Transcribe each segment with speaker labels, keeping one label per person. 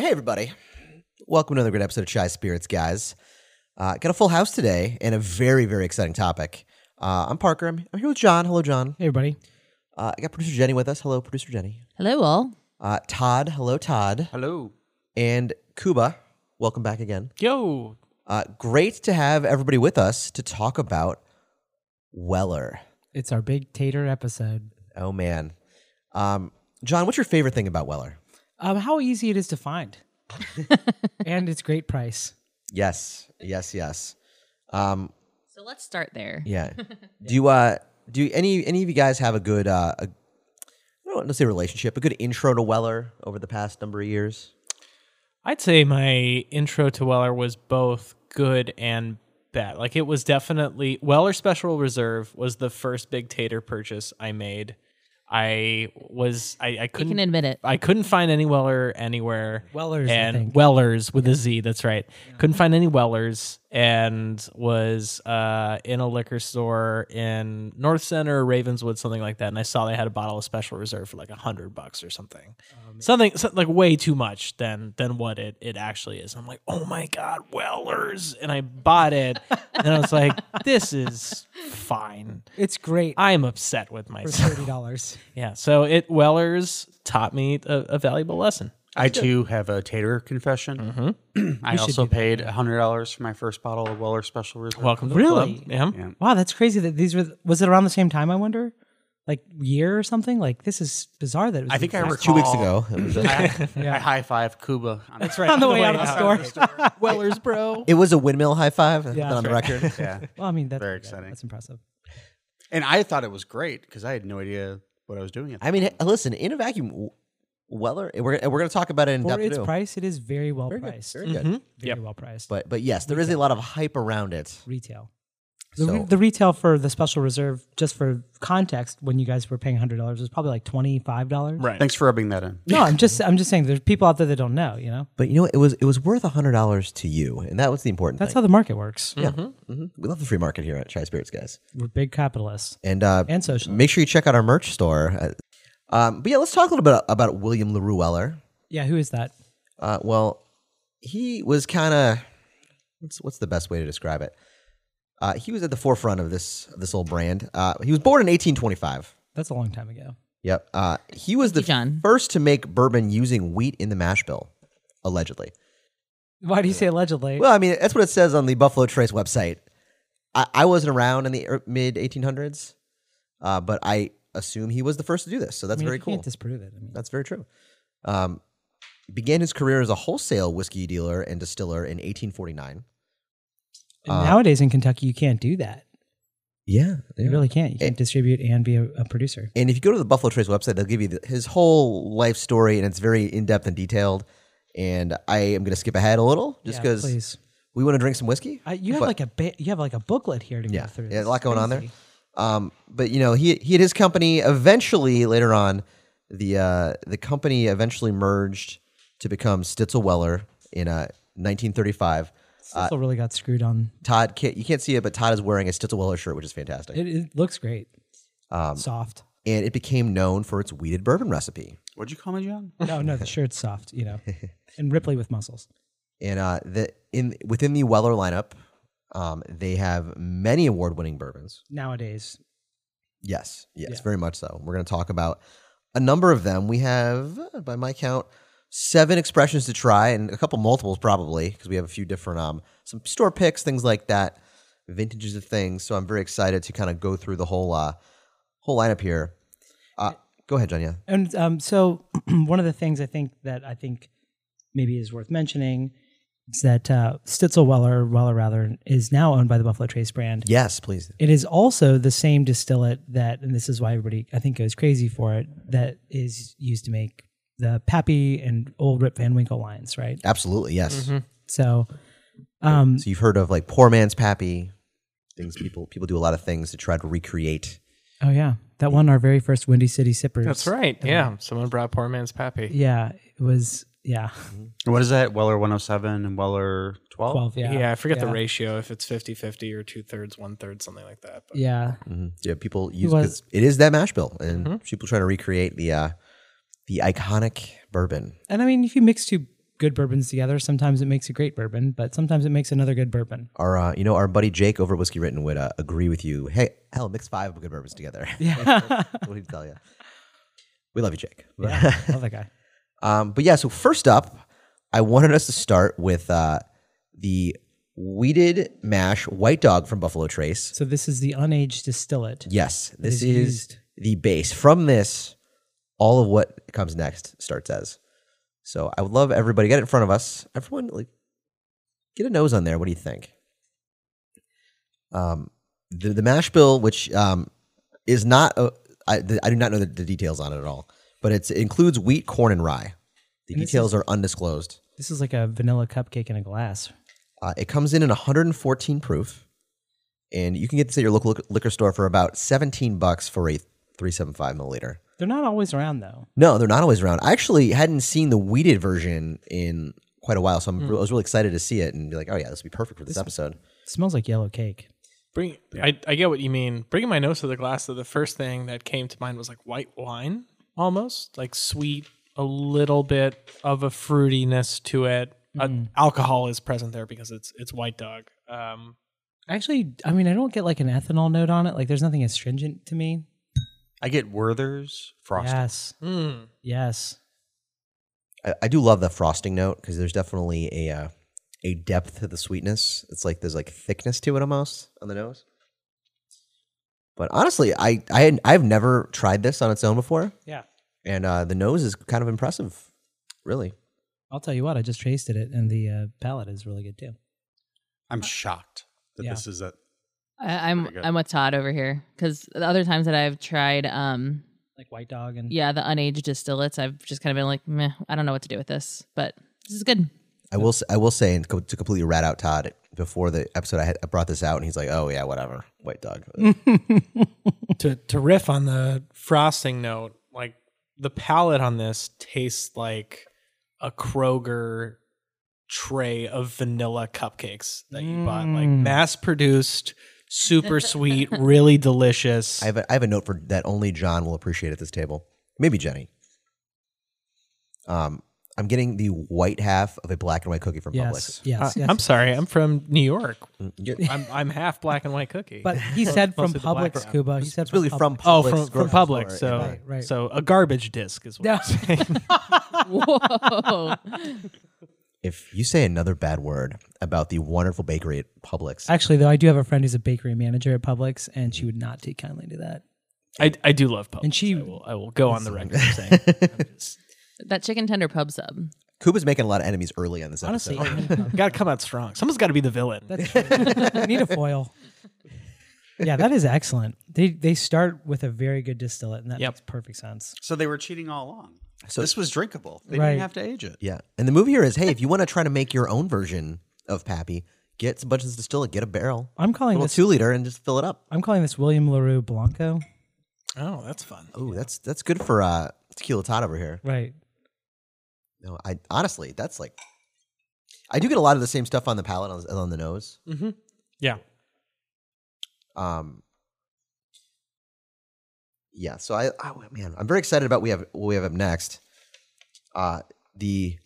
Speaker 1: everybody. Welcome to another great episode of Shy Spirits, guys. Uh, got a full house today and a very, very exciting topic. Uh, I'm Parker. I'm, I'm here with John. Hello, John.
Speaker 2: Hey, everybody.
Speaker 1: Uh, I got producer Jenny with us. Hello, producer Jenny.
Speaker 3: Hello, all.
Speaker 1: Uh, Todd. Hello, Todd.
Speaker 4: Hello.
Speaker 1: And Kuba. Welcome back again.
Speaker 2: Yo.
Speaker 1: Uh, great to have everybody with us to talk about Weller.
Speaker 2: It's our big tater episode.
Speaker 1: Oh, man. Um, John, what's your favorite thing about Weller?
Speaker 2: Um, how easy it is to find. and it's great price.
Speaker 1: Yes, yes, yes. Um,
Speaker 3: So let's start there.
Speaker 1: Yeah. do you uh do any any of you guys have a good uh a, I don't want to say relationship, a good intro to Weller over the past number of years?
Speaker 5: I'd say my intro to Weller was both good and bad. Like it was definitely Weller Special Reserve was the first big tater purchase I made. I was I, I
Speaker 3: You
Speaker 5: couldn't
Speaker 3: can admit it.
Speaker 5: I couldn't find any Weller anywhere.
Speaker 2: Wellers, I
Speaker 5: and
Speaker 2: think.
Speaker 5: Wellers with a Z. That's right. Couldn't find any Wellers, and was uh, in a liquor store in North Center or Ravenswood, something like that. And I saw they had a bottle of Special Reserve for like a hundred bucks or something, something so- like way too much than than what it it actually is. I'm like, oh my god, Wellers, and I bought it, and I was like, this is fine.
Speaker 2: It's great
Speaker 5: I'm upset with
Speaker 2: for
Speaker 5: myself.
Speaker 2: $30.
Speaker 5: Yeah. So it Wellers taught me a, a valuable lesson.
Speaker 4: I too have a tater confession.
Speaker 1: Mm-hmm.
Speaker 4: I also paid hundred dollars for my first bottle of Weller Special Reserve.
Speaker 5: Welcome to
Speaker 2: Really?
Speaker 5: the club. Yeah.
Speaker 4: Yeah.
Speaker 2: wow, that's crazy that these were, was it around the same time, I wonder? Like year or something? Like, this is bizarre that it was
Speaker 4: I think I recall
Speaker 1: Two weeks ago. it was a-
Speaker 4: I, high five Cuba. That's
Speaker 5: right.
Speaker 2: on the way out of the store.
Speaker 5: Wellers, bro.
Speaker 1: It was a windmill high five I've been on the record.
Speaker 4: Yeah,
Speaker 2: well, I mean, that's
Speaker 4: Very
Speaker 2: yeah,
Speaker 4: exciting.
Speaker 2: That's impressive.
Speaker 4: and I thought it was great because I had no idea what I was doing. At the
Speaker 1: I mean, hey, listen, in a vacuum, W- Weller, and we're, and we're going to talk about it in
Speaker 2: For
Speaker 1: depth
Speaker 2: its
Speaker 1: too.
Speaker 2: price, it is very well
Speaker 1: Very good.
Speaker 2: priced.
Speaker 1: Very
Speaker 2: Very
Speaker 1: good.
Speaker 5: Yep.
Speaker 2: well priced.
Speaker 1: But but yes, there is a lot of hype around it.
Speaker 2: retail. The, re-
Speaker 1: So-
Speaker 2: the retail for the special reserve, just for context, when you guys were paying hundred dollars, was probably like twenty five dollars.
Speaker 5: Right.
Speaker 4: Thanks for rubbing that in.
Speaker 2: No, I'm just I'm just saying there's people out there that don't know. You know,
Speaker 1: But you know, what? it was it was worth hundred dollars to you, and that was the important
Speaker 2: that's how
Speaker 1: thing.
Speaker 2: Mm-hmm. the market works.
Speaker 1: yeah, Mhm. we love the free market here at Shy Spirits, guys.
Speaker 2: We're big capitalists
Speaker 1: And uh,
Speaker 2: and social.
Speaker 1: make sure you check out our merch store. Uh, Um, but yeah, let's talk a little bit about William LaRue Weller.
Speaker 2: Yeah, who is that?
Speaker 1: Uh, well, he was kind of what's, what's the best way to describe it? Uh, he was at the forefront of this of this old brand. Uh, he was born in 1825.
Speaker 2: That's a long time ago.
Speaker 1: Yep. Uh, he was the
Speaker 3: you, John.
Speaker 1: first to make bourbon using wheat in the mash bill, allegedly.
Speaker 2: Why do you say allegedly?
Speaker 1: Well, I mean, that's what it says on the Buffalo Trace website. I, I wasn't around in the er- mid 1800s, uh, but I assume he was the first to do this. So
Speaker 2: I
Speaker 1: that's
Speaker 2: mean,
Speaker 1: very
Speaker 2: you
Speaker 1: cool.
Speaker 2: Can't disprove it. I mean,
Speaker 1: That's very true. Um, began his career as a wholesale whiskey dealer and distiller in 1849.
Speaker 2: and
Speaker 1: uh,
Speaker 2: nowadays in Kentucky, you can't do that.
Speaker 1: Yeah,
Speaker 2: You really can't. You can't distribute and be a, a producer.
Speaker 1: And if you go to the Buffalo Trace website, they'll give you the, his whole life story, and it's very in depth and detailed. And I am going to skip ahead a little just
Speaker 2: Yeah,
Speaker 1: because
Speaker 2: please.
Speaker 1: we want to drink some whiskey.
Speaker 2: I, you have
Speaker 1: But-
Speaker 2: like a ba- you have like a booklet here to go
Speaker 1: yeah,
Speaker 2: through.
Speaker 1: yeah, a
Speaker 2: It's
Speaker 1: lot going on there.
Speaker 2: crazy.
Speaker 1: Um, but you know, he he had his company. Eventually, later on, the uh, the company eventually merged to become Stitzel Weller in uh, 1935. Uh,
Speaker 2: Cecil really got screwed on.
Speaker 1: Todd can't you can't see it, but Todd is wearing a Stitzel Weller shirt, which is fantastic.
Speaker 2: It, it looks great.
Speaker 1: Um,
Speaker 2: soft.
Speaker 1: and it became known for its weeded bourbon recipe.
Speaker 4: What'd you call me, John?
Speaker 2: No, no, the shirt's soft, you know. And Ripley with muscles.
Speaker 1: And uh, the in within the Weller lineup, um, they have many award-winning bourbons.
Speaker 2: Nowadays,
Speaker 1: Yes, yes,
Speaker 2: Yeah.
Speaker 1: very much so. We're going to talk about a number of them. We have, uh, by my count, seven expressions to try, and a couple multiples probably because we have a few different um some store picks, things like that, vintages of things. So I'm very excited to kind of go through the whole uh, whole lineup here. Uh, go ahead, Janya.
Speaker 2: And um, so, one of the things I think that I think maybe is worth mentioning is that uh, Stitzel Weller, Weller rather, is now owned by the Buffalo Trace brand.
Speaker 1: Yes, please.
Speaker 2: It is also the same distillate that, and this is why everybody I think goes crazy for it, that is used to make the Pappy and Old Rip Van Winkle lines, right?
Speaker 1: Absolutely, yes.
Speaker 2: Mm-hmm. So, um,
Speaker 1: So you've heard of like poor man's pappy, things people people do a lot of things to try to recreate.
Speaker 2: oh yeah, that one, our very first Windy City Sippers.
Speaker 5: That's right. Yeah. Someone brought poor man's pappy.
Speaker 2: Yeah, it was, yeah,
Speaker 4: What is that? Weller 107 and Weller 12?
Speaker 2: 12, yeah.
Speaker 5: Oh, Yeah. I forget
Speaker 2: Yeah.
Speaker 5: the ratio if it's 50 50 or two thirds, one third, something like that. But
Speaker 2: Yeah,
Speaker 1: Yeah, people use 'cause
Speaker 2: was- Mm-hmm.
Speaker 1: it is that mash bill, and people try to recreate the uh, the iconic bourbon.
Speaker 2: and I mean, if you mix two good bourbons together, sometimes it makes a great bourbon, but sometimes it makes another good bourbon.
Speaker 1: Our, uh, you know, our buddy Jake over at Whiskey Written would uh, agree with you. Hey, hell, mix five good bourbons together.
Speaker 2: Yeah.
Speaker 1: what he'd tell you. We love you, Jake.
Speaker 2: yeah. Love that guy.
Speaker 1: Um, but yeah, so first up, I wanted us to start with uh, the weeded mash white dog from Buffalo Trace.
Speaker 2: So this is the unaged distillate.
Speaker 1: Yes, this
Speaker 2: is
Speaker 1: is,
Speaker 2: used.
Speaker 1: the base. From this, all of what comes next starts as. So I would love everybody get it in front of us. Everyone, like, get a nose on there. What do you think? Um, the the mash bill, which um, is not, a, I, the, I do not know the, the details on it at all, but it's, it includes wheat, corn, and rye. The
Speaker 2: And this
Speaker 1: details are undisclosed.
Speaker 2: This is like a vanilla cupcake in a glass.
Speaker 1: Uh, it comes in at 114 proof, and you can get this at your local liquor- liquor store for about 17 bucks for a 375 milliliter.
Speaker 2: They're not always around though.
Speaker 1: No, they're not always around. I actually hadn't seen the weeded version in quite a while, so I'm, I was really excited to see it and be like, oh yeah, this would be perfect for this, episode.
Speaker 2: It smells like yellow cake.
Speaker 5: Bring, I, I get what you mean. Bringing my nose to the glass, though, the first thing that came to mind was like white wine, almost like sweet, a little bit of a fruitiness to it. Uh, alcohol is present there because it's it's white dog. Um,
Speaker 2: Actually, I mean, I don't get like an ethanol note on it. Like, there's nothing astringent to me.
Speaker 4: I get Werther's Frost.
Speaker 2: Yes,
Speaker 5: mm,
Speaker 2: yes.
Speaker 1: I, I do love the frosting note because there's definitely a uh, a depth to the sweetness. It's like there's like thickness to it almost on the nose. But honestly, I I had, I've never tried this on its own before.
Speaker 2: Yeah.
Speaker 1: and uh, the nose is kind of impressive, really.
Speaker 2: I'll tell you what, I just tasted it, and the uh, palate is really good too.
Speaker 4: I'm shocked that
Speaker 2: Yeah.
Speaker 4: this is a
Speaker 3: I, I'm
Speaker 4: Pretty good.
Speaker 3: I'm with Todd over here because the other times that I've tried, um,
Speaker 2: Like White Dog and
Speaker 3: yeah, the unaged distillates, I've just kind of been like, meh, I don't know what to do with this, but this is good.
Speaker 1: I will s- I will say and co- to completely rat out Todd before the episode I, had, I brought this out and he's like, oh yeah, whatever, white dog.
Speaker 5: to to riff on the frosting note, like the palate on this tastes like a Kroger tray of vanilla cupcakes that you bought, like
Speaker 2: Mm.
Speaker 5: mass produced, super sweet, really delicious.
Speaker 1: I have a, I have a note for that only John will appreciate at this table. Maybe Jenny. Um, I'm getting the white half of a black and white cookie from Publix.
Speaker 2: yes,
Speaker 1: Mm,
Speaker 2: yes,
Speaker 5: I-
Speaker 2: yes.
Speaker 5: Uh, I'm sorry, I'm from New York.
Speaker 1: You're-
Speaker 5: I'm I'm half black and white cookie.
Speaker 2: But he said from
Speaker 5: Mostly the black
Speaker 2: Publix,
Speaker 5: guy.
Speaker 2: Cuba. He said
Speaker 1: it's really from
Speaker 2: Publix.
Speaker 1: Publix.
Speaker 5: oh, from from
Speaker 1: grocery
Speaker 5: public.
Speaker 1: store,
Speaker 5: So
Speaker 1: yeah.
Speaker 2: Right, right.
Speaker 5: so a garbage disc is what
Speaker 2: Yeah.
Speaker 5: I'm saying.
Speaker 3: Whoa.
Speaker 1: if you say another bad word about the wonderful bakery at Publix,
Speaker 2: Actually, though, I do have a friend who's a bakery manager at Publix, and she would not take kindly to that.
Speaker 5: I, I do love Publix.
Speaker 2: And she-
Speaker 5: I will, I will go on the record of saying I'm just-
Speaker 3: that chicken tender pub sub.
Speaker 1: Cuba's making a lot of enemies early on this episode.
Speaker 2: Honestly, I mean,
Speaker 5: Got to come out strong. Someone's got to be the villain.
Speaker 2: I need a foil. Yeah, that is excellent. They they start with a very good distillate, and that
Speaker 5: Yep.
Speaker 2: makes perfect sense.
Speaker 4: So they were cheating all along.
Speaker 1: So-
Speaker 4: So this was drinkable. They
Speaker 2: Right.
Speaker 4: didn't have to age it.
Speaker 1: Yeah. And the move here is, hey, if you want to try to make your own version of Pappy, get a bunch of this distillate, get a barrel,
Speaker 2: I'm
Speaker 1: a
Speaker 2: calling
Speaker 1: little
Speaker 2: this.
Speaker 1: two liter, and just fill it up.
Speaker 2: I'm calling this William Larue Blanco.
Speaker 5: Oh, that's fun.
Speaker 1: Oh, that's that's good for uh, tequila Todd over here.
Speaker 2: Right.
Speaker 1: No, I honestly, that's like, I do get a lot of the same stuff on the palate on, on the nose.
Speaker 5: Mm-hmm. Yeah.
Speaker 1: Um, yeah. So I, I, man, I'm very excited about we have what we have up next. Uh, the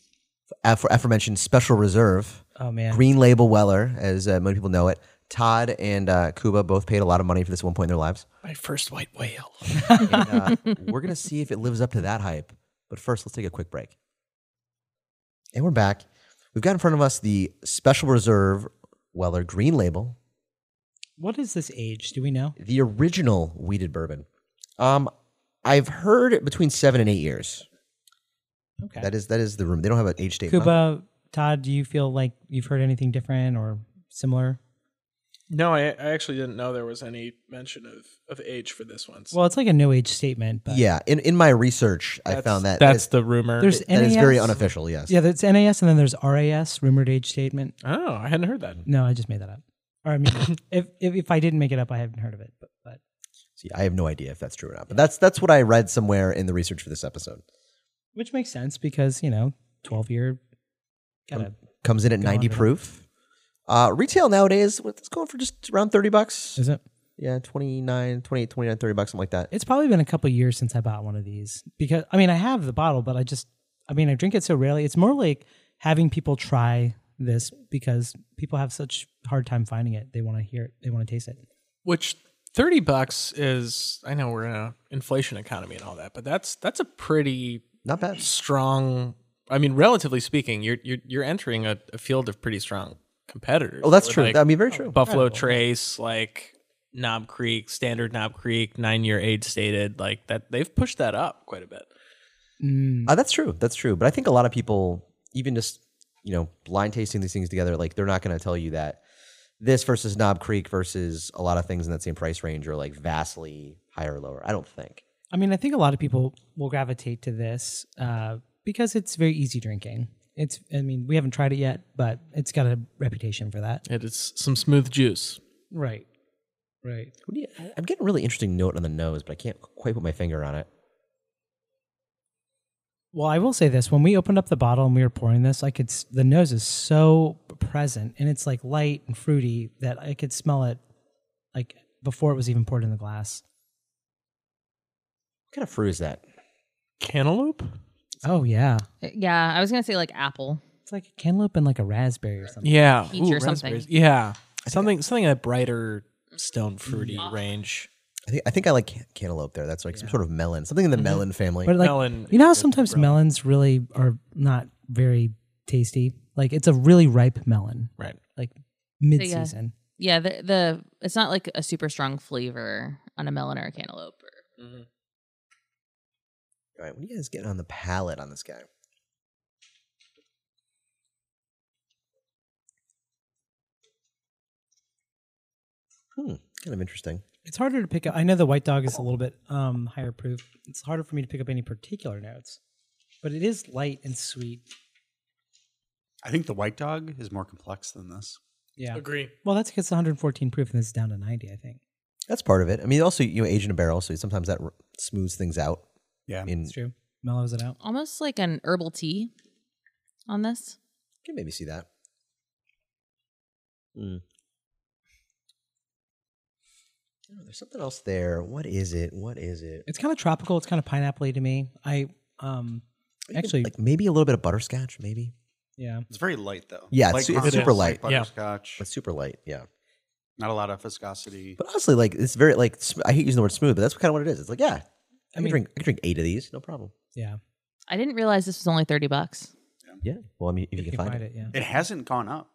Speaker 1: afore- aforementioned special reserve.
Speaker 2: Oh man.
Speaker 1: Green Label Weller, as uh, many people know it. Todd and uh, Cuba both paid a lot of money for this at one point in their lives.
Speaker 5: My first white whale.
Speaker 1: And, uh, we're going to see if it lives up to that hype. But first, let's take a quick break. And we're back. We've got in front of us the Special Reserve Weller Green Label,
Speaker 2: What is this age? Do we know?
Speaker 1: the original weeded bourbon. Um, I've heard between seven and eight years.
Speaker 2: Okay.
Speaker 1: That is that is the room. They don't have an age statement. on it.
Speaker 2: Cuba, Todd, do you feel like you've heard anything different or similar?
Speaker 5: No,
Speaker 6: I, I actually didn't know there was any mention of, of age for this one.
Speaker 2: Well, it's like a new age statement, but
Speaker 1: Yeah, in, in my research, I
Speaker 6: That's-
Speaker 1: found that that
Speaker 5: That's
Speaker 1: is,
Speaker 5: the rumor.
Speaker 2: there's
Speaker 1: that is very
Speaker 2: NAS.
Speaker 1: unofficial. Yes.
Speaker 2: Yeah, that's NAS, and then there's RAS, rumored age statement.
Speaker 6: oh, I hadn't heard that.
Speaker 2: No, I just made that up. Or I mean, if, if if I didn't make it up, I haven't heard of it. But, but
Speaker 1: See, I have no idea if that's true or not, but that's that's what I read somewhere in the research for this episode.
Speaker 2: which makes sense because you know, twelve year. Gotta,
Speaker 1: Comes in at
Speaker 2: Go on,
Speaker 1: ninety
Speaker 2: Dylan.
Speaker 1: proof. Uh, retail nowadays, what- it's going for just around thirty bucks.
Speaker 2: is it?
Speaker 1: Yeah, 29, 28, 29, 30 bucks, something like that.
Speaker 2: It's probably been a couple years since I bought one of these because I mean I have the bottle, but I just I mean I drink it so rarely. It's more like having people try this because people have such hard time finding it. They want to hear it. They want to taste it.
Speaker 5: Which thirty bucks is? I know we're in an inflation economy and all that, but that's that's a pretty
Speaker 1: Not bad.
Speaker 5: strong. I mean, relatively speaking, you're you're you're entering a, a field of pretty strong competitors.
Speaker 1: Oh, that's
Speaker 5: with,
Speaker 1: true.
Speaker 5: like,
Speaker 1: I mean, very true.
Speaker 5: Buffalo Trace, like Knob Creek, standard Knob Creek, nine year age stated, like that. They've pushed that up quite a bit.
Speaker 1: Uh, that's true. That's true. But I think a lot of people, even just you know, blind tasting these things together, like they're not going to tell you that this versus Knob Creek versus a lot of things in that same price range are like vastly higher or lower. I don't think.
Speaker 2: I mean, I think a lot of people will gravitate to this uh, because it's very easy drinking. It's, I mean, we haven't tried it yet, but it's got a reputation for that.
Speaker 5: It is some smooth juice.
Speaker 2: Right. Right.
Speaker 1: What do you, I'm getting a really interesting note on the nose, but I can't quite put my finger on it.
Speaker 2: Well, I will say this: when we opened up the bottle and we were pouring this, I could s- the nose is so present, and it's like light and fruity that I could smell it like before it was even poured in the glass.
Speaker 1: What kind of fruit is that?
Speaker 5: Cantaloupe.
Speaker 2: Oh yeah,
Speaker 3: Uh, Yeah, I was gonna say like apple.
Speaker 2: it's like a cantaloupe and like a raspberry or something.
Speaker 5: Yeah,
Speaker 3: Peach or something.
Speaker 5: raspberries. Yeah, something something in a brighter stone fruity
Speaker 3: Mm.
Speaker 5: range.
Speaker 1: I think I think I like can- cantaloupe there. That's like some sort of melon, something in the melon family.
Speaker 2: But like
Speaker 5: melon.
Speaker 2: you know how sometimes melons really are not very tasty. Like it's a really ripe melon,
Speaker 5: Right.
Speaker 2: Like mid-season.
Speaker 3: Yeah, the the it's not like a super strong flavor on a melon or a cantaloupe. Or,
Speaker 1: All right, what are you guys getting on the palate on this guy? Hmm, kind of interesting.
Speaker 2: It's harder to pick up. I know the white dog is a little bit um, higher proof. It's harder for me to pick up any particular notes, but it is light and sweet.
Speaker 4: I think the white dog is more complex than this.
Speaker 2: Yeah.
Speaker 5: Agree.
Speaker 2: Well, that's because 114 proof, and this is down to 90, I think.
Speaker 1: That's part of it. I mean, also you know, age in a barrel, so sometimes that r- smooths things out.
Speaker 4: Yeah.
Speaker 1: In
Speaker 2: It's true. Mellows it out.
Speaker 3: almost like an herbal tea on this.
Speaker 1: can maybe see that. Hmm. Oh, there's something else there. What is it? What is it?
Speaker 2: It's kind of tropical. It's kind of pineapple to me. I um
Speaker 1: Maybe,
Speaker 2: actually
Speaker 1: like maybe a little bit of butterscotch, maybe.
Speaker 2: yeah.
Speaker 4: It's very light though.
Speaker 1: Yeah, it's
Speaker 4: Light
Speaker 1: su- it's
Speaker 4: caramel,
Speaker 1: super light.
Speaker 5: Yeah.
Speaker 4: Butterscotch.
Speaker 1: But super light, yeah.
Speaker 4: Not a lot of viscosity.
Speaker 1: But honestly, like it's very like sm- I hate using the word smooth, but that's kind of what it is. It's like yeah, I,
Speaker 2: I mean-
Speaker 1: can drink I can drink eight of these, no problem.
Speaker 2: Yeah.
Speaker 3: I didn't realize this was only thirty bucks.
Speaker 1: Yeah. Well, I mean, if you,
Speaker 2: You
Speaker 1: can find, it.
Speaker 2: yeah.
Speaker 4: It hasn't gone up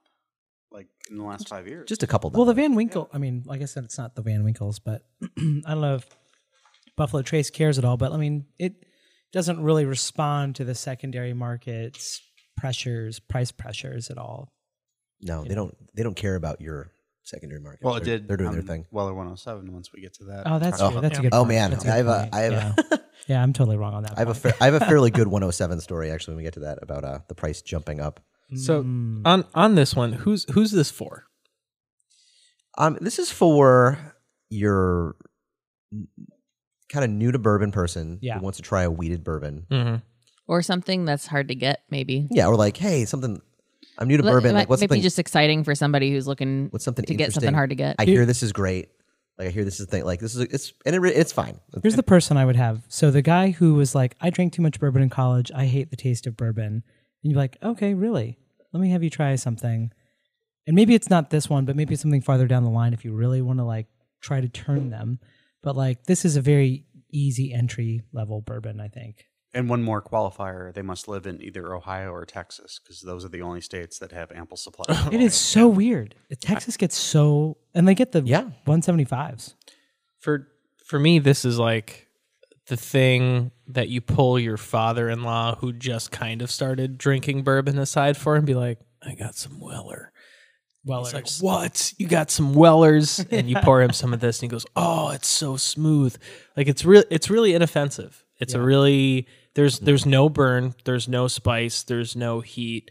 Speaker 4: like in the last five years.
Speaker 1: just a couple.
Speaker 2: Well, the
Speaker 1: dollars.
Speaker 2: Van Winkle, I mean, like I said, it's not the Van Winkles, but I don't know if Buffalo Trace cares at all, but I mean, it doesn't really respond to the secondary market's pressures, price pressures at all.
Speaker 1: no, they don't. They don't care about your secondary market.
Speaker 4: well, it
Speaker 1: They're-
Speaker 4: did. um,
Speaker 1: They're doing their
Speaker 4: on
Speaker 1: thing.
Speaker 4: Weller 107. Once we get to that.
Speaker 2: Oh, that's
Speaker 1: Oh,
Speaker 2: true. That's a
Speaker 5: yeah.
Speaker 2: good
Speaker 1: Oh
Speaker 2: point.
Speaker 1: man,
Speaker 2: That's
Speaker 1: I have
Speaker 2: good
Speaker 1: a
Speaker 2: point.
Speaker 1: I have
Speaker 2: yeah.
Speaker 1: a,
Speaker 2: yeah, I'm totally wrong on that.
Speaker 1: I have a
Speaker 2: point.
Speaker 1: fair, I have a fairly good 107 story actually. When we get to that about uh, the price jumping up.
Speaker 5: So
Speaker 2: Mm. uh,
Speaker 5: on on this one, who's who's this for?
Speaker 1: Um, this is for your kind of new to bourbon person
Speaker 2: Yeah.
Speaker 1: who wants to try a weeded bourbon.
Speaker 5: Mm-hmm.
Speaker 3: Or something that's hard to get, maybe.
Speaker 1: Yeah, or like hey, something. I'm new to
Speaker 3: But
Speaker 1: bourbon.
Speaker 3: it
Speaker 1: Like what's
Speaker 3: might be
Speaker 1: something?
Speaker 3: just exciting for somebody who's looking
Speaker 1: what's something
Speaker 3: to get something
Speaker 1: interesting?
Speaker 3: hard to get.
Speaker 1: I hear this is great. Like I hear this is thing. Like this is it's and it, re- it's fine.
Speaker 2: Here's the person I would have. So the guy who was like, I drank too much bourbon in college. I hate the taste of bourbon. And you're like, okay, really? Let me have you try something. And maybe it's not this one, but maybe it's something farther down the line if you really want to like try to turn them. But like, this is a very easy entry level bourbon, I think.
Speaker 4: And one more qualifier: they must live in either Ohio or Texas because those are the only states that have ample supply.
Speaker 2: It is so weird. Texas gets so, and they get the
Speaker 1: Yeah.
Speaker 2: 175s.
Speaker 5: For for me, this is like the thing that you pull your father in law who just kind of started drinking bourbon aside for and be like, I got some Weller. He's like, what? You got some Wellers, and you pour him some of this, and he goes, "Oh, it's so smooth. Like it's real. It's really inoffensive. It's a really there's there's no burn, there's no spice, there's no heat.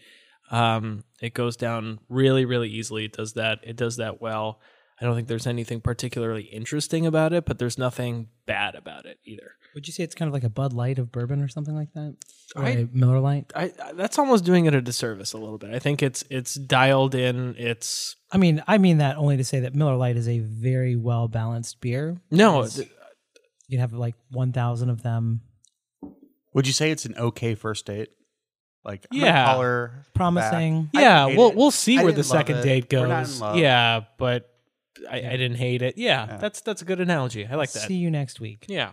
Speaker 5: Um, it goes down really, really easily. It does that. It does that well. I don't think there's anything particularly interesting about it, but there's nothing bad about it either.
Speaker 2: Would you say it's kind of like a Bud Light of bourbon or something like that? Or
Speaker 5: I-
Speaker 2: a Miller Light?
Speaker 5: I, I that's almost doing it a disservice a little bit. I think it's it's dialed in. It's
Speaker 2: I mean, I mean that only to say that Miller Lite is a very well balanced beer.
Speaker 5: no.
Speaker 2: It's- you can have like one thousand of them.
Speaker 4: Would you say it's an okay first date? Like, I'm
Speaker 5: Yeah.
Speaker 4: gonna call her back.
Speaker 2: Promising.
Speaker 4: I
Speaker 5: Yeah,
Speaker 4: hate
Speaker 5: we'll
Speaker 4: it.
Speaker 5: we'll see
Speaker 4: I
Speaker 5: where
Speaker 4: didn't
Speaker 5: the
Speaker 4: love
Speaker 5: second
Speaker 4: it.
Speaker 5: date
Speaker 4: We're not in
Speaker 5: goes.
Speaker 4: love.
Speaker 5: Yeah, but I, I didn't hate it. Yeah,
Speaker 4: Yeah.
Speaker 5: that's that's a good analogy. I like that.
Speaker 2: See you next week.
Speaker 5: Yeah,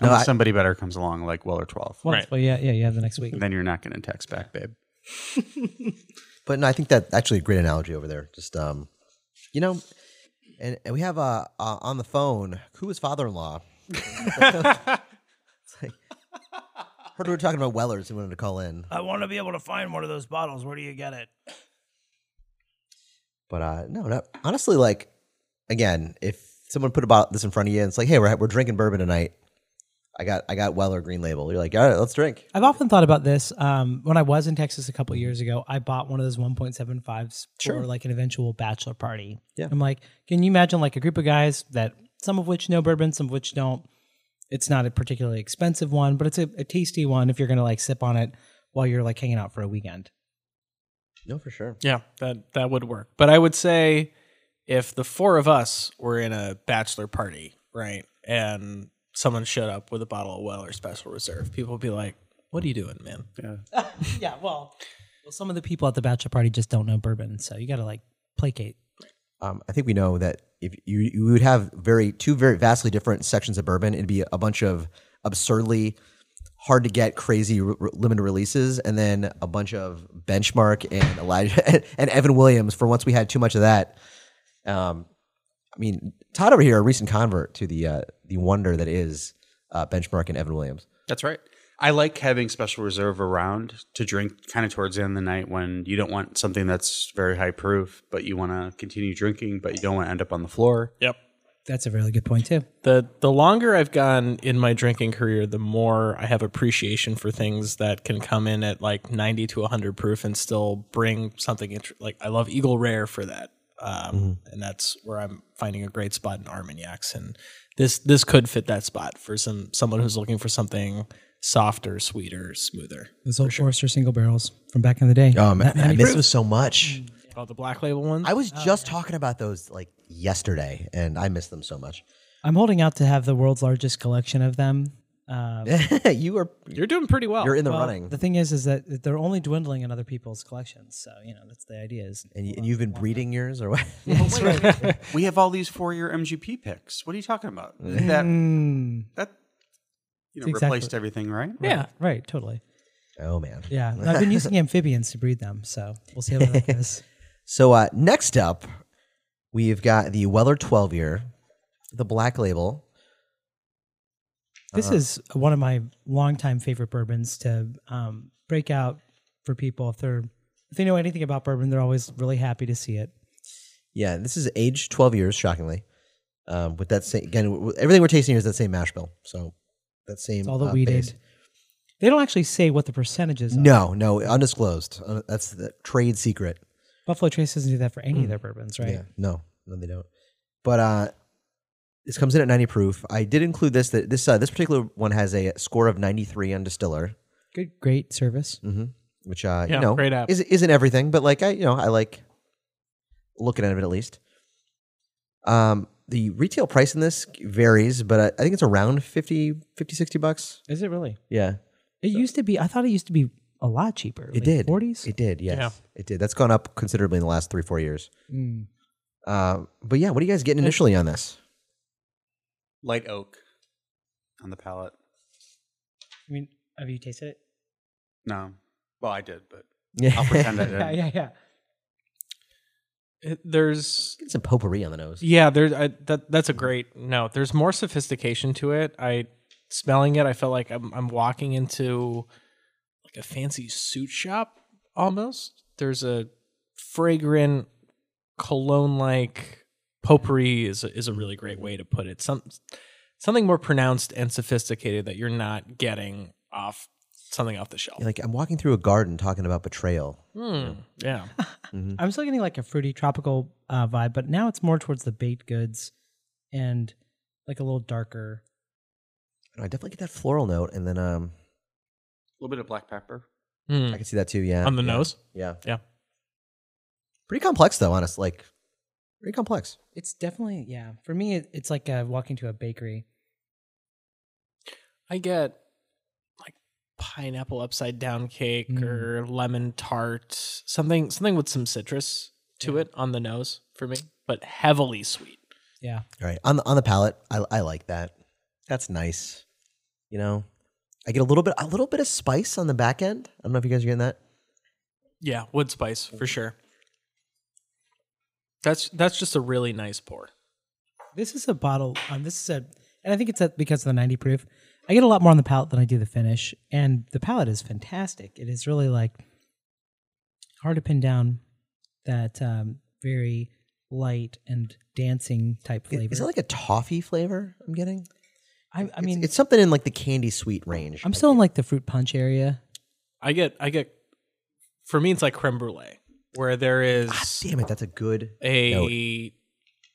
Speaker 1: No,
Speaker 4: Unless
Speaker 1: I-
Speaker 4: somebody better comes along, like Weller 12.
Speaker 2: Well,
Speaker 5: Right.
Speaker 2: well, yeah, yeah, you have the next week.
Speaker 4: And then you're not going to text back, babe.
Speaker 1: But no, I think that actually a great analogy over there. Just um, you know, and, and we have uh, uh on the phone who is father-in-law. it's like, heard we were talking about Wellers and wanted to call in,
Speaker 2: I want to be able to find one of those bottles. Where do you get it?
Speaker 1: but uh, no, no, honestly, like again, if someone put about this in front of you and it's like, hey, we're we're drinking bourbon tonight. I got I got Weller Green Label. You're like, all right, let's drink.
Speaker 2: I've often thought about this. Um, when I was in Texas a couple years ago, I bought one of those 1.75s for like an eventual bachelor party.
Speaker 1: Yeah.
Speaker 2: I'm like, can you imagine like a group of guys that some of which know bourbon, some of which don't. It's not a particularly expensive one, but it's a, a tasty one if you're gonna like sip on it while you're like hanging out for a weekend.
Speaker 1: No, for sure.
Speaker 5: yeah, that that would work. But I would say if the four of us were in a bachelor party, right, and someone showed up with a bottle of Weller Special Reserve, people would be like, "What are you doing, man?"
Speaker 2: Yeah, well, well, some of the people at the bachelor party just don't know bourbon, so you gotta like placate.
Speaker 1: um, I think we know that if you you would have very two very vastly different sections of bourbon, it'd be a bunch of absurdly hard to get crazy r- r- limited releases, and then a bunch of benchmark and Elijah and Evan Williams. For once, we had too much of that. Um, I mean, Todd over here, a recent convert to the uh, the wonder that is uh, benchmark and Evan Williams.
Speaker 4: That's right. I like having special reserve around to drink kind of towards the end of the night when you don't want something that's very high proof, but you want to continue drinking, but you don't want to end up on the floor.
Speaker 5: Yep.
Speaker 2: That's a really good point too.
Speaker 5: the the longer I've gone in my drinking career, the more I have appreciation for things that can come in at like 90 to 100 proof and still bring something int- like I love Eagle Rare for that. Um,
Speaker 1: Mm-hmm.
Speaker 5: and that's where I'm finding a great spot in Armagnacs and this this could fit that spot for some someone who's looking for something softer, sweeter, smoother.
Speaker 2: Those old Forester single barrels from back in the day.
Speaker 1: Um,
Speaker 2: Not
Speaker 1: I
Speaker 2: many
Speaker 1: miss those so much.
Speaker 5: Oh, the black label ones?
Speaker 1: I was just talking about those like yesterday, and I miss them so much.
Speaker 2: I'm holding out to have the world's largest collection of them. Uh,
Speaker 1: you are
Speaker 5: You're doing pretty well.
Speaker 1: you're in the running.
Speaker 2: the thing is, is that they're only dwindling in other people's collections. So you know that's the idea. Is
Speaker 1: and, you, and you've been breeding yours or what?
Speaker 4: We have all these four year MGP picks. What are you talking about? That,
Speaker 2: Mm,
Speaker 4: that you know,
Speaker 2: Exactly.
Speaker 4: replaced everything, right?
Speaker 5: yeah.
Speaker 2: right, totally.
Speaker 1: oh man.
Speaker 2: Yeah, And I've been using amphibians to breed them, so we'll see how that goes.
Speaker 1: So uh, next up, we've got the Weller 12 year, the black label. Uh-huh.
Speaker 2: This is one of my longtime favorite bourbons to um, break out for people if they're if they know anything about bourbon, they're always really happy to see it.
Speaker 1: Yeah, this is age 12 years, shockingly. Um, with that same again, w- w- everything we're tasting here is that same mash bill. So that same.
Speaker 2: It's all that
Speaker 1: uh,
Speaker 2: we
Speaker 1: base.
Speaker 2: did. They don't actually say what the percentages are.
Speaker 1: No, no, undisclosed. Uh, that's the trade secret.
Speaker 2: Buffalo Trace doesn't do that for any of their bourbons, right?
Speaker 1: Mm. Yeah, no, no, they don't. But uh, this comes in at 90 proof. I did include this. That this uh, this particular one has a score of 93 on Distiller.
Speaker 2: Good, great service.
Speaker 1: hmm which uh,
Speaker 5: Yeah,
Speaker 1: you know
Speaker 5: great app.
Speaker 1: Is, isn't everything, but like I you know I like looking at it at least. Um, the retail price in this varies, but I, I think it's around 50, 50, 60 bucks.
Speaker 2: Is it really?
Speaker 1: Yeah,
Speaker 2: It used to be. I thought it used to be a lot cheaper.
Speaker 1: it did.
Speaker 2: Forties.
Speaker 1: It did. Yes,
Speaker 5: Yeah.
Speaker 1: it did. That's gone up considerably in the last three four years.
Speaker 2: Mm.
Speaker 1: Uh, but yeah, what are you guys getting initially on this?
Speaker 4: Light oak on the palate.
Speaker 2: I mean, have you tasted it?
Speaker 4: No. Well, I did, but I'll
Speaker 1: Yeah,
Speaker 4: pretend I
Speaker 2: Yeah,
Speaker 4: did.
Speaker 2: yeah, yeah.
Speaker 5: It- there's
Speaker 1: get some potpourri on the nose.
Speaker 5: Yeah, there's I, that. That's a great no. There's more sophistication to it. I smelling it, I felt like I'm I'm walking into like a fancy suit shop almost. There's a fragrant cologne like potpourri is a, is a really great way to put it. Some something more pronounced and sophisticated that you're not getting off something off the shelf.
Speaker 1: Like I'm walking through a garden talking about betrayal.
Speaker 5: Hmm, yeah.
Speaker 1: Mm-hmm.
Speaker 2: I'm still getting like a fruity tropical uh, vibe, but now it's more towards the baked goods and like a little darker.
Speaker 1: I definitely get that floral note, and then um,
Speaker 4: A little bit of black pepper.
Speaker 5: Hmm.
Speaker 1: I can see that too. Yeah,
Speaker 5: On the
Speaker 1: yeah.
Speaker 5: nose.
Speaker 1: Yeah.
Speaker 5: Yeah.
Speaker 1: Pretty complex though, honestly. Like pretty complex.
Speaker 2: It's definitely yeah. For me, it, it's like uh, walking to a bakery.
Speaker 5: I get like pineapple upside down cake or lemon tart, something something with some citrus to it on the nose for me, but heavily sweet.
Speaker 2: Yeah.
Speaker 1: All right. On the on the palate, I I like that. That's nice. You know, I get a little bit a little bit of spice on the back end. I don't know if you guys are getting that.
Speaker 5: Yeah, wood spice for sure. That's that's just a really nice pour.
Speaker 2: This is a bottle. Um, this is a, and I think it's a, because of the 90 proof. I get a lot more on the palate than I do the finish, and the palate is fantastic. It is really like hard to pin down that um, very light and dancing type
Speaker 1: Is-
Speaker 2: flavor.
Speaker 1: Is it like a toffee flavor? I'm getting.
Speaker 2: I, I mean,
Speaker 1: it's, it's something in like the candy sweet range.
Speaker 2: I'm still in like the fruit punch area.
Speaker 5: I get I get for me it's like creme brulee where there is
Speaker 1: God damn it, that's a good.
Speaker 5: a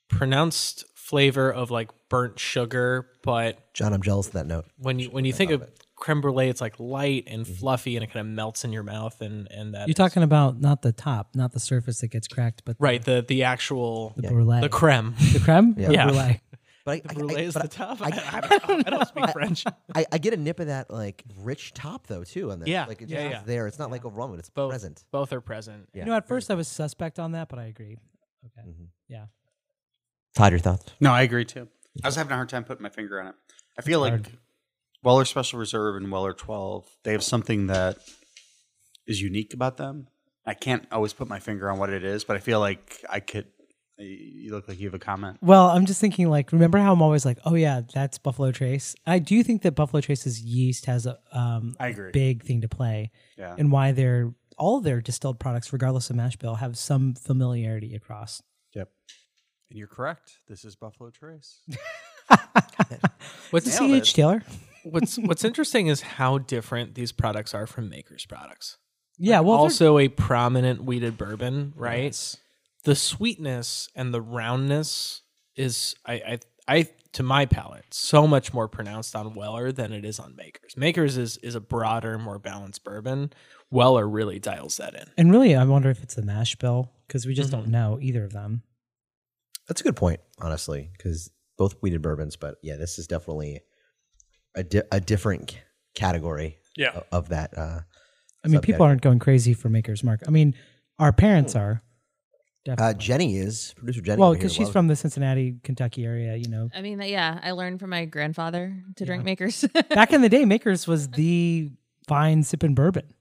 Speaker 5: pronounced flavor of like burnt sugar, but
Speaker 1: John, I'm jealous of that note.
Speaker 5: when you when you think of creme brulee, it's like light and fluffy, and it kind of melts in your mouth, and and that
Speaker 2: You're talking about not the top, not the surface that gets cracked, but
Speaker 5: right the the actual
Speaker 2: the brulee,
Speaker 5: the creme.
Speaker 2: the creme, or
Speaker 5: Yeah.
Speaker 2: brulee.
Speaker 1: But I, I- I-
Speaker 5: Brulee is
Speaker 1: but
Speaker 5: the top. I,
Speaker 1: I-
Speaker 5: don't, I don't speak French.
Speaker 1: I, I get a nip of that like rich top though too on this.
Speaker 5: Yeah,
Speaker 1: like it's
Speaker 5: yeah,
Speaker 1: just
Speaker 5: yeah.
Speaker 1: there. It's not like overwhelming. It's
Speaker 5: Both
Speaker 1: present.
Speaker 5: Both are present.
Speaker 1: Yeah.
Speaker 2: You know, at first I was suspect on that, but I agree. Okay. Yeah.
Speaker 1: Todd, your thoughts?
Speaker 4: No, I agree too. I was having a hard time putting my finger on it. I feel like Weller Special Reserve and Weller 12, they have something that is unique about them. I can't always put my finger on what it is, but I feel like I could. You look like you have a comment.
Speaker 2: Well, I'm just thinking like, remember how I'm always like, oh yeah, that's Buffalo Trace. I do think that Buffalo Trace's yeast has a um
Speaker 4: I agree.
Speaker 2: big thing to play,
Speaker 4: Yeah.
Speaker 2: and why their all their distilled products, regardless of mash bill, have some familiarity across.
Speaker 4: Yep. And you're correct. This is Buffalo Trace.
Speaker 5: What's
Speaker 2: Is this CH Taylor?
Speaker 5: what's what's interesting is how different these products are from makers products.
Speaker 2: Yeah. Well, they're-
Speaker 5: also a prominent weeded bourbon, right? The sweetness and the roundness is I, I I to my palate so much more pronounced on Weller than it is on Makers. Makers is is a broader, more balanced bourbon. Weller really dials that in.
Speaker 2: and really, I wonder if it's the mash bill because we just don't know either of them.
Speaker 1: That's a good point, honestly, because both weeded bourbons, but yeah, this is definitely a di- a different c- category.
Speaker 5: Yeah.
Speaker 1: o- of that. Uh,
Speaker 2: I mean,
Speaker 1: Subject.
Speaker 2: people aren't going crazy for Maker's Mark. I mean, our parents are.
Speaker 1: uh,
Speaker 2: Definitely.
Speaker 1: Jenny is producer Jenny.
Speaker 2: well,
Speaker 1: over here
Speaker 2: because
Speaker 1: at
Speaker 2: she's
Speaker 1: Wild-
Speaker 2: from the Cincinnati, Kentucky area, you know.
Speaker 3: I mean, yeah, I learned from my grandfather to drink
Speaker 2: Yeah.
Speaker 3: makers.
Speaker 2: Back in the day, Maker's was the fine sipping bourbon,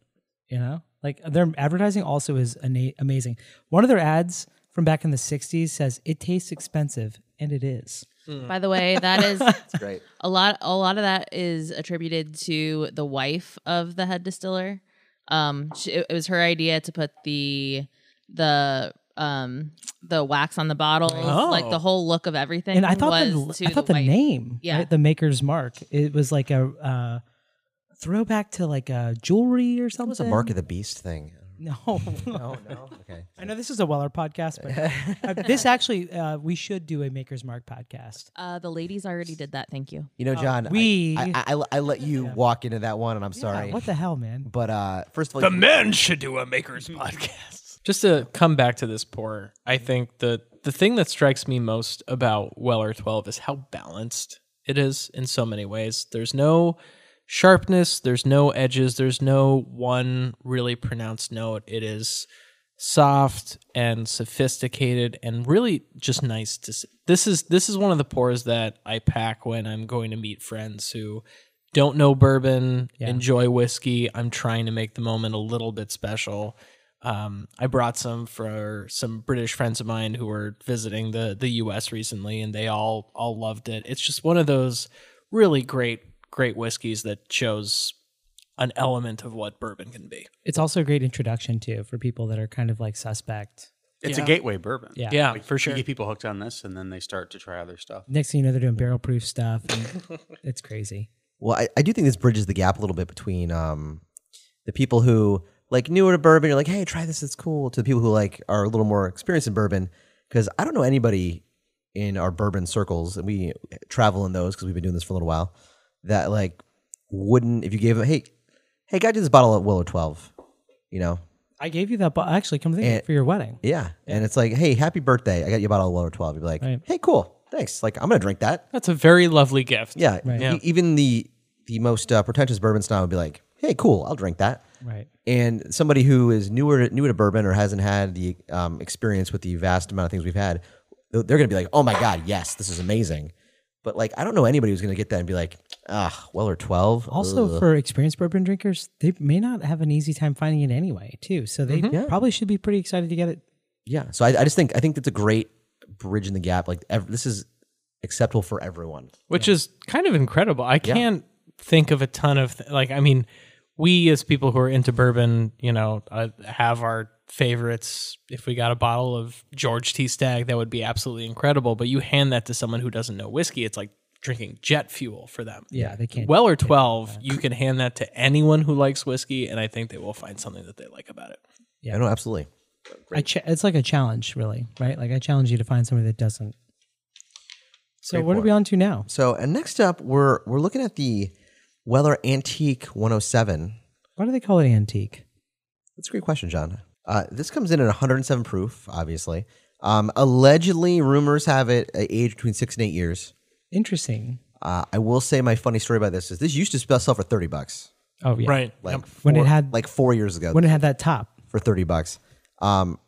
Speaker 2: you know? Like their advertising also is ana- amazing. One of their ads from back in the 60s says, It tastes expensive, and it is.
Speaker 3: By the way, that is
Speaker 1: great.
Speaker 3: a lot. A lot of that is attributed to the wife of the head distiller. Um, she, it it was her idea to put the the um the wax on the bottles, like the whole look of everything.
Speaker 2: And I thought
Speaker 3: was
Speaker 2: the,
Speaker 3: to
Speaker 2: I thought
Speaker 3: the,
Speaker 2: the,
Speaker 3: wife.
Speaker 2: name,
Speaker 3: Yeah.
Speaker 2: right, the Maker's Mark, it was like a uh, throwback to like a jewelry or something.
Speaker 1: It was a Mark of the Beast thing.
Speaker 2: No.
Speaker 1: No, Oh, no. Okay.
Speaker 2: I know this is a Weller podcast, but uh, this actually, uh, we should do a Maker's Mark podcast.
Speaker 3: Uh, the ladies already did that. Thank you.
Speaker 1: You know, John, I-
Speaker 2: Uh, we-
Speaker 1: I, I, I, let you walk into that one, and I'm sorry.
Speaker 2: Yeah, what the hell, man?
Speaker 1: But uh, first of all,
Speaker 5: The men should do a Makers podcast. Just to come back to this pour, I think the the thing that strikes me most about Weller 12 is how balanced it is in so many ways. There's no sharpness, there's no edges, there's no one really pronounced note. It is soft and sophisticated and really just nice to see. This is this is one of the pours that I pack when I'm going to meet friends who don't know bourbon, enjoy whiskey. I'm trying to make the moment a little bit special. Um, I brought some for some British friends of mine who were visiting the the U.S. recently, and they all all loved it. It's just one of those really great great whiskeys that shows an element of what bourbon can be.
Speaker 2: It's also a great introduction too for people that are kind of like suspect.
Speaker 4: It's
Speaker 5: Yeah.
Speaker 4: a gateway bourbon.
Speaker 2: Yeah.
Speaker 5: Yeah,
Speaker 4: Like,
Speaker 5: for
Speaker 4: You
Speaker 5: sure.
Speaker 4: get people hooked on this, and then they start to try other stuff.
Speaker 2: Next thing you know, they're doing barrel proof stuff. And it's crazy.
Speaker 1: Well, I, I do think this bridges the gap a little bit between um, the people who like newer to bourbon, you're like, hey, try this, it's cool, to the people who like are a little more experienced in bourbon. Because I don't know anybody in our bourbon circles, and we eh, travel in those because we've been doing this for a little while. That like wouldn't if you gave them, hey, hey, got you this bottle at Willow Twelve, you know?
Speaker 2: I gave you that. Bo- actually, come think of it,
Speaker 1: And-
Speaker 2: for your wedding.
Speaker 1: Yeah, and it's like, hey, happy birthday, I got you a bottle of Willow Twelve. You'd be like,
Speaker 2: Right.
Speaker 1: hey, cool, thanks. Like I'm gonna drink that.
Speaker 5: That's a very lovely gift.
Speaker 1: Yeah.
Speaker 2: Right.
Speaker 1: e- even the the most uh, pretentious bourbon snob would be like, hey, cool, I'll drink that.
Speaker 2: Right.
Speaker 1: And somebody who is newer to, new to bourbon or hasn't had the um, experience with the vast amount of things we've had, th- they're going to be like, oh my God, yes, this is amazing. But like, I don't know anybody who's going to get that and be like, ah, well or 12.
Speaker 2: Also,
Speaker 1: ugh."
Speaker 2: for experienced bourbon drinkers, they may not have an easy time finding it anyway, too. So they
Speaker 5: Mm-hmm.
Speaker 2: probably should be pretty excited to get it.
Speaker 1: yeah. So I, I just think, I think that's a great bridge in the gap. Like, ev- this is acceptable for everyone.
Speaker 5: which is kind of incredible. I can't think of a ton of th- like. I mean, we as people who are into bourbon, you know, uh, have our favorites. If we got a bottle of George T. Stag, that would be absolutely incredible. But you hand that to someone who doesn't know whiskey, it's like drinking jet fuel for them.
Speaker 2: Yeah, they can't.
Speaker 5: Well or twelve, you can hand that to anyone who likes whiskey, and I think they will find something that they like about it.
Speaker 1: Yeah. No, absolutely.
Speaker 2: I ch- it's like a challenge, really, right? Like I challenge you to find somebody that doesn't. So what are we on to now?
Speaker 1: So, and next up, we're we're looking at the Weller Antique 107.
Speaker 2: Why do they call it antique?
Speaker 1: That's a great question, John. Uh, this comes in at 107 proof, obviously. Um, allegedly, rumors have it uh, aged between six and eight years.
Speaker 2: Interesting.
Speaker 1: Uh, I will say my funny story about this is this used to sell for 30 bucks,
Speaker 2: Oh yeah,
Speaker 5: Right.
Speaker 1: like
Speaker 2: When
Speaker 1: four-
Speaker 2: it had-
Speaker 1: like four years ago
Speaker 2: When it had that top.
Speaker 1: for 30 bucks. Um,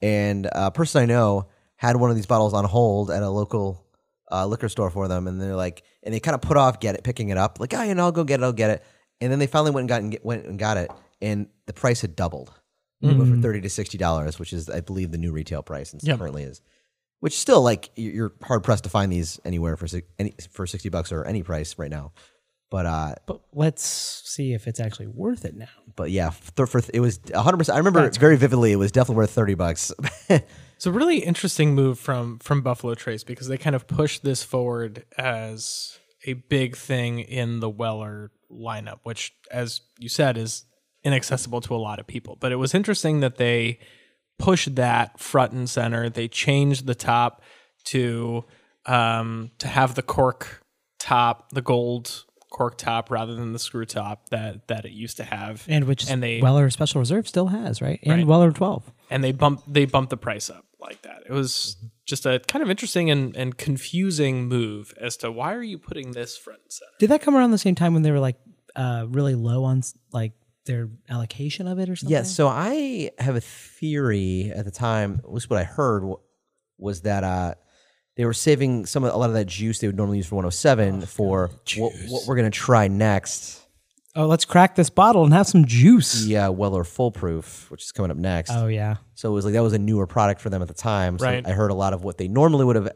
Speaker 1: and a person I know had one of these bottles on hold at a local uh, liquor store for them, and they're like, and they kind of put off get it, picking it up, like, oh, you know, I'll go get it, I'll get it, and then they finally went and got and get, went and got it, and the price had doubled. It went from thirty to sixty dollars, which is, I believe, the new retail price, and currently is. Which still, like, you- you're hard pressed to find these anywhere for si- any for sixty bucks or any price right now. But uh,
Speaker 2: But let's see if it's actually worth it now.
Speaker 1: but yeah, for, for it was 100. percent I remember very vividly. It was definitely worth 30 bucks.
Speaker 5: It's a really interesting move from from Buffalo Trace because they kind of pushed this forward as a big thing in the Weller lineup, which, as you said, is inaccessible to a lot of people. But it was interesting that they pushed that front and center. They changed the top to um, to have the cork top, the gold cork top, rather than the screw top that that it used to have.
Speaker 2: And which
Speaker 5: And they-
Speaker 2: Weller Special Reserve still has, right? And Weller 12.
Speaker 5: and they bump they bumped the price up like that. It was just a kind of interesting and, and confusing move as to why are you putting this front and center.
Speaker 2: Did that come around the same time when they were like uh, really low on s- like their allocation of it or something?
Speaker 1: Yeah, so I have a theory at the time, at least what I heard w- was that uh, they were saving some of, a lot of that juice they would normally use for 107 for what, what we're going to try next.
Speaker 2: Oh, let's crack this bottle and have some juice.
Speaker 1: The uh, Weller Full Proof, which is coming up next.
Speaker 2: Oh yeah.
Speaker 1: So it was like that was a newer product for them at the time. So
Speaker 5: Right.
Speaker 1: I heard a lot of what they normally would have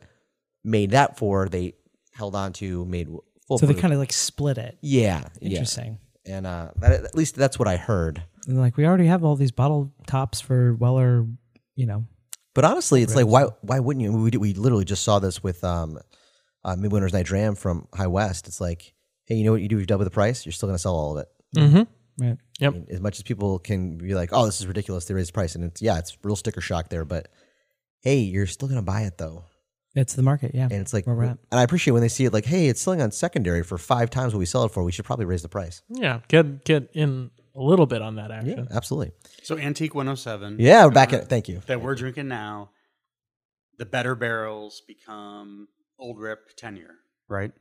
Speaker 1: made that for, they held on to, made w- full
Speaker 2: So they
Speaker 1: proof.
Speaker 2: kind of like split it.
Speaker 1: yeah. Yeah.
Speaker 2: Interesting.
Speaker 1: And uh, that, at least that's what I heard.
Speaker 2: And like we already have all these bottle tops for Weller, you know.
Speaker 1: But honestly, it's like why why wouldn't you? I mean, we did- we literally just saw this with um, uh, Midwinter's Night Dram from High West. It's like, hey, you know what you do? You double the price, you're still going to sell all of it. Mm-hmm.
Speaker 2: Right.
Speaker 1: I mean, as much as people can be like, oh, this is ridiculous, they raised the price, and it's yeah, it's real sticker shock there. But hey, you're still going to buy it though,
Speaker 2: It's the market, yeah.
Speaker 1: and it's like,
Speaker 2: where we're at.
Speaker 1: and I appreciate when they see it like, hey, it's selling on secondary for five times what we sell it for. We should probably raise the price.
Speaker 5: Yeah, get get in a little bit on that action.
Speaker 1: Absolutely.
Speaker 4: So Antique 107.
Speaker 1: Yeah, we're back at thank you.
Speaker 4: That we're drinking now. The better barrels become old rip tenure, right?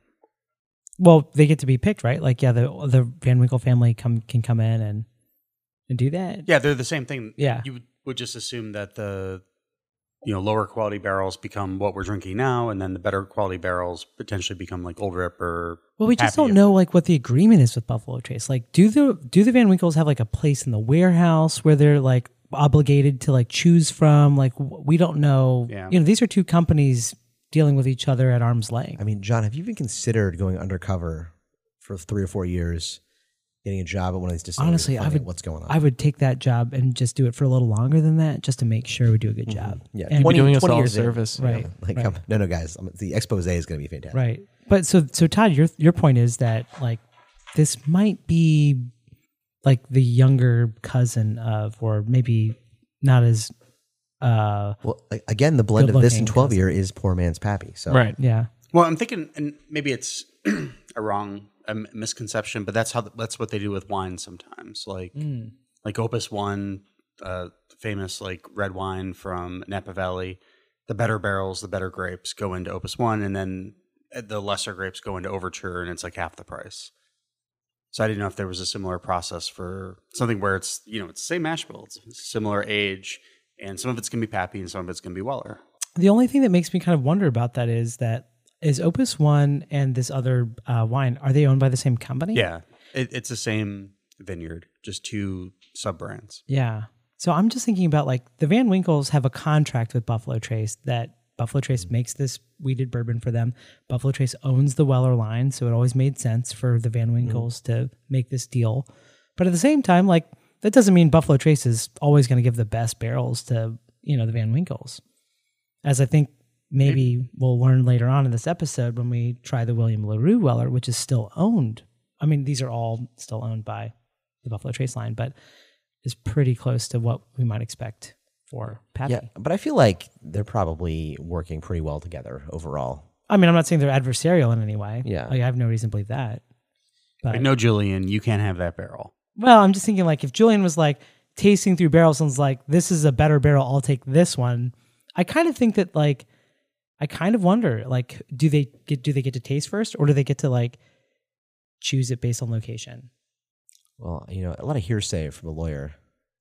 Speaker 2: Well, they get to be picked, right? Like yeah, the the Van Winkle family come can come in and and do that.
Speaker 4: Yeah, they're the same thing.
Speaker 2: Yeah.
Speaker 4: You would- would just assume that the you know lower quality barrels become what we're drinking now, and then the better quality barrels potentially become like old rip or
Speaker 2: Well, we just
Speaker 4: happy
Speaker 2: don't
Speaker 4: if-
Speaker 2: know like what the agreement is with Buffalo Trace. Like, do the do the Van Winkles have like a place in the warehouse where they're like obligated to like choose from? Like, w- we don't know.
Speaker 4: Yeah.
Speaker 2: You know, these are two companies dealing with each other at arm's length.
Speaker 1: I mean, John, have you even considered going undercover for three or four years, getting a job at one of these distilleries?
Speaker 2: Honestly, I
Speaker 1: finding out
Speaker 2: would-
Speaker 1: What's going on?
Speaker 2: I would take that job and just do it for a little longer than that, just to make sure we do a good job.
Speaker 1: Yeah,
Speaker 2: And-
Speaker 1: 20
Speaker 5: doing us all a
Speaker 1: years in.
Speaker 5: service.
Speaker 2: Right.
Speaker 1: Like,
Speaker 2: right.
Speaker 1: um, no, no, guys, um, the expose is going to be fantastic.
Speaker 2: Right. But so so Todd, your your point is that like this might be like the younger cousin of or maybe not as uh
Speaker 1: Well, a- again, the blend
Speaker 2: Good
Speaker 1: of this and
Speaker 2: looking,
Speaker 1: twelve year is poor man's pappy. So,
Speaker 5: Right.
Speaker 2: yeah.
Speaker 4: Well, I'm thinking, and maybe it's a wrong a m- misconception, but that's how that's what they do with wine sometimes. Like like Opus One, uh, famous like red wine from Napa Valley. The better barrels, the better grapes go into Opus One, and then uh, the lesser grapes go into Overture, and it's like half the price. So I didn't know if there was a similar process for something where it's you know it's the same mash bill, it's a similar age, and some of it's gonna be Pappy and some of it's gonna be Weller.
Speaker 2: The only thing that makes me kind of wonder about that is that is Opus One and this other uh, wine are they owned by the same company?
Speaker 4: Yeah, it, it's the same vineyard, just two sub brands.
Speaker 2: Yeah. So I'm just thinking about like the Van Winkles have a contract with Buffalo Trace that Buffalo Trace makes this weeded bourbon for them. Buffalo Trace owns the Weller line, so it always made sense for the Van Winkles to make this deal. But at the same time, like that doesn't mean Buffalo Trace is always going to give the best barrels to, you know, the Van Winkles. As I think maybe we'll learn later on in this episode when we try the William LaRue Weller, which is still owned. I mean, these are all still owned by the Buffalo Trace line, but is pretty close to what we might expect for Pappy.
Speaker 1: Yeah, but I feel like they're probably working pretty well together overall.
Speaker 2: I mean, I'm not saying they're adversarial in any way.
Speaker 1: Yeah.
Speaker 2: Like, I have no reason to believe that. But
Speaker 4: Like, no, Julian, you can't have that barrel.
Speaker 2: well, I'm just thinking like if Julian was like tasting through barrels and was like, this is a better barrel, I'll take this one. I kind of think that like I kind of wonder like do they get do they get to taste first or do they get to like choose it based on location?
Speaker 1: Well, you know, a lot of hearsay from a lawyer.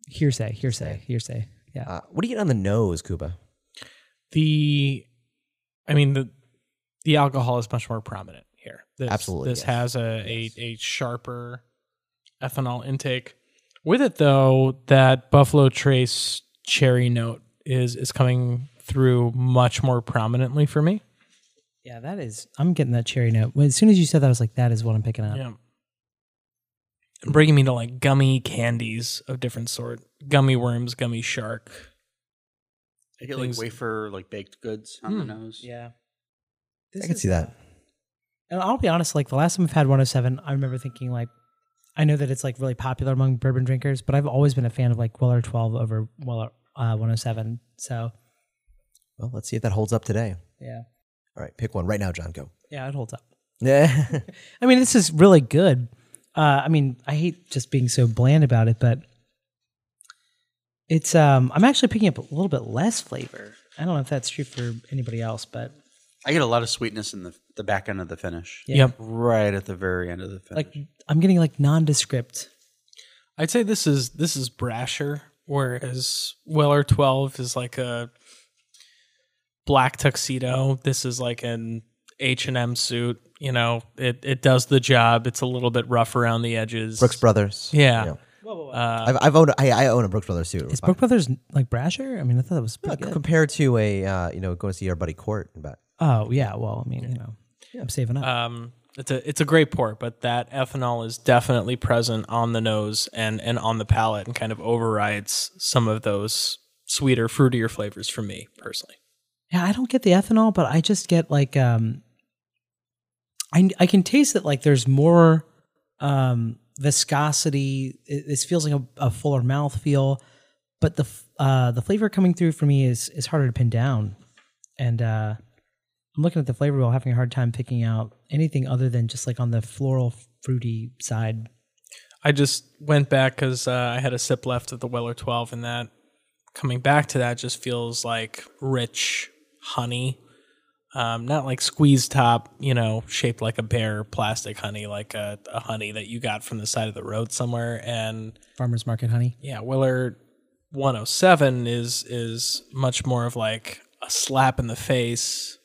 Speaker 2: Hearsay, hearsay, hearsay. Yeah.
Speaker 1: Uh, what do you get on the nose, Cuba?
Speaker 5: the i mean the the alcohol is much more prominent here this,
Speaker 1: Absolutely,
Speaker 5: this
Speaker 1: yes.
Speaker 5: has a, a a sharper ethanol intake with it though that buffalo trace cherry note is is coming through much more prominently for me
Speaker 2: yeah, that is I'm getting that cherry note. As soon as you said that I was like, that is what I'm picking up.
Speaker 5: yeah and bringing me to like gummy candies of different sort gummy worms gummy shark
Speaker 4: I get
Speaker 5: Things-
Speaker 4: like wafer, like baked goods on the nose.
Speaker 2: Yeah.
Speaker 1: I can see that.
Speaker 2: And I'll be honest, like the last time I've had 107, I remember thinking like, I know that it's like really popular among bourbon drinkers, but I've always been a fan of like Weller 12 over Weller uh, 107. So
Speaker 1: Well, let's see if that holds up today.
Speaker 2: yeah,
Speaker 1: All right, pick one right now, John. Go.
Speaker 2: yeah, it holds up.
Speaker 1: Yeah.
Speaker 2: I mean, this is really good. Uh, I mean, I hate just being so bland about it, but it's um, I'm actually picking up a little bit less flavor. I don't know if that's true for anybody else, but
Speaker 4: I get a lot of sweetness in the the back end of the finish.
Speaker 2: Yeah.
Speaker 5: Yep.
Speaker 4: Right at the very end of the finish.
Speaker 2: like I'm getting like nondescript.
Speaker 5: I'd say this is this is brasher, whereas Weller Twelve is like a black tuxedo. This is like an H and M suit. You know, it it does the job. It's a little bit rough around the edges.
Speaker 1: Brooks Brothers.
Speaker 5: Yeah.
Speaker 1: I've, I've owned. I, I own a Brooks Brothers suit.
Speaker 2: Is Brook Brothers like brasher? I mean, I thought that was
Speaker 1: Yeah,
Speaker 2: pretty good.
Speaker 1: compared to a uh, you know going to see our buddy Court and about
Speaker 2: Oh yeah, well, I mean, you know, I'm saving up.
Speaker 5: Um, it's a it's a great pour, but that ethanol is definitely present on the nose and and on the palate, and kind of overrides some of those sweeter, fruitier flavors for me personally.
Speaker 2: yeah, I don't get the ethanol, but I just get like um, I I can taste that like there's more um viscosity. It, this feels like a, a fuller mouth feel, but the f- uh the flavor coming through for me is is harder to pin down, and uh I'm looking at the flavor wheel, having a hard time picking out anything other than just like on the floral fruity side.
Speaker 5: I just went back because uh, I had a sip left of the Weller 12, and that coming back to that just feels like rich honey. Um, not like squeeze top, you know, shaped like a bear plastic honey, like a, a honey that you got from the side of the road somewhere. And
Speaker 2: Farmers market honey.
Speaker 5: yeah, Weller 107 is is much more of like a slap in the face.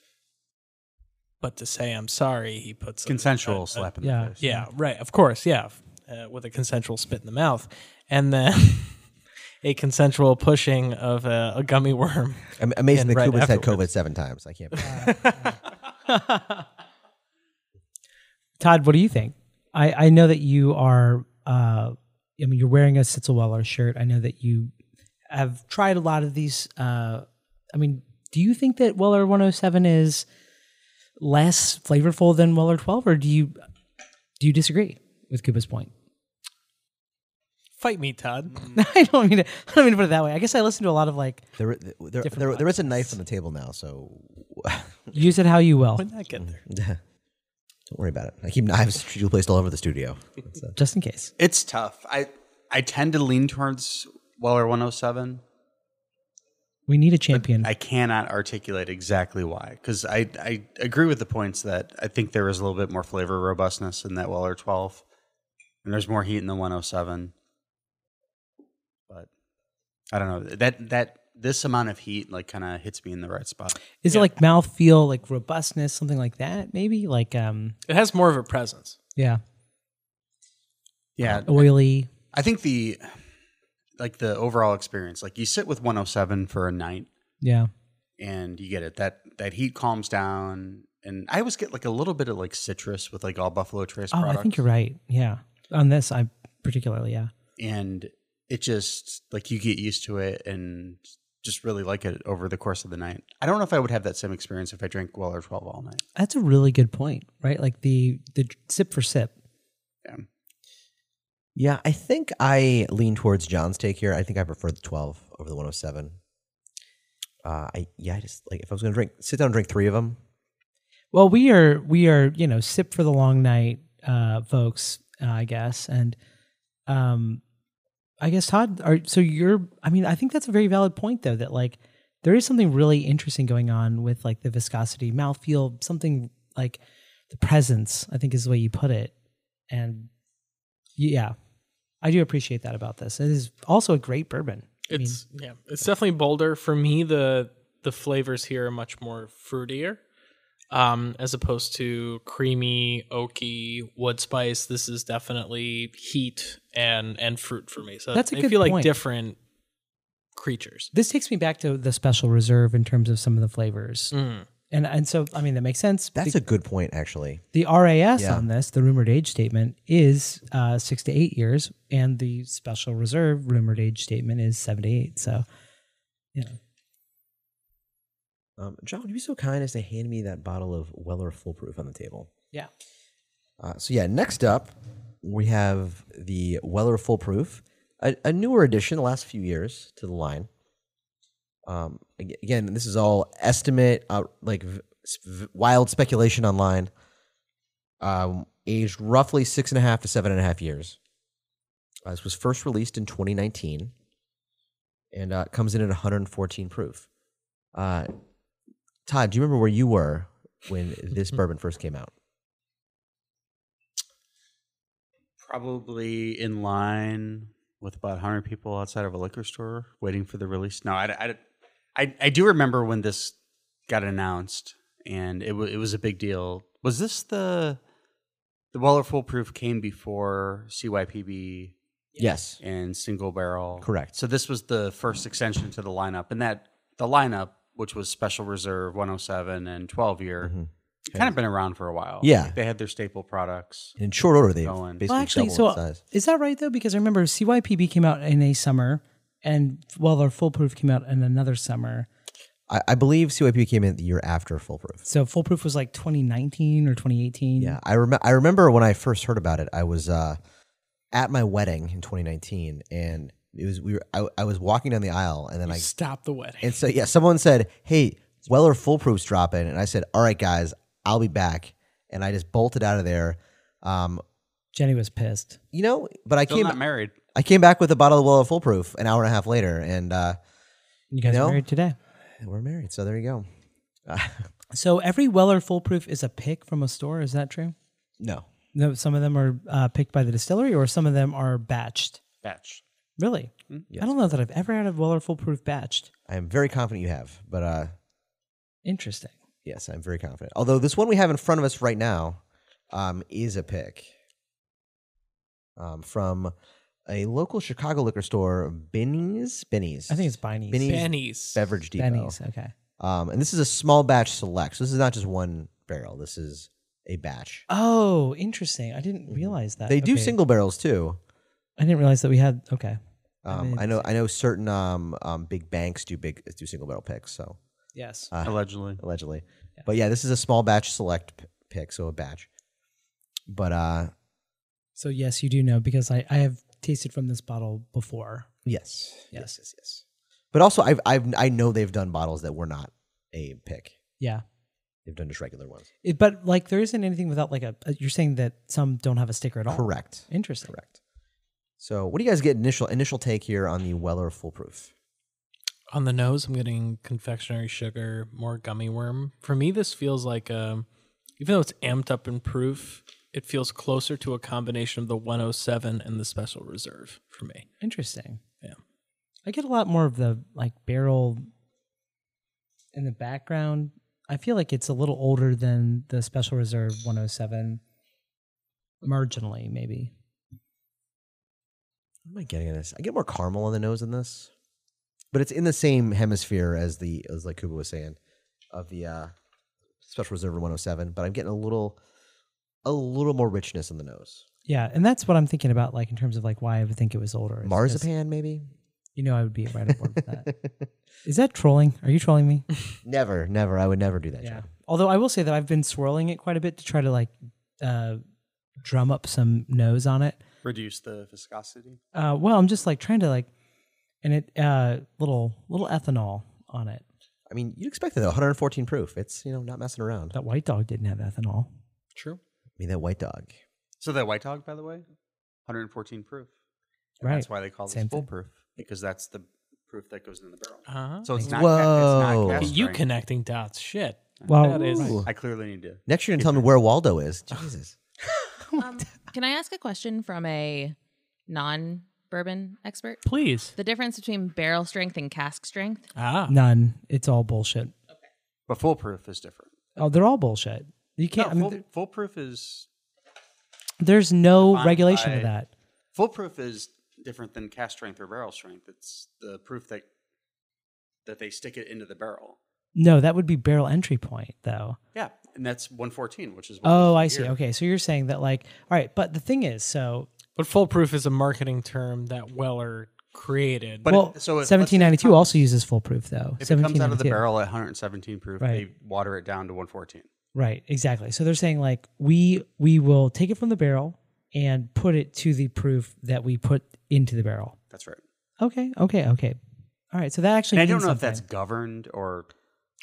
Speaker 5: But to say I'm sorry, he puts a-
Speaker 4: consensual slap in
Speaker 2: yeah.
Speaker 4: the face.
Speaker 5: yeah, right. Of course, yeah, uh, with a consensual spit in the mouth, and then a consensual pushing of a, a gummy worm.
Speaker 1: Am- amazing
Speaker 5: And
Speaker 1: that
Speaker 5: right
Speaker 1: Cuba's had COVID
Speaker 5: afterwards.
Speaker 1: seven times. I can't. believe it.
Speaker 2: Todd, what do you think? I, I know that you are, uh, I mean, you're wearing a Sitzelweller shirt. I know that you have tried a lot of these. Uh, I mean, do you think that Weller 107 is less flavorful than Weller 12, or do you do you disagree with Cuba's point?
Speaker 5: Fight me, Todd.
Speaker 2: I don't mean to. I don't mean to put it that way. I guess I listen to a lot of like
Speaker 1: There, there, there, there is a knife on the table now, so
Speaker 2: use it how you will.
Speaker 5: When did that get there?
Speaker 1: don't worry about it. I keep knives placed all over the studio. That's it.
Speaker 2: Just in case,
Speaker 4: It's tough. I I tend to lean towards Weller 107.
Speaker 2: we need a champion.
Speaker 4: I cannot articulate exactly why because I, I agree with the points that I think there is a little bit more flavor robustness in that Weller 12. and there's more heat in the 107. But I don't know that that this amount of heat like kind of hits me in the right spot.
Speaker 2: Is
Speaker 5: Yeah.
Speaker 2: it like mouthfeel, like robustness, something like that? Maybe like um,
Speaker 5: It has more of a presence.
Speaker 2: yeah,
Speaker 4: Yeah,
Speaker 2: oily.
Speaker 4: I think the like the overall experience, like you sit with 107 for a night
Speaker 2: Yeah,
Speaker 4: and you get it that that heat calms down, and I always get like a little bit of like citrus with like all Buffalo Trace
Speaker 2: Oh,
Speaker 4: products.
Speaker 2: I think you're right. Yeah. On this, I particularly, yeah.
Speaker 4: and it just like you get used to it and just really like it over the course of the night. I don't know if I would have that same experience if I drank well or 12 all night.
Speaker 2: That's a really good point, right? Like the the sip for sip.
Speaker 1: Yeah, I think I lean towards John's take here. I think I prefer the 12 over the 107. Uh, I yeah, I just like if I was gonna drink, sit down and drink three of them.
Speaker 2: Well, we are we are you know sip for the long night, uh, folks. Uh, I guess, and um, I guess Todd. Are, so you're. I mean, I think that's a very valid point, though. That like there is something really interesting going on with like the viscosity, mouthfeel, something like the presence. I think is the way you put it, and yeah, I do appreciate that about this. It is also a great bourbon. I mean-
Speaker 5: It's yeah, it's definitely bolder for me. The the flavors here are much more fruitier, um, as opposed to creamy, oaky, wood spice. This is definitely heat and and fruit for me. So
Speaker 2: That's a
Speaker 5: they
Speaker 2: good
Speaker 5: feel like
Speaker 2: point.
Speaker 5: different creatures.
Speaker 2: This takes me back to the special reserve in terms of some of the flavors.
Speaker 5: Mm.
Speaker 2: And and so I mean that makes sense.
Speaker 1: That's
Speaker 2: be-
Speaker 1: a good point, actually.
Speaker 2: the RAS
Speaker 1: Yeah.
Speaker 2: on this, the rumored age statement is uh, six to eight years, and the special reserve rumored age statement is seven to eight. So, you know,
Speaker 1: Um, John, would you be so kind as to hand me that bottle of Weller Foolproof on the table?
Speaker 2: yeah,
Speaker 1: Uh, so yeah, next up we have the Weller Foolproof, a, a newer addition the last few years to the line. Um, ag- again, this is all estimate, uh, like v- s- v- wild speculation online. Um, aged roughly six and a half to seven and a half years. Uh, this was first released in 2019, and uh, it comes in at 114 proof. Uh, Todd, do you remember where you were when this bourbon first came out?
Speaker 4: Probably in line with about 100 people outside of a liquor store waiting for the release. No, I, I, I, I do remember when this got announced and it, w- it was a big deal. Was this the, the Weller Foolproof came before CYPB
Speaker 1: Yes.
Speaker 4: and single barrel.
Speaker 1: Correct.
Speaker 4: So this was the first extension to the lineup, and that the lineup, which was Special Reserve, 107, and 12 year,
Speaker 1: Mhm.
Speaker 4: kind of been around for a while.
Speaker 1: Yeah.
Speaker 4: Like, they had their staple products.
Speaker 1: in short order, they
Speaker 4: Going.
Speaker 1: basically
Speaker 2: well, actually,
Speaker 1: doubled
Speaker 2: so uh,
Speaker 1: in size.
Speaker 2: is that right though? Because I remember CYPB came out in a summer, and well, our foolproof came out in another summer.
Speaker 1: I, I believe CYP came in the year after Foolproof.
Speaker 2: So foolproof was like 2019 or 2018.
Speaker 1: Yeah, I remember. I remember when I first heard about it. I was uh, at my wedding in 2019, and it was we were. I, I was walking down the aisle, and then I
Speaker 5: Stop the wedding.
Speaker 1: and so yeah, someone said, "Hey, Weller Foolproof's dropping," and I said, "All right, guys, I'll be back," and I just bolted out of there. Um,
Speaker 2: Jenny was pissed.
Speaker 1: you know, but I
Speaker 4: Still
Speaker 1: came.
Speaker 4: not married.
Speaker 1: I came back with a bottle of Weller Foolproof an hour and a half later, and uh,
Speaker 2: You guys
Speaker 1: know?
Speaker 2: are married today.
Speaker 1: we're married. So there you go.
Speaker 2: So every Weller foolproof is a pick from a store. Is that true?
Speaker 1: No,
Speaker 2: No, some of them are uh, picked by the distillery, or some of them are batched.
Speaker 4: Batch.
Speaker 2: Really?
Speaker 1: Yes.
Speaker 2: I don't know that I've ever had a Weller foolproof batched.
Speaker 1: I am very confident you have, but uh,
Speaker 2: Interesting.
Speaker 1: Yes, I'm very confident. Although this one we have in front of us right now um, is a pick um, from a local Chicago liquor store, Binny's. Binny's.
Speaker 2: I think it's Biney's.
Speaker 1: Binny's
Speaker 5: Bennies.
Speaker 1: Beverage Depot.
Speaker 2: Benny's. Okay.
Speaker 1: Um, and this is a small batch select. So this is not just one barrel. This is a batch.
Speaker 2: Oh, interesting. I didn't realize that.
Speaker 1: They do
Speaker 2: Uh, Okay.
Speaker 1: single barrels too.
Speaker 2: I didn't realize that we had. Okay. I
Speaker 1: Um,
Speaker 2: may
Speaker 1: I know. I know certain um, um, big banks do big do single barrel picks. So
Speaker 2: Yes.
Speaker 1: Uh,
Speaker 4: Allegedly.
Speaker 1: allegedly. But yeah, this is a small batch select p- pick. So a batch. But uh,
Speaker 2: So yes, you do know because I, I have tasted from this bottle before.
Speaker 1: Yes.
Speaker 2: Yes.
Speaker 1: Yes. Yes. But also, I've, I've I know they've done bottles that were not a pick.
Speaker 2: Yeah.
Speaker 1: They've done just regular ones.
Speaker 2: It, but like there isn't anything without like a. You're saying that some don't have a sticker at all.
Speaker 1: Correct.
Speaker 2: Interesting.
Speaker 1: Correct. So, what do you guys get initial initial take here on the Weller foolproof?
Speaker 5: on the nose i'm getting confectionery sugar more gummy worm for me this feels like um even though it's amped up in proof it feels closer to a combination of the 107 and the special reserve for me.
Speaker 2: Interesting.
Speaker 5: Yeah.
Speaker 2: I get a lot more of the like barrel in the background. I feel like it's a little older than the Special Reserve 107. Marginally, maybe.
Speaker 1: What am I getting in this? I get more caramel on the nose in this, but it's in the same hemisphere as the as like Kuba was saying of the uh, Special Reserve 107. But I'm getting a little a little more richness in the nose.
Speaker 2: Yeah, and that's what I'm thinking about, like in terms of like why I would think it was older. It's just-
Speaker 1: Marzipan, maybe.
Speaker 2: you know, I would be right on board with that. Is that trolling? Are you trolling me?
Speaker 1: never, never. I would never do that. John.
Speaker 2: Although I will say that I've been swirling it quite a bit to try to like uh, drum up some nose on it.
Speaker 4: Reduce the viscosity.
Speaker 2: Uh, well, I'm just like trying to like, and it uh, little little ethanol on it.
Speaker 1: I mean, you'd expect that. 114 proof. It's you know not messing around. I
Speaker 2: That white dog didn't have ethanol.
Speaker 5: True.
Speaker 1: mean that white dog.
Speaker 4: So that white dog, by the way, 114 proof. And
Speaker 2: Right.
Speaker 4: That's why they call
Speaker 2: Same
Speaker 4: this
Speaker 2: thing.
Speaker 4: foolproof because that's the proof that goes in the barrel.
Speaker 2: Oh,
Speaker 5: Uh-huh.
Speaker 4: So it's
Speaker 1: Thank
Speaker 4: not.
Speaker 1: you.
Speaker 4: Ca- it's
Speaker 1: Whoa.
Speaker 4: not cast
Speaker 5: you
Speaker 4: strength.
Speaker 5: connecting dots. Shit.
Speaker 2: Well,
Speaker 5: That is-
Speaker 1: Ooh.
Speaker 4: I clearly need to.
Speaker 1: Next, you're gonna tell me where Waldo is. Jesus.
Speaker 3: Um, can I ask a question from a non bourbon expert?
Speaker 5: Please.
Speaker 3: The difference between barrel strength and cask strength?
Speaker 5: Ah.
Speaker 2: none. It's all bullshit.
Speaker 4: But foolproof is different.
Speaker 2: Oh, they're all bullshit. You can't.
Speaker 4: No,
Speaker 2: I mean,
Speaker 4: fool-
Speaker 2: th-
Speaker 4: foolproof is
Speaker 2: there's no
Speaker 4: Fine,
Speaker 2: regulation to
Speaker 4: I-
Speaker 2: that.
Speaker 4: foolproof is different than cast strength or barrel strength. It's the proof that that they stick it into the barrel.
Speaker 2: No, that would be barrel entry point though.
Speaker 4: Yeah, and that's 114, which is what
Speaker 2: Oh,
Speaker 4: was
Speaker 2: I see.
Speaker 4: here.
Speaker 2: Okay, so you're saying that like, all right, but the thing is, so
Speaker 5: But foolproof is a marketing term that Weller created.
Speaker 4: But
Speaker 2: well,
Speaker 4: it- so it- let's say it
Speaker 2: 1792
Speaker 4: comes-
Speaker 2: also uses foolproof though.
Speaker 4: If it comes out of the
Speaker 2: 1792.
Speaker 4: barrel at 117 proof,
Speaker 2: Right.
Speaker 4: they water it down to 114.
Speaker 2: Right, exactly. So they're saying like we we will take it from the barrel and put it to the proof that we put into the barrel.
Speaker 4: That's right.
Speaker 2: Okay, okay, okay. All right, so that actually
Speaker 4: And I don't know
Speaker 2: means
Speaker 4: if that's
Speaker 2: something.
Speaker 4: governed or,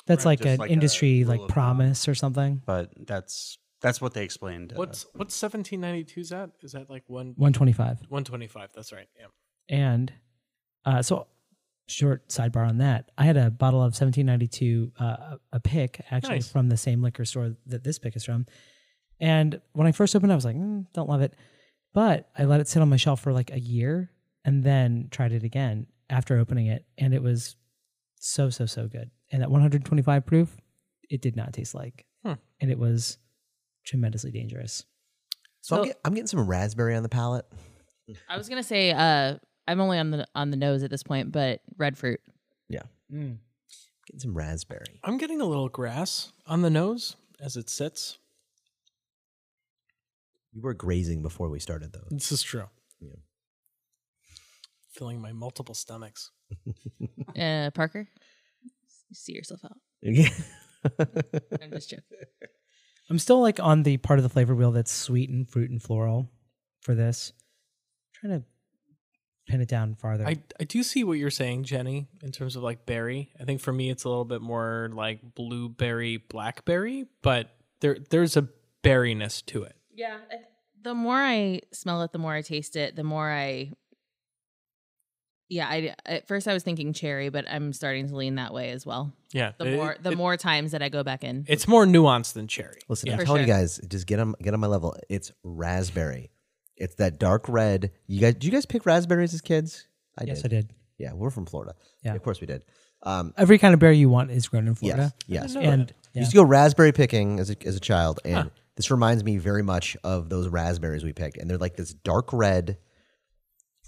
Speaker 2: that's like
Speaker 4: just
Speaker 2: an
Speaker 4: like a
Speaker 2: industry
Speaker 4: rule
Speaker 2: like
Speaker 4: of thumb.
Speaker 2: promise or something.
Speaker 4: but that's that's what they explained. uh,
Speaker 5: what's what's 1792's at? Is that like one
Speaker 2: 125.
Speaker 5: 125? That's right. Yeah.
Speaker 2: And uh, so, short sidebar on that. I had a bottle of 1792, uh, a- a pick actually
Speaker 5: Nice.
Speaker 2: from the same liquor store that this pick is from. And when I first opened, it, I was like, mm, don't love it. But I let it sit on my shelf for like a year and then tried it again after opening it. And it was so, so, so good. And that 125 proof, it did not taste like.
Speaker 5: Hmm.
Speaker 2: And it was tremendously dangerous.
Speaker 1: So,
Speaker 3: So-
Speaker 1: I'm, get, I'm getting some raspberry on the palate.
Speaker 3: I was gonna say, uh, I'm only on the on the nose at this point, but red fruit.
Speaker 1: Getting some raspberry.
Speaker 5: I'm getting a little grass on the nose as it sits.
Speaker 1: You were grazing before we started, though.
Speaker 5: This is true.
Speaker 1: Yeah.
Speaker 5: Filling my multiple stomachs.
Speaker 3: Uh, Parker, you see yourself out.
Speaker 1: Yeah.
Speaker 3: I'm just joking.
Speaker 2: I'm still like on the part of the flavor wheel that's sweet and fruit and floral for this. trying to pin it down farther.
Speaker 5: I, I do see what you're saying, Jenny, in terms of like berry. I think for me it's a little bit more like blueberry, blackberry, but there there's a berryness to it.
Speaker 3: Yeah. I- The more I smell it, the more I taste it, the more I. Yeah, I at first I was thinking cherry, but I'm starting to lean that way as well.
Speaker 5: Yeah.
Speaker 3: The
Speaker 5: it-
Speaker 3: more the
Speaker 5: it-
Speaker 3: more times that I go back in.
Speaker 5: it's more nuanced than cherry.
Speaker 1: Listen,
Speaker 3: Yeah.
Speaker 1: I'm
Speaker 3: For
Speaker 1: telling you
Speaker 3: sure.
Speaker 1: guys, just get on get on my level. It's raspberry. It's that dark red. You guys, do you guys pick raspberries as kids? I
Speaker 2: yes,
Speaker 1: did.
Speaker 2: I did.
Speaker 1: Yeah, we're from Florida.
Speaker 2: Yeah.
Speaker 1: of course we did. Um,
Speaker 2: Every kind of berry you want is grown in Florida.
Speaker 1: yes, yes.
Speaker 2: And
Speaker 1: I
Speaker 2: yeah.
Speaker 1: used to go raspberry picking as a, as a child, and this reminds me very much of those raspberries we picked, and they're like this dark red,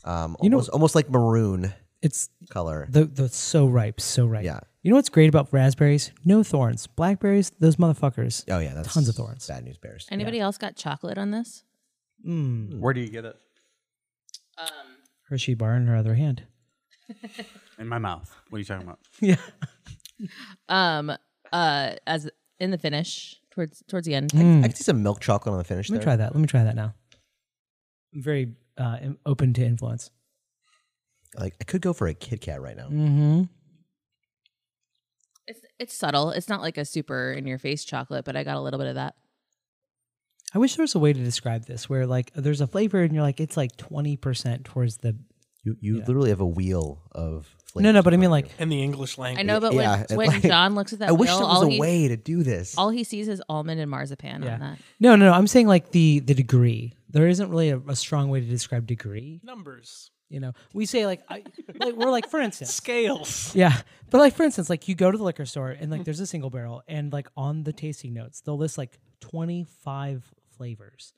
Speaker 1: um,
Speaker 2: You know-
Speaker 1: almost almost like maroon
Speaker 2: it's
Speaker 1: color.
Speaker 2: the the so ripe, so ripe.
Speaker 1: Yeah.
Speaker 2: You know what's great about raspberries? No thorns. Blackberries, those motherfuckers.
Speaker 1: oh yeah, that's
Speaker 2: tons of thorns.
Speaker 1: Bad news bears.
Speaker 3: Anybody else got chocolate on this?
Speaker 2: Mm.
Speaker 4: Where do you get it?
Speaker 3: Um,
Speaker 2: Hershey bar in her other hand.
Speaker 4: In my mouth. What are you talking about?
Speaker 2: Yeah.
Speaker 3: um, uh, as in the finish towards towards the end.
Speaker 1: I could see some milk chocolate on the finish
Speaker 2: Mm. Let me
Speaker 1: there.
Speaker 2: try that. Let me try that now. I'm very uh, im- open to influence.
Speaker 1: Like I could go for a Kit Kat right now.
Speaker 2: Mm-hmm.
Speaker 3: It's it's subtle. It's not like a super in your face chocolate, but I got a little bit of that.
Speaker 2: I wish there was a way to describe this where like there's a flavor and you're like it's like 20% towards the
Speaker 1: You you literally have a wheel of flavors.
Speaker 2: No, no, but I mean like
Speaker 5: in the English language.
Speaker 3: I know, but
Speaker 1: Yeah,
Speaker 3: when,
Speaker 1: it
Speaker 3: when
Speaker 1: like-
Speaker 3: John looks at that
Speaker 1: I
Speaker 3: wheel,
Speaker 1: wish there was
Speaker 3: all
Speaker 1: a
Speaker 3: he
Speaker 1: way to do this.
Speaker 3: all he sees is almond and marzipan on that.
Speaker 2: no, no, no. I'm saying like the the degree. There isn't really a, a strong way to describe degree.
Speaker 5: numbers,
Speaker 2: You know, we say like I, like we're like for instance.
Speaker 5: scales.
Speaker 2: Yeah, but like for instance, like you go to the liquor store and like there's a single barrel, and like on the tasting notes they'll list like 25 flavors,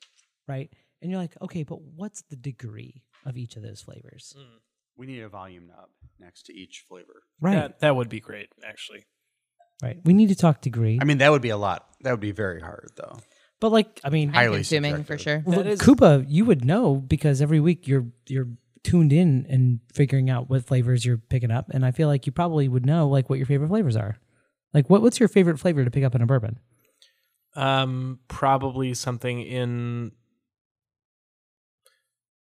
Speaker 2: right? And you're like, okay, but what's the degree of each of those flavors?
Speaker 4: Mm. We need a volume knob next to each flavor.
Speaker 2: Right,
Speaker 5: That, that would be great, actually.
Speaker 2: right. We need to talk degree,
Speaker 4: I mean, that would be a lot. That would be very hard, though.
Speaker 2: but like I mean,
Speaker 3: I'm
Speaker 4: Highly
Speaker 3: consuming for
Speaker 4: subjective.
Speaker 3: sure.
Speaker 2: Well, Koopa, you would know because every week you're you're tuned in and figuring out what flavors you're picking up, and I feel like you probably would know like what your favorite flavors are. Like, what what's your favorite flavor to pick up in a bourbon?
Speaker 5: Um, probably something in.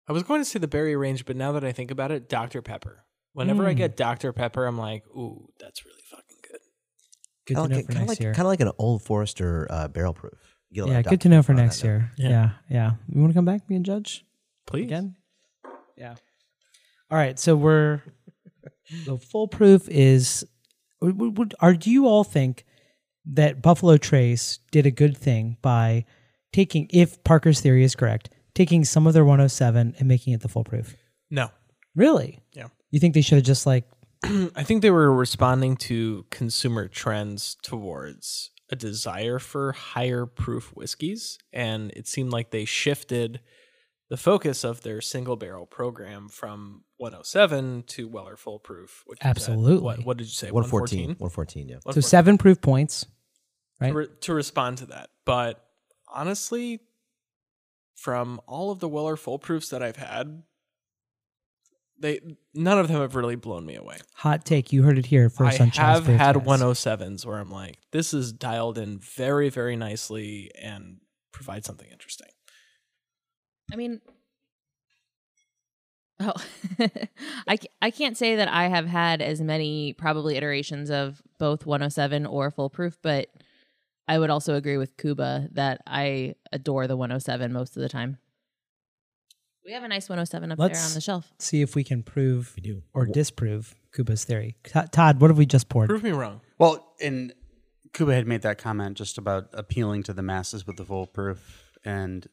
Speaker 5: I was going to say the berry range, but now that I think about it, Dr Pepper. Whenever I
Speaker 2: Mm.
Speaker 5: get Dr Pepper, I'm like, ooh, that's really fucking good.
Speaker 2: Good to
Speaker 1: kind of
Speaker 2: know
Speaker 1: like,
Speaker 2: for
Speaker 1: kinda
Speaker 2: next
Speaker 1: like,
Speaker 2: year.
Speaker 1: kinda like an old Forester uh, barrel proof. Get a lot
Speaker 2: yeah,
Speaker 1: of
Speaker 2: good
Speaker 1: Dr.
Speaker 2: to know for
Speaker 1: Pepper on
Speaker 2: next
Speaker 1: that note.
Speaker 2: year.
Speaker 5: Yeah.
Speaker 2: Yeah. yeah, You want to come back, be a judge
Speaker 5: Please.
Speaker 2: again? Yeah. All right, so we're the foolproof is. Would, would- would- are do you all think that Buffalo Trace did a good thing by taking, if Parker's theory is correct, taking some of their 107 and making it the foolproof?
Speaker 5: No.
Speaker 2: Really?
Speaker 5: Yeah.
Speaker 2: You think they should have just like
Speaker 5: I think they were responding to consumer trends towards a desire for higher proof whiskeys. And it seemed like they shifted the focus of their single barrel program from 107 to Weller Full Proof. Which is at-
Speaker 2: Absolutely.
Speaker 5: what, what did you say?
Speaker 1: 114. 114, yeah.
Speaker 2: so seven proof points?
Speaker 5: to, re- to respond to that. But honestly, from all of the Weller Full Proofs that I've had, they none of them have really blown me away.
Speaker 2: Hot take. You heard it here
Speaker 5: I
Speaker 2: first on Child's
Speaker 5: have had oh-
Speaker 2: Podcast.
Speaker 5: 107s where I'm like, this is dialed in very, very nicely and provides something interesting.
Speaker 3: I mean, oh, I ca- I can't say that I have had as many probably iterations of both 107 or foolproof, but I would also agree with Kuba that I adore the 107 most of the time. We have a nice 107 up there
Speaker 2: Let's-
Speaker 3: on the shelf.
Speaker 2: see if we can prove
Speaker 1: We do.
Speaker 2: or disprove Kuba's theory. T- Todd, what have we just poured?
Speaker 5: Prove me wrong.
Speaker 4: Well, and Kuba had made that comment just about appealing to the masses with the foolproof and,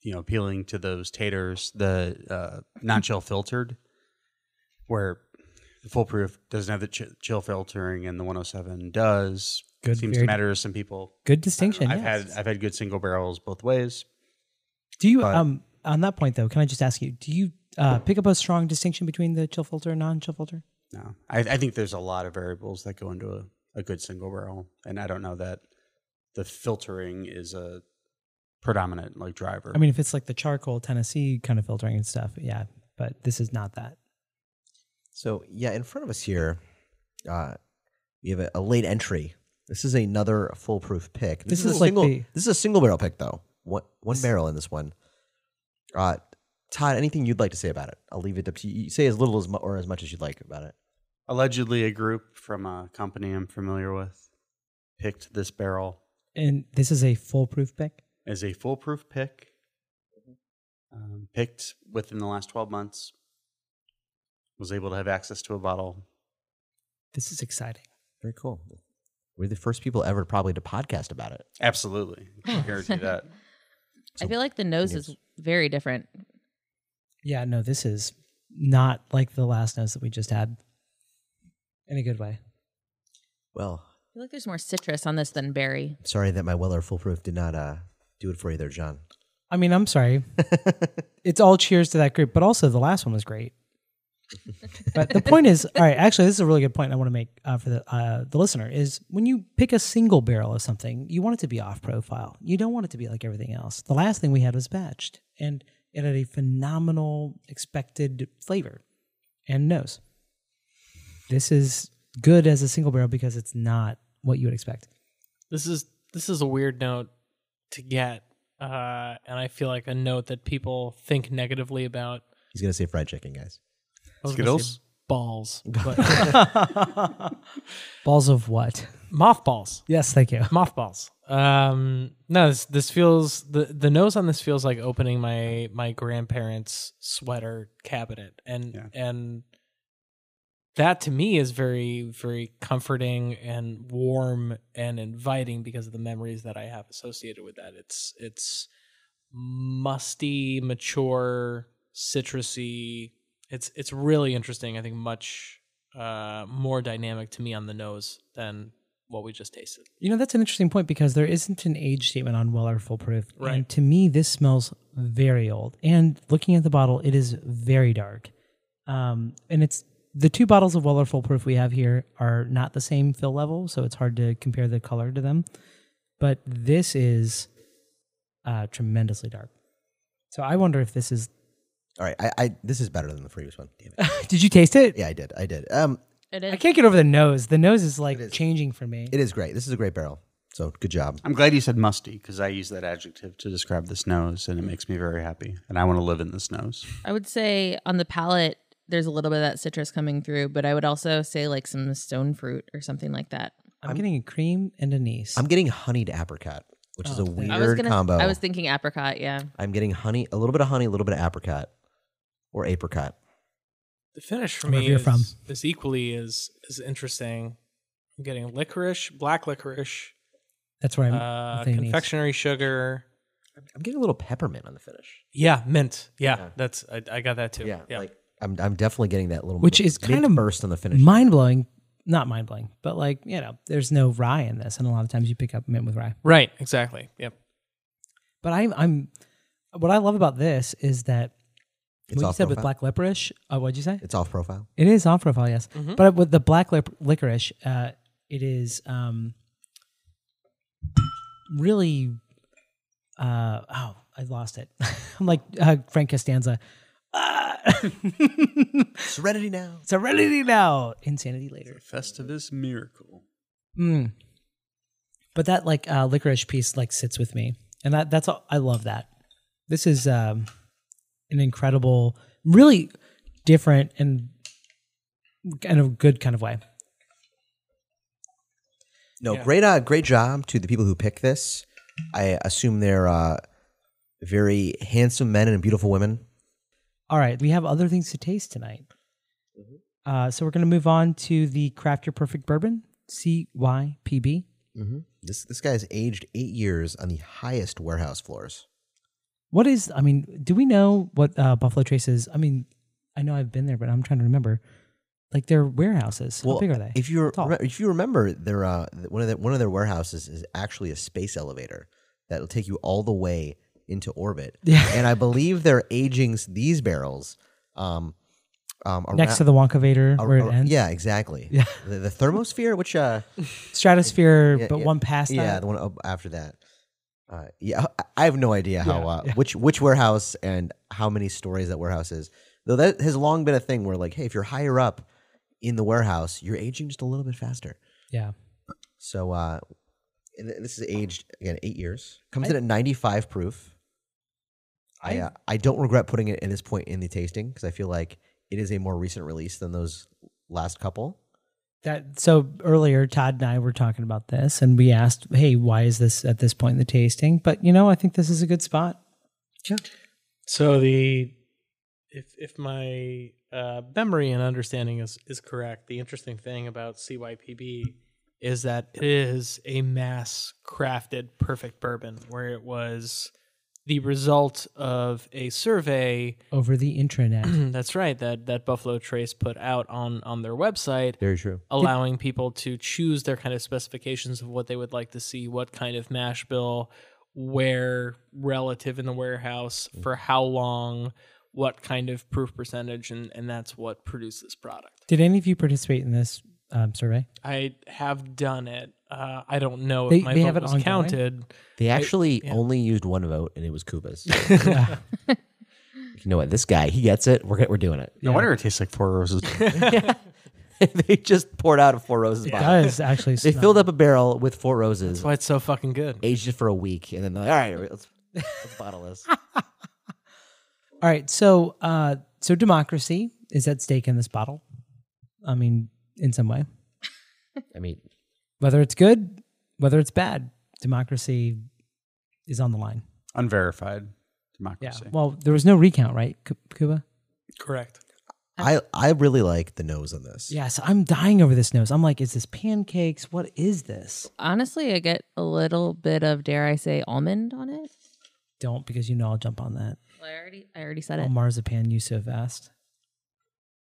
Speaker 4: you know, appealing to those taters, the uh, non chill filtered, where the foolproof doesn't have the ch- chill filtering and the 107 does.
Speaker 2: Good,
Speaker 4: Seems
Speaker 2: very-
Speaker 4: to matter to some people.
Speaker 2: Good distinction.
Speaker 4: I've
Speaker 2: yes.
Speaker 4: had I've had good single barrels both ways.
Speaker 2: do you
Speaker 4: but-
Speaker 2: um on that point though? Can I just ask you? Do you uh, pick up a strong distinction between the chill filter and non-chill filter?
Speaker 4: No, I, I think there's a lot of variables that go into a, a good single barrel, and I don't know that the filtering is a predominant like driver.
Speaker 2: I mean, if it's like the charcoal Tennessee kind of filtering and stuff, yeah. But this is not that.
Speaker 1: So yeah, in front of us here, uh, we have a, a late entry. This is another foolproof pick. This, is,
Speaker 2: This is
Speaker 1: a
Speaker 2: like
Speaker 1: single.
Speaker 2: the-
Speaker 1: This is a single barrel pick though. One one barrel in this one. Uh, Todd, anything you'd like to say about it? I'll leave it up to you. You Say as little as mu- or as much as you'd like about it.
Speaker 4: Allegedly, a group from a company I'm familiar with picked this barrel
Speaker 2: And this is a foolproof pick.
Speaker 4: as a foolproof pick, um, picked within the last 12 months. Was able to have access to a bottle.
Speaker 2: This is exciting.
Speaker 1: Very cool. We're the first people ever probably to podcast about it.
Speaker 4: Absolutely, I guarantee that.
Speaker 1: So-
Speaker 3: I feel like the nose
Speaker 1: Yes.
Speaker 3: is very different.
Speaker 2: Yeah, no, this is not like the last nose that we just had. In a good way.
Speaker 1: Well,
Speaker 3: I feel like there's more citrus on this than berry.
Speaker 1: I'm sorry that my Weller foolproof did not uh, do it for you there, John.
Speaker 2: I mean, I'm sorry. it's all cheers to that group, but also the last one was great. but the point is, all right. Actually, this is a really good point I want to make uh, for the uh, the listener is when you pick a single barrel of something, you want it to be off profile. You don't want it to be like everything else. The last thing we had was batched, and it had a phenomenal expected flavor and nose. This is good as a single barrel because it's not what you would expect.
Speaker 5: This is this is a weird note to get. Uh, and I feel like a note that people think negatively about
Speaker 1: He's gonna say fried chicken, guys.
Speaker 5: I was gonna
Speaker 4: Skittles?
Speaker 5: say balls, but
Speaker 2: Balls of what?
Speaker 5: mothballs.
Speaker 2: Yes, thank you.
Speaker 5: mothballs. Um, no, this, this feels the the nose on this feels like opening my my grandparents' sweater cabinet, and
Speaker 4: Yeah.
Speaker 5: and that to me is very very comforting and warm and inviting because of the memories that I have associated with that. It's it's musty, mature, citrusy. It's it's really interesting. I think much uh more dynamic to me on the nose than what we just tasted.
Speaker 2: You know, that's an interesting point because there isn't an age statement on Weller Foolproof.
Speaker 5: Right.
Speaker 2: And to me, this smells very old. And looking at the bottle, it is very dark. Um, and it's the two bottles of Weller Foolproof we have here are not the same fill level, so it's hard to compare the color to them. But this is uh, tremendously dark. So I wonder if this is.
Speaker 1: All right, I, I this is better than the previous one. Damn it.
Speaker 2: Did you taste it?
Speaker 1: Yeah, I did. I did. Um,
Speaker 3: It is.
Speaker 2: I can't get over the nose. The nose is like
Speaker 1: It is.
Speaker 2: changing for me.
Speaker 1: it is great. This is a great barrel. So good job.
Speaker 4: I'm glad you said musty because I use that adjective to describe this nose, and it makes me very happy. And I want to live in this nose.
Speaker 3: I would say on the palate, there's a little bit of that citrus coming through, but I would also say like some stone fruit or something like that.
Speaker 2: I'm, getting a cream and anise.
Speaker 1: I'm getting honeyed apricot, which is a weird
Speaker 3: Oh, I was gonna.
Speaker 1: combo.
Speaker 3: I was thinking apricot. Yeah.
Speaker 1: I'm getting honey, a little bit of honey, a little bit of apricot, or apricot.
Speaker 5: The finish for
Speaker 2: Wherever
Speaker 5: me
Speaker 2: you're
Speaker 5: is,
Speaker 2: from.
Speaker 5: is equally is is interesting. I'm getting licorice, black licorice,
Speaker 2: That's where I'm.
Speaker 5: uh,
Speaker 2: with the anise.
Speaker 5: confectionery sugar.
Speaker 1: I'm getting a little peppermint on the finish.
Speaker 5: Yeah, mint. Yeah, that's I, I got that too.
Speaker 1: Yeah, like I'm, I'm definitely getting that little,
Speaker 2: Which is
Speaker 1: mint
Speaker 2: kind of
Speaker 1: burst on the finish.
Speaker 2: mind blowing. Not mind blowing, but like you know, there's no rye in this, and a lot of times you pick up mint with rye.
Speaker 5: right, exactly. Yep.
Speaker 2: But I'm, I'm, what I love about this is that
Speaker 1: It's
Speaker 2: what you
Speaker 1: off
Speaker 2: said with
Speaker 1: profile.
Speaker 2: black licorice. Uh, what'd you say?
Speaker 1: It's off profile.
Speaker 2: It is off profile, yes. But with the black lip- licorice, uh, it is um, really. Uh, oh, I lost it. I'm like uh, Frank Costanza. Ah!
Speaker 1: Serenity now.
Speaker 2: Serenity now, insanity later.
Speaker 4: Festivus miracle.
Speaker 2: Mm. But that like uh, licorice piece like sits with me, and that that's all, I love that. This is um, an incredible, really different and kind of good kind of way.
Speaker 1: No, great, uh, great job to the people who pick this. I assume they're uh, very handsome men and beautiful women.
Speaker 2: All right, we have other things to taste tonight. Uh, so we're gonna move on to the Craft Your Perfect Bourbon CYPB.
Speaker 1: This this guy's aged eight years on the highest warehouse floors.
Speaker 2: What is? I mean, do we know what uh, Buffalo Trace is? I mean, I know I've been there, but I'm trying to remember. Like their warehouses. How big are they?
Speaker 1: If you
Speaker 2: Tall.
Speaker 1: if you remember, their uh, th- one of their one of their warehouses is actually a space elevator that'll take you all the way into orbit.
Speaker 2: Yeah.
Speaker 1: and I believe they're aging s- these barrels. Um, um,
Speaker 2: next to
Speaker 1: around-
Speaker 2: the Wonkavator
Speaker 1: ar-
Speaker 2: where it
Speaker 1: ar-
Speaker 2: ends.
Speaker 1: Yeah, exactly.
Speaker 2: Yeah.
Speaker 1: the, the thermosphere, which uh,
Speaker 2: Stratosphere,
Speaker 1: Yeah,
Speaker 2: but
Speaker 1: yeah.
Speaker 2: one past
Speaker 1: yeah,
Speaker 2: that.
Speaker 1: the one up after that. Uh, yeah, I- I have no idea how
Speaker 2: Yeah,
Speaker 1: uh,
Speaker 2: yeah.
Speaker 1: which which warehouse and how many stories that warehouse is. Though that has long been a thing where like, hey, if you're higher up in the warehouse, you're aging just a little bit faster.
Speaker 2: yeah.
Speaker 1: So uh, and th- this is aged again eight years. Comes in at 95 proof. I uh, I don't regret putting it at this point in the tasting because I feel like it is a more recent release than those last couple.
Speaker 2: That so earlier Todd and I were talking about this and we asked, "Hey, why is this at this point in the tasting?" But you know, I think this is a good spot.
Speaker 5: So the if if my uh, memory and understanding is is correct, the interesting thing about CYPB is that it is a mass crafted perfect bourbon where it was the result of a survey
Speaker 2: Over the intranet.
Speaker 5: Mm, that's right that that Buffalo Trace put out on on their website
Speaker 1: Very true.
Speaker 5: allowing people to choose their kind of specifications of what they would like to see, what kind of mash bill, where relative in the warehouse,
Speaker 2: Mm.
Speaker 5: for how long, what kind of proof percentage, and, and that's what produced this product.
Speaker 2: Did any of you participate in this um, survey?
Speaker 5: I have done it. Uh, I don't know if
Speaker 2: They-
Speaker 5: my
Speaker 2: they
Speaker 5: vote
Speaker 2: have it
Speaker 5: was
Speaker 2: ongoing?
Speaker 5: counted.
Speaker 1: They actually only used one vote, and it was Cuba's.
Speaker 2: Yeah.
Speaker 1: you know what? This guy, he gets it. We're we're doing it.
Speaker 4: No wonder it tastes like four roses.
Speaker 1: they just poured out a Four Roses
Speaker 2: It
Speaker 1: bottle.
Speaker 2: does actually
Speaker 1: They
Speaker 2: smell.
Speaker 1: filled up a barrel with Four Roses,
Speaker 5: That's why it's so fucking good.
Speaker 1: aged it for a week, and then they're like, all right, let's, let's bottle this.
Speaker 2: All right, so uh so democracy is at stake in this bottle. I mean, in some way.
Speaker 1: I mean,
Speaker 2: Whether it's good, whether it's bad. democracy is on the line.
Speaker 4: Unverified
Speaker 2: Yeah.
Speaker 4: democracy.
Speaker 2: Well, there was no recount, right, Cu- Cuba?
Speaker 5: Correct.
Speaker 1: I I really like the nose on this.
Speaker 2: Yeah. So I'm dying over this nose. I'm like, is this pancakes? What is this?
Speaker 3: Honestly, I get a little bit of dare I say almond on it.
Speaker 2: Don't because you know I'll jump on that.
Speaker 3: Well, I already I already said
Speaker 2: Oh,
Speaker 3: it.
Speaker 2: marzipan, you so vast.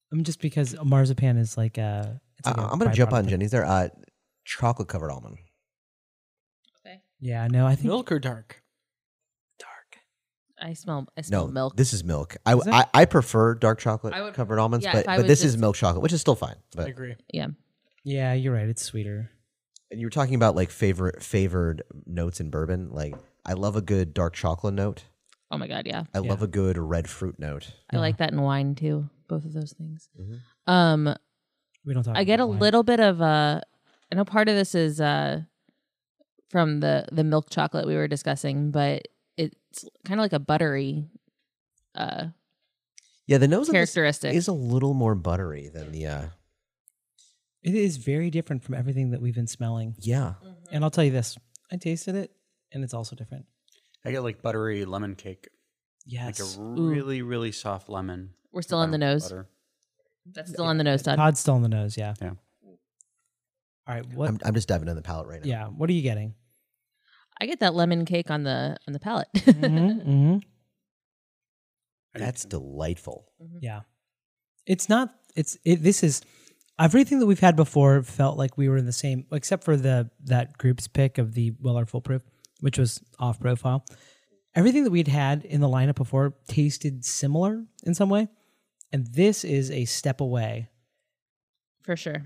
Speaker 2: I mean, just because marzipan is like a. It's
Speaker 1: I,
Speaker 2: like a
Speaker 1: Uh, I'm gonna jump
Speaker 2: byproduct
Speaker 1: on
Speaker 2: of-
Speaker 1: Jenny's there. Uh, chocolate covered almond.
Speaker 2: Yeah. No, I think
Speaker 6: Milk or dark?
Speaker 3: I smell I smell
Speaker 1: No,
Speaker 3: milk.
Speaker 1: this is milk. I,
Speaker 2: Is it?
Speaker 1: I I prefer dark chocolate
Speaker 3: I would-
Speaker 1: covered almonds,
Speaker 3: yeah,
Speaker 1: but
Speaker 3: if I
Speaker 1: but
Speaker 3: was
Speaker 1: this is
Speaker 3: just-
Speaker 1: milk chocolate, which is still fine.
Speaker 5: I
Speaker 1: But
Speaker 5: agree.
Speaker 3: yeah.
Speaker 2: Yeah, you're right. It's sweeter.
Speaker 1: and you were talking about like favorite favored notes in bourbon. Like I love a good dark chocolate note.
Speaker 3: Oh my god, yeah.
Speaker 1: I love a good red fruit note.
Speaker 3: I like that in wine too. Both of those things.
Speaker 1: Mm-hmm.
Speaker 3: Um
Speaker 2: We don't talk.
Speaker 3: I get a
Speaker 2: about wine.
Speaker 3: little bit of uh I know part of this is uh from the the milk chocolate we were discussing, but it's kind of like a buttery uh
Speaker 1: Yeah, the nose on this
Speaker 3: characteristic.
Speaker 1: is a little more buttery than the. Uh,
Speaker 2: It is very different from everything that we've been smelling.
Speaker 1: yeah,
Speaker 2: And I'll tell you this: I tasted it, and it's also different.
Speaker 4: I get like buttery lemon cake,
Speaker 2: Yes.
Speaker 4: like a really really soft lemon.
Speaker 3: We're still on the
Speaker 4: combined with
Speaker 3: nose.
Speaker 4: butter.
Speaker 3: That's still on the nose, Todd.
Speaker 2: Todd's still in the nose. Yeah.
Speaker 4: Yeah.
Speaker 2: All right. What?
Speaker 1: I'm, I'm just diving in the palate right now.
Speaker 2: yeah. What are you getting?
Speaker 3: I get that lemon cake on the on the palate.
Speaker 2: Mhm, mhm.
Speaker 4: I get
Speaker 1: that's
Speaker 4: that.
Speaker 1: delightful.
Speaker 2: Yeah. It's not. It's it, this is everything that we've had before felt like we were in the same, except for the that group's pick of the Weller foolproof, which was off profile. Everything that we'd had in the lineup before tasted similar in some way, and this is a step away.
Speaker 3: For sure.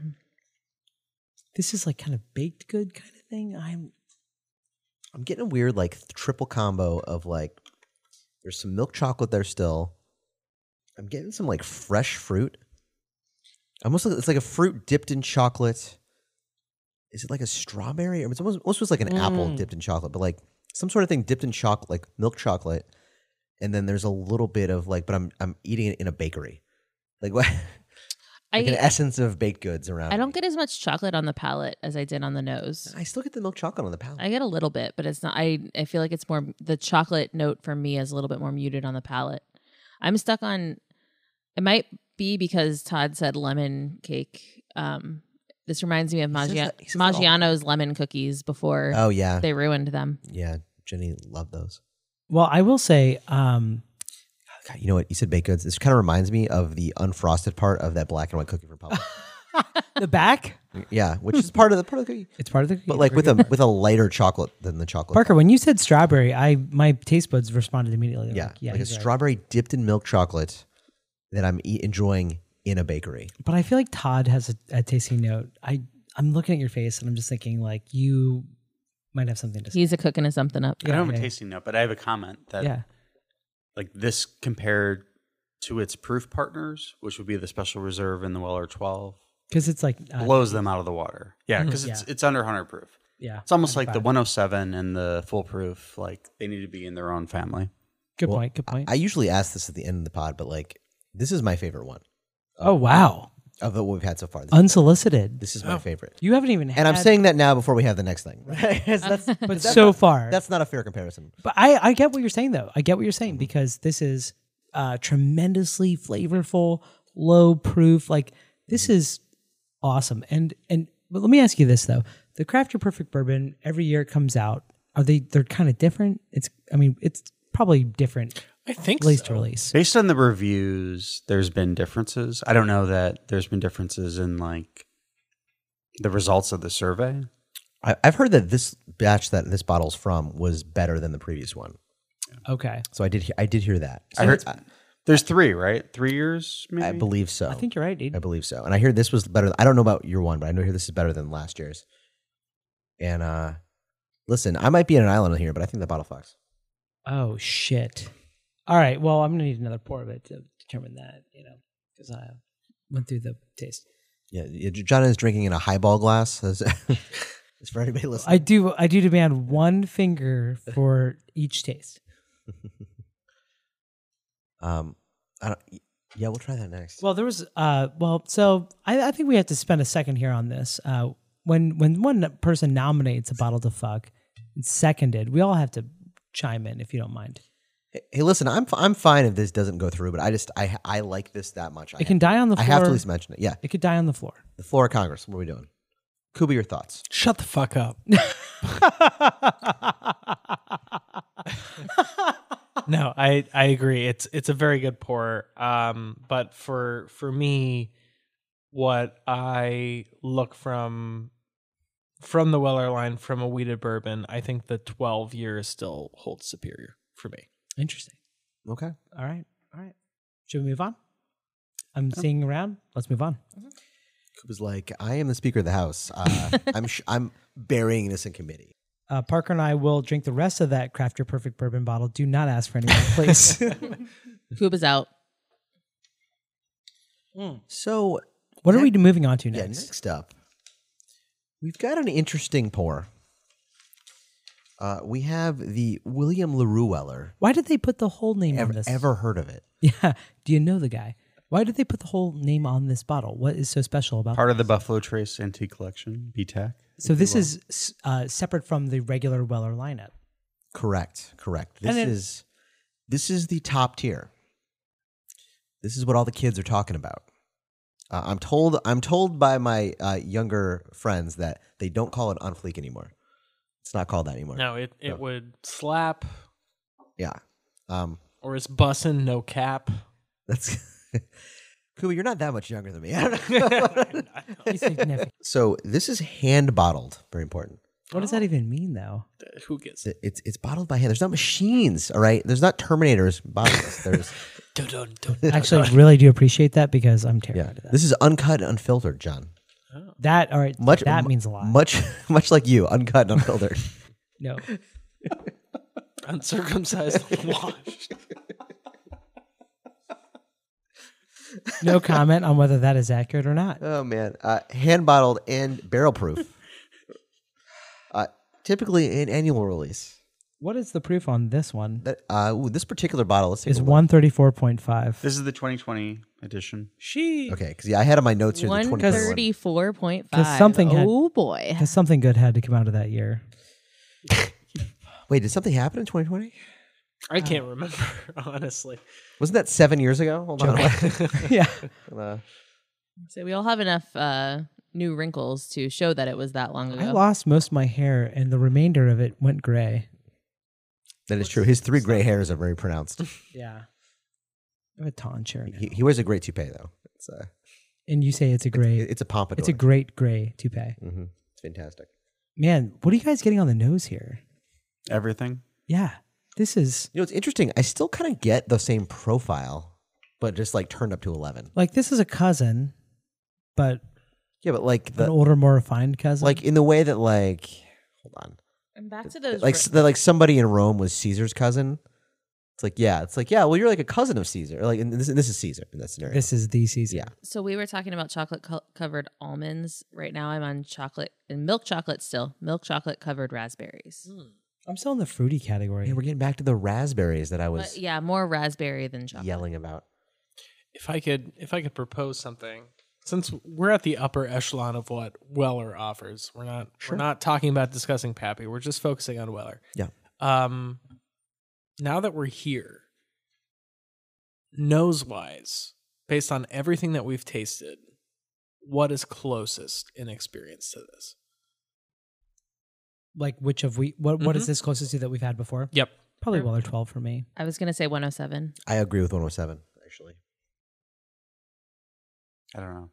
Speaker 2: This is like kind of baked good kind of thing. I'm
Speaker 1: I'm getting a weird like triple combo of like there's some milk chocolate there still. I'm getting some like fresh fruit. Almost like it's like a fruit dipped in chocolate. Is it like a strawberry? Or it's almost almost was like an apple
Speaker 3: Mm.
Speaker 1: dipped in chocolate, but like some sort of thing dipped in chocolate, like milk chocolate. And then there's a little bit of like, but I'm I'm eating it in a bakery, like what? like an
Speaker 3: I
Speaker 1: essence of baked goods around.
Speaker 3: I don't
Speaker 1: me.
Speaker 3: get as much chocolate on the palate as I did on the nose.
Speaker 1: I still get the milk chocolate on the palate.
Speaker 3: I get a little bit, but it's not. I I feel like it's more the chocolate note for me is a little bit more muted on the palate. I'm stuck on. It might be because Todd said lemon cake. Um, this reminds me of
Speaker 1: He says
Speaker 3: Maggia-
Speaker 1: that- he says that all the time.
Speaker 3: Maggiano's lemon cookies before
Speaker 1: oh yeah,
Speaker 3: they ruined them.
Speaker 1: yeah. Jenny loved those.
Speaker 2: well. I will say, um,
Speaker 1: God, you know what? You said baked goods. This kind of reminds me of the unfrosted part of that black and white cookie from Publix.
Speaker 2: the back.
Speaker 1: yeah, which is part of the part of the cookie,
Speaker 2: It's part of the
Speaker 1: but like with a with a lighter chocolate than the chocolate.
Speaker 2: Parker. When you said strawberry, I my taste buds responded immediately.
Speaker 1: yeah,
Speaker 2: like, yeah,
Speaker 1: like a
Speaker 2: he's right.
Speaker 1: strawberry dipped in milk chocolate that I'm e- enjoying in a bakery.
Speaker 2: But I feel like Todd has a, a tasting note. I I'm looking at your face and I'm just thinking like you might have something to say.
Speaker 3: He's a cooking of something up.
Speaker 4: I don't have
Speaker 2: yeah.
Speaker 4: a tasting note, but I have a comment that
Speaker 2: yeah.
Speaker 4: like this compared to its proof partners, which would be the Special Reserve and the Weller 12,
Speaker 2: Because it's like uh,
Speaker 4: blows them out of the water. Yeah, because
Speaker 2: Mhm.
Speaker 4: it's
Speaker 2: Yeah.
Speaker 4: it's under 100 proof.
Speaker 2: yeah.
Speaker 4: It's almost like the
Speaker 2: 105.
Speaker 4: 107 and the foolproof. Like they need to be in their own family.
Speaker 2: Good
Speaker 1: Well,
Speaker 2: point. Good point.
Speaker 1: I usually ask this at the end of the pod, but like this is my favorite one
Speaker 2: oh wow,
Speaker 1: of what we've had so far. This,
Speaker 2: unsolicited.
Speaker 1: this is my favorite,
Speaker 2: You haven't even.
Speaker 1: and I'm
Speaker 2: had-
Speaker 1: saying that now before we have the next thing. 'Cause that's,
Speaker 2: but so far.
Speaker 1: that's not a fair comparison.
Speaker 2: but I I get what you're saying though. I get what you're saying because this is uh tremendously flavorful, low proof. Like this is awesome. And and but let me ask you this though: the Craft Your Perfect Bourbon every year it comes out. Are they? They're kind of different. It's. I mean, it's probably different
Speaker 5: I think
Speaker 2: release
Speaker 5: so.
Speaker 2: to release.
Speaker 4: Based on the reviews, there's been differences. I don't know that there's been differences in like the results of the survey.
Speaker 1: I, I've heard that this batch that this bottle's from was better than the previous one.
Speaker 2: Okay.
Speaker 1: So I did. He- I did hear that.
Speaker 4: I heard there's three, right? Three years, maybe.
Speaker 1: I believe so.
Speaker 2: I think you're right,
Speaker 1: I
Speaker 2: dude.
Speaker 1: believe so. And I hear this was better. I don't know about your one, but I know here this is better than last year's. And uh listen, I might be in an island here, but I think the bottle fucks.
Speaker 2: Oh shit. All right. Well, I'm gonna need another pour of it to determine that. You know, because I went through the taste.
Speaker 1: Yeah, yeah, John is drinking in a highball glass. It's it's for anybody listening.
Speaker 2: I do. I do demand one finger for each taste.
Speaker 1: um, I don't. Yeah, we'll try that next.
Speaker 2: Well, there was. Uh, well, so I, I think we have to spend a second here on this. Uh, when when one person nominates a bottle to fuck, and seconded. We all have to chime in if you don't mind.
Speaker 1: Hey, listen, I'm f- I'm fine if this doesn't go through, but I just I I like this that much. I
Speaker 2: It can die on the
Speaker 1: I
Speaker 2: floor.
Speaker 1: have to at least mention it. Yeah,
Speaker 2: It could die on the floor.
Speaker 1: the floor of Congress. What are we doing? Kuba, your thoughts?
Speaker 5: Shut the fuck up. no, I I agree. It's it's a very good pour. Um, but for for me, what I look from from the Weller line from a weeded bourbon, I think the twelve years still holds superior for me.
Speaker 2: Interesting.
Speaker 1: Okay.
Speaker 2: All right. All right. Should we move on? I'm seeing around. Let's move on.
Speaker 1: Kuba's like, I am the Speaker of the House. Uh, I'm sh- I'm burying this in committee.
Speaker 2: Uh, Parker and I will drink the rest of that craft your perfect bourbon bottle. Do not ask for any more, please.
Speaker 3: Cuba's out.
Speaker 1: So
Speaker 2: what are we moving on to
Speaker 1: yeah,
Speaker 2: next?
Speaker 1: next up, we've got an interesting pour. Uh, we have the William Larue Weller.
Speaker 2: Why did they put the whole name on
Speaker 1: Ever,
Speaker 2: this?
Speaker 1: ever heard of it?
Speaker 2: Yeah. Do you know the guy? Why did they put the whole name on this bottle? What is so special about?
Speaker 4: Part of the Buffalo Trace Antique Collection, E BTAC.
Speaker 2: so this is s- uh, separate from the regular Weller lineup.
Speaker 1: Correct. Correct. This
Speaker 2: it-
Speaker 1: is this is the top tier. This is what all the kids are talking about. Uh, I'm told. I'm told by my uh, younger friends that they don't call it on fleek anymore. It's not called that anymore.
Speaker 5: No, it it would slap
Speaker 1: Yeah. Um.
Speaker 5: or it's bussin', no cap.
Speaker 1: That's. Kuba, you're not that much younger than me. I don't know.
Speaker 2: It's significant.
Speaker 1: so this is hand bottled. Very important.
Speaker 2: what does that even mean, though?
Speaker 5: Who gets it?
Speaker 1: It's it's, it's bottled by hand. There's not machines. All right. There's not Terminators bottling this. There's
Speaker 5: Dun, dun, dun.
Speaker 2: Actually, I really do appreciate that because I'm terrified
Speaker 1: yeah.
Speaker 2: of that.
Speaker 1: This is uncut and unfiltered, John.
Speaker 2: that all right?
Speaker 1: Much
Speaker 2: that
Speaker 1: mu-
Speaker 2: means a lot.
Speaker 1: Much much like you, uncut and unfiltered.
Speaker 2: no.
Speaker 5: Uncircumcised wash.
Speaker 2: No comment on whether that is accurate or not.
Speaker 1: oh man, uh, hand bottled and barrel proof. uh, typically an annual release.
Speaker 2: What is the proof on this one?
Speaker 1: That uh, ooh, this particular bottle let's take
Speaker 2: Is
Speaker 1: a look.
Speaker 2: one thirty four point five.
Speaker 4: This is the 2020 edition.
Speaker 5: She
Speaker 1: Okay, because yeah, I had on my notes here the 2021.
Speaker 3: 134.5.
Speaker 2: Because something had-
Speaker 3: oh boy.
Speaker 2: Because something good had to come out of that year.
Speaker 1: Wait, did something happen in 2020?
Speaker 5: I can't remember, honestly.
Speaker 1: Wasn't that seven years ago? Hold on.
Speaker 2: yeah.
Speaker 1: Uh,
Speaker 3: So we all have enough uh, new wrinkles to show that it was that long ago.
Speaker 2: I lost most of my hair, and the remainder of it went gray.
Speaker 1: that is true. His three gray hairs are very pronounced.
Speaker 2: Yeah. I have a tonsure now.
Speaker 1: He, he wears a great toupee though. It's a
Speaker 2: and you say it's a great,
Speaker 1: it's a pompadour.
Speaker 2: it's a great gray toupee.
Speaker 1: hmm It's fantastic.
Speaker 2: Man, what are you guys getting on the nose here?
Speaker 4: Everything.
Speaker 2: Yeah. This is
Speaker 1: You know, it's interesting. I still kind of get the same profile, but just like turned up to 11.
Speaker 2: like this is a cousin, but
Speaker 1: Yeah, but like
Speaker 2: an
Speaker 1: the
Speaker 2: older, more refined cousin.
Speaker 1: like in the way that like hold on
Speaker 3: I'm back to those.
Speaker 1: like s- that like somebody in Rome was Caesar's cousin. It's like yeah, it's like yeah. Well, you're like a cousin of Caesar. Like and this, and this is Caesar in that scenario.
Speaker 2: this is the season.
Speaker 1: Yeah.
Speaker 3: so we were talking about chocolate co- covered almonds. Right now I'm on chocolate and milk chocolate still. Milk chocolate covered raspberries.
Speaker 2: I'm still in the fruity category.
Speaker 1: yeah, we're getting back to the raspberries that I
Speaker 3: But
Speaker 1: was
Speaker 3: yeah, more raspberry than chocolate.
Speaker 1: yelling about.
Speaker 5: if I could if I could propose something, since we're at the upper echelon of what Weller offers, we're not we're not talking about discussing Pappy. We're just focusing on Weller.
Speaker 1: Yeah.
Speaker 5: Um, now that we're here, nose wise, based on everything that we've tasted, what is closest in experience to this?
Speaker 2: like which of we what, what
Speaker 1: Mm-hmm.
Speaker 2: is this closest to that we've had before?
Speaker 5: Yep.
Speaker 2: Probably Weller twelve for me.
Speaker 3: I was gonna say 107.
Speaker 1: I agree with 107 actually.
Speaker 4: I don't know.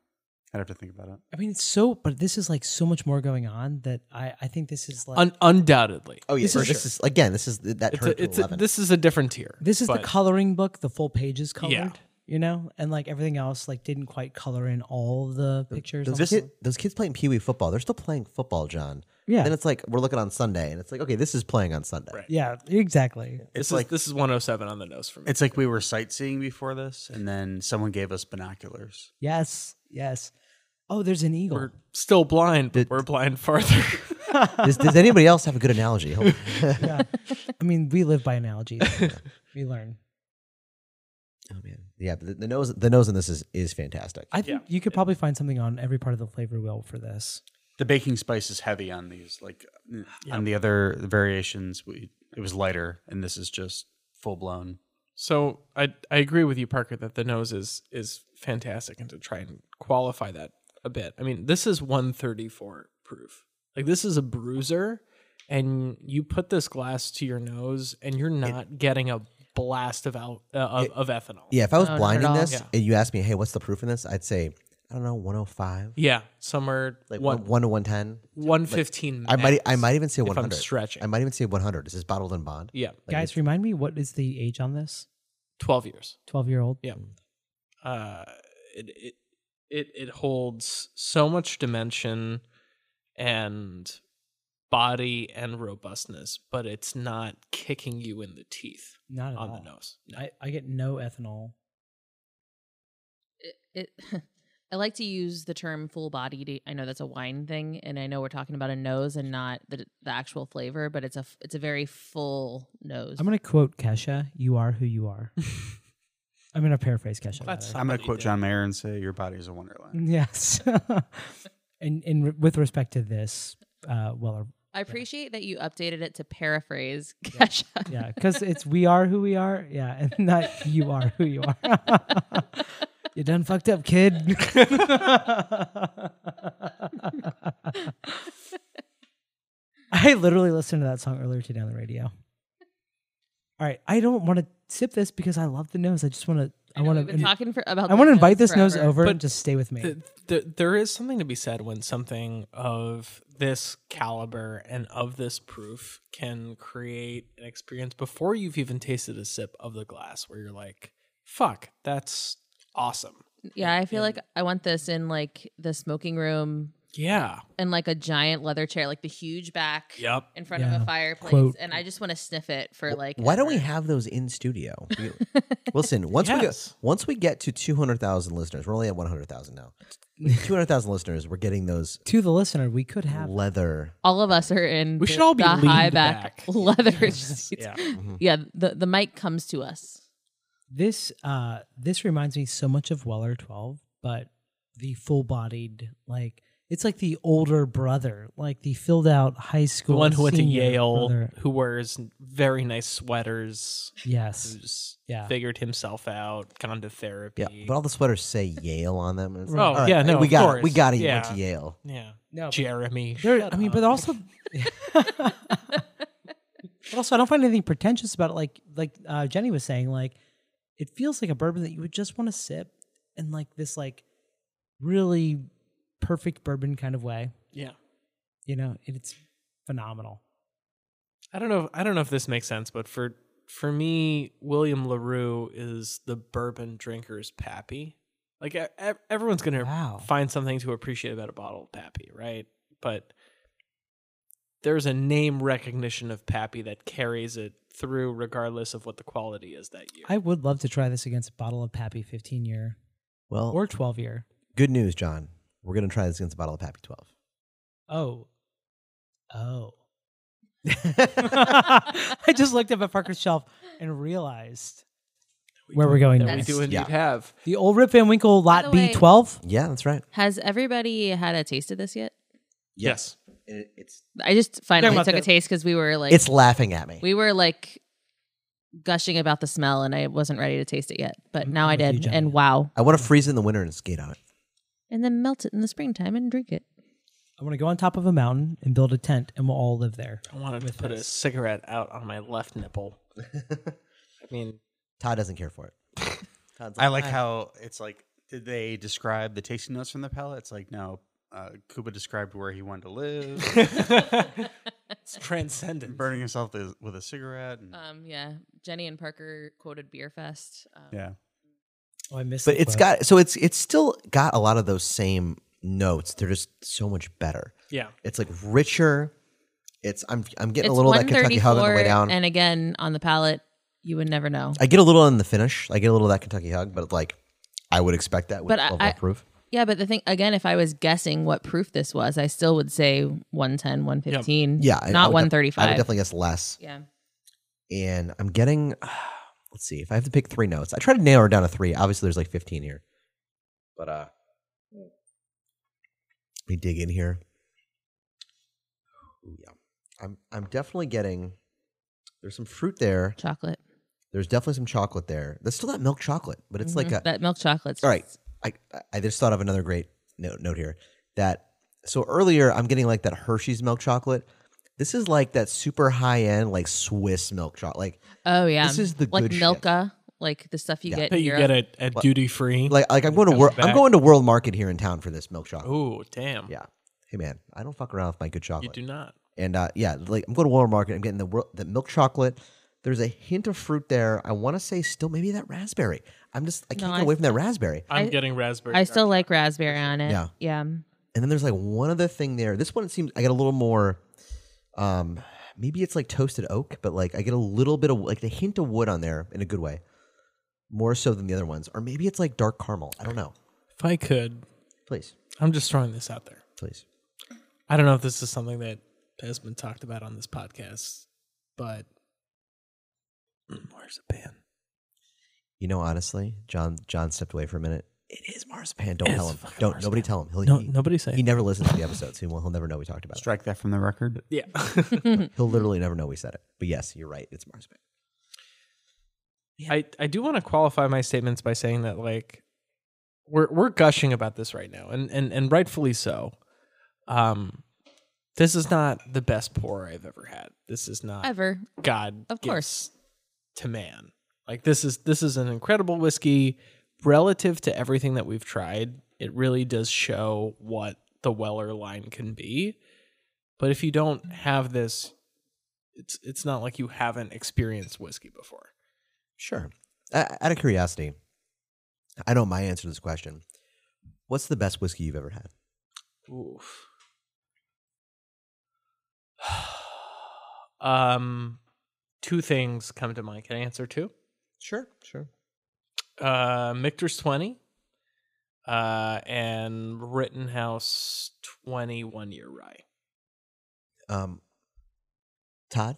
Speaker 4: I'd have to think about it.
Speaker 2: I mean it's so but this is like so much more going on that I I think this is like
Speaker 5: Un- undoubtedly.
Speaker 1: Oh yeah,
Speaker 2: This
Speaker 1: this,
Speaker 2: is-
Speaker 1: is, this is again. This is th- that
Speaker 5: It's
Speaker 1: turned
Speaker 5: a, it's
Speaker 1: to
Speaker 5: a,
Speaker 1: 11.
Speaker 5: this is a different tier.
Speaker 2: This is
Speaker 5: but-
Speaker 2: the coloring book. The full page is colored.
Speaker 5: Yeah.
Speaker 2: You know, and like everything else, like didn't quite color in all the pictures.
Speaker 1: those,
Speaker 2: on the-
Speaker 1: kid, those kids playing pee wee football. They're still playing football, John.
Speaker 2: Yeah.
Speaker 1: Then it's like we're looking on Sunday, and it's like okay, this is playing on Sunday.
Speaker 5: Right.
Speaker 2: yeah, exactly.
Speaker 5: this is this is 107 on the nose for me.
Speaker 4: It's like we were sightseeing before this, and then someone gave us binoculars.
Speaker 2: Yes, yes. Oh, there's an eagle.
Speaker 5: we're still blind, but
Speaker 1: Did-
Speaker 5: we're blind farther.
Speaker 1: Does, does anybody else have a good analogy? Oh, Hold on.
Speaker 2: yeah. I mean, we live by analogy. we learn.
Speaker 1: Oh man, yeah. But the, the nose, the nose in this is is fantastic.
Speaker 2: I think you could probably find something on every part of the flavor wheel for this.
Speaker 4: The baking spice is heavy on these. Like mm, on the other variations, we it was lighter, and this is just full blown.
Speaker 5: So I I agree with you, Parker, that the nose is is fantastic, and to try and qualify that a bit. I mean, this is 134 proof. Like this is a bruiser, and you put this glass to your nose, and you're not getting a blast of al- uh, of, of ethanol.
Speaker 1: Yeah, if I was
Speaker 3: No, not at
Speaker 1: blinding
Speaker 3: all.
Speaker 1: this
Speaker 5: Yeah.
Speaker 1: and you asked me, hey, what's the proof in this? I'd say, I don't know, 105,
Speaker 5: Yeah, somewhere
Speaker 1: like
Speaker 5: one,
Speaker 1: one, 1 to 110.
Speaker 5: 115.
Speaker 1: I might I
Speaker 5: max.
Speaker 1: might even say
Speaker 5: if I'm
Speaker 1: 100.
Speaker 5: stretching.
Speaker 1: I might even say 100. Is this bottled in bond?
Speaker 5: Yeah,
Speaker 2: Guys, remind me what is the age on this?
Speaker 5: 12 years.
Speaker 2: 12 year old?
Speaker 5: Yeah. Uh, it, it it it holds so much dimension and body and robustness, but it's not kicking you in the teeth
Speaker 2: Not at
Speaker 5: on
Speaker 2: all.
Speaker 5: the nose.
Speaker 2: I, I get no ethanol.
Speaker 3: it, it I like to use the term full bodied. I know that's a wine thing, and I know we're talking about a nose and not the, the actual flavor, but it's a f- it's a very full nose.
Speaker 2: I'm going to quote Kesha You are who you are. I'm going to paraphrase Kesha.
Speaker 5: That's
Speaker 2: rather.
Speaker 4: I'm
Speaker 5: Somebody
Speaker 4: going to quote
Speaker 5: did.
Speaker 4: John Mayer and say, "Your body is a wonderland."
Speaker 2: Yes. and and re- with respect to this, uh, well,
Speaker 3: I appreciate that you updated it to paraphrase Kesha.
Speaker 2: yeah, because it's we are who we are. Yeah, and not you are who you are. you done fucked up, kid. I literally listened to that song earlier today on the radio. All right, I don't want to sip this because I love the nose. I just want to. I,
Speaker 3: know
Speaker 2: want
Speaker 3: we've
Speaker 2: to.
Speaker 3: been talking for, about.
Speaker 2: I want to invite this nose
Speaker 3: forever.
Speaker 2: over
Speaker 5: But
Speaker 2: and just stay with me.
Speaker 5: Th th there is something to be said when something of this caliber and of this proof can create an experience before you've even tasted a sip of the glass where you're like, fuck, that's awesome.
Speaker 3: Yeah, I feel like I want this in like the smoking room
Speaker 5: Yeah.
Speaker 3: in like a giant leather chair, like the huge back
Speaker 5: Yep.
Speaker 3: in front of
Speaker 2: Yeah.
Speaker 3: a fireplace,
Speaker 2: Quote.
Speaker 3: and I just want to sniff it for like.
Speaker 1: Why don't we
Speaker 3: ever.
Speaker 1: have those in studio? We- Listen, once we get
Speaker 5: Yes.
Speaker 1: once we get to 200,000 listeners, we're only at 100,000 now. 200,000 listeners, we're getting those
Speaker 2: to the listener, we could have
Speaker 1: leather.
Speaker 3: all of us are in
Speaker 5: We
Speaker 3: the,
Speaker 5: should all be
Speaker 3: the
Speaker 5: leaned
Speaker 3: high back,
Speaker 5: back.
Speaker 3: leather seats.
Speaker 5: Yeah.
Speaker 3: Yeah, the, the mic comes to us.
Speaker 2: This uh this reminds me so much of Weller 12, but the full-bodied like it's like the older brother, like the filled out high
Speaker 5: The
Speaker 2: school
Speaker 5: one who went to
Speaker 2: senior
Speaker 5: Yale,
Speaker 2: brother.
Speaker 5: who wears very nice sweaters,
Speaker 2: Yes.
Speaker 5: who's
Speaker 2: Yeah.
Speaker 5: figured himself out, gone to therapy.
Speaker 1: Yeah, but all the sweaters say Yale on them. and it's
Speaker 5: Oh,
Speaker 1: like, all right,
Speaker 5: yeah, no,
Speaker 1: we
Speaker 5: of
Speaker 1: got it.
Speaker 5: course.
Speaker 1: We got it. You
Speaker 5: Yeah.
Speaker 1: went to Yale.
Speaker 5: yeah.
Speaker 2: No. but
Speaker 5: Jeremy.
Speaker 2: there-
Speaker 5: shut
Speaker 2: I mean, but
Speaker 5: up.
Speaker 2: also But also I don't find anything pretentious about it like like uh, Jenny was saying like it feels like a bourbon that you would just want to sip in like this like really perfect bourbon kind of way.
Speaker 5: yeah.
Speaker 2: You know, it's phenomenal.
Speaker 5: I don't know. If, I don't know if this makes sense, but for for me, William Larue is the bourbon drinker's pappy. Like e- e- everyone's gonna
Speaker 2: Wow.
Speaker 5: find something to appreciate about a bottle of pappy, right? But there's a name recognition of pappy that carries it through, regardless of what the quality is that year.
Speaker 2: I would love to try this against a bottle of Pappy 15 year
Speaker 1: Well,
Speaker 2: or 12 year.
Speaker 1: good news, John. We're gonna try this against a bottle of Pappy 12.
Speaker 2: Oh. Oh. I just looked up at Parker's shelf and realized where we're going
Speaker 5: we
Speaker 2: next.
Speaker 5: do indeed
Speaker 1: Yeah.
Speaker 5: have.
Speaker 2: the old Rip Van Winkle
Speaker 3: the
Speaker 2: Lot
Speaker 3: way-
Speaker 2: B12.
Speaker 1: Yeah, that's right.
Speaker 3: Has everybody had a taste of this yet?
Speaker 5: Yes.
Speaker 1: It- it's
Speaker 3: I just finally
Speaker 2: about
Speaker 3: took a
Speaker 2: the-
Speaker 3: taste because we were like
Speaker 1: it's laughing at me.
Speaker 3: we were like gushing about the smell, and I wasn't ready to taste it yet, but now I
Speaker 2: with you,
Speaker 3: did,
Speaker 2: Jenny.
Speaker 3: and wow!
Speaker 1: I want to freeze it in the winter and skate on it.
Speaker 3: And then melt it in the springtime and drink it.
Speaker 2: I'm going to go on top of a mountain and build a tent and we'll all live there.
Speaker 5: I wanted to put a cigarette out on my left nipple. I mean,
Speaker 1: Todd doesn't care for it. Todd's
Speaker 4: I like how it's like. Did they describe the tasting notes from the palate? It's like no. Uh, Cuba described where he wanted to live,
Speaker 5: it's transcendent.
Speaker 4: burning himself with- with a cigarette. And,
Speaker 3: Um, yeah, Jenny and Parker quoted Beer Fest. Um,
Speaker 4: yeah,
Speaker 2: Oh, I missed
Speaker 1: but
Speaker 2: the
Speaker 1: it's
Speaker 2: quote.
Speaker 1: got so it's it's still got a lot of those same notes. They're just so much better.
Speaker 5: Yeah.
Speaker 1: It's like richer. It's I'm I'm getting
Speaker 3: It's
Speaker 1: a little of that Kentucky Hug on the way
Speaker 3: 134,
Speaker 1: down.
Speaker 3: and again on the palate, you would never know.
Speaker 1: I get a little in the finish. I get a little of that Kentucky Hug, but like I would expect that with
Speaker 3: But I-
Speaker 1: 12
Speaker 3: I-
Speaker 1: proof.
Speaker 3: Yeah, but the thing again, if I was guessing what proof this was, I still would say 110, 115.
Speaker 1: Yeah, I- I would
Speaker 3: not
Speaker 1: def- I would
Speaker 3: 135.
Speaker 1: definitely guess less.
Speaker 3: yeah.
Speaker 1: And I'm getting let's see if I have to pick three notes. I try to narrow it down to three. Obviously, there's like 15 here, but uh, let me dig in here. Ooh, yeah. I'm I'm definitely getting there's some fruit there.
Speaker 3: Chocolate.
Speaker 1: There's definitely some chocolate there. There's still that milk chocolate, but it's like
Speaker 3: Mhm.
Speaker 1: a
Speaker 3: that milk chocolate's
Speaker 1: All right. I, I just thought of another great note, note here that so earlier I'm getting like that Hershey's milk chocolate. This is like that super high end like Swiss milk chocolate. Like
Speaker 3: Oh yeah.
Speaker 1: this is the
Speaker 3: like
Speaker 1: good shit.
Speaker 3: Milka, like the stuff you
Speaker 1: Yeah.
Speaker 3: get.
Speaker 5: That
Speaker 3: in
Speaker 5: you
Speaker 3: Europe.
Speaker 5: get it at
Speaker 1: What?
Speaker 5: duty free.
Speaker 1: Like like I'm going to
Speaker 5: Comes
Speaker 1: world
Speaker 5: back.
Speaker 1: I'm going to World Market here in town for this milk chocolate.
Speaker 5: oh damn.
Speaker 1: Yeah. Hey man, I don't fuck around with my good
Speaker 5: You
Speaker 1: chocolate.
Speaker 5: do not.
Speaker 1: And uh, yeah, like I'm going to World Market. I'm getting the wor- the milk chocolate. There's a hint of fruit there. I want to say still maybe that raspberry. I'm just I
Speaker 3: No,
Speaker 1: can't
Speaker 3: I
Speaker 1: get away from that raspberry.
Speaker 5: I'm
Speaker 3: I-
Speaker 5: getting raspberry.
Speaker 3: I still like raspberry on it.
Speaker 1: Yeah.
Speaker 3: Yeah.
Speaker 1: And then there's like one other thing there. This one seems I get a little more um maybe it's like toasted oak, but like I get a little bit of like the hint of wood on there in a good way. More so than the other ones. Or maybe it's like dark caramel. I don't know.
Speaker 5: If I could,
Speaker 1: Please.
Speaker 5: I'm just throwing this out there.
Speaker 1: Please.
Speaker 5: I don't know if this is something that has been talked about on this podcast, but Mm, where's the pan?
Speaker 1: You know, honestly, John John stepped away for a minute. It is marzipan. Don't tell him.
Speaker 5: fucking
Speaker 1: Don't nobody tell him. He'll
Speaker 5: No,
Speaker 1: he,
Speaker 5: nobody say.
Speaker 1: he never listens to the episodes. He will he'll never know we talked about it.
Speaker 4: Strike that from the record.
Speaker 5: yeah.
Speaker 1: He'll literally never know we said it. But yes, you're right. It's marzipan.
Speaker 5: I, I do want to qualify my statements by saying that like we're we're gushing about this right now and and and rightfully so. Um this is not the best pour I've ever had. This is not
Speaker 3: Ever.
Speaker 5: God
Speaker 3: Of
Speaker 5: gifts
Speaker 3: course.
Speaker 5: to man. Like this is this is an incredible whiskey relative to everything that we've tried. It really does show what the Weller line can be. But if you don't
Speaker 3: Mm.
Speaker 5: have this, it's it's not like you haven't experienced whiskey before.
Speaker 1: Sure. Uh, out of curiosity, I know my answer to this question. What's the best whiskey you've ever had?
Speaker 5: Oof. um, two things come to mind. Can I answer two?
Speaker 1: Sure, sure.
Speaker 5: Uh, Michter's twenty, uh, and Rittenhouse twenty-one year rye.
Speaker 1: Um, Todd,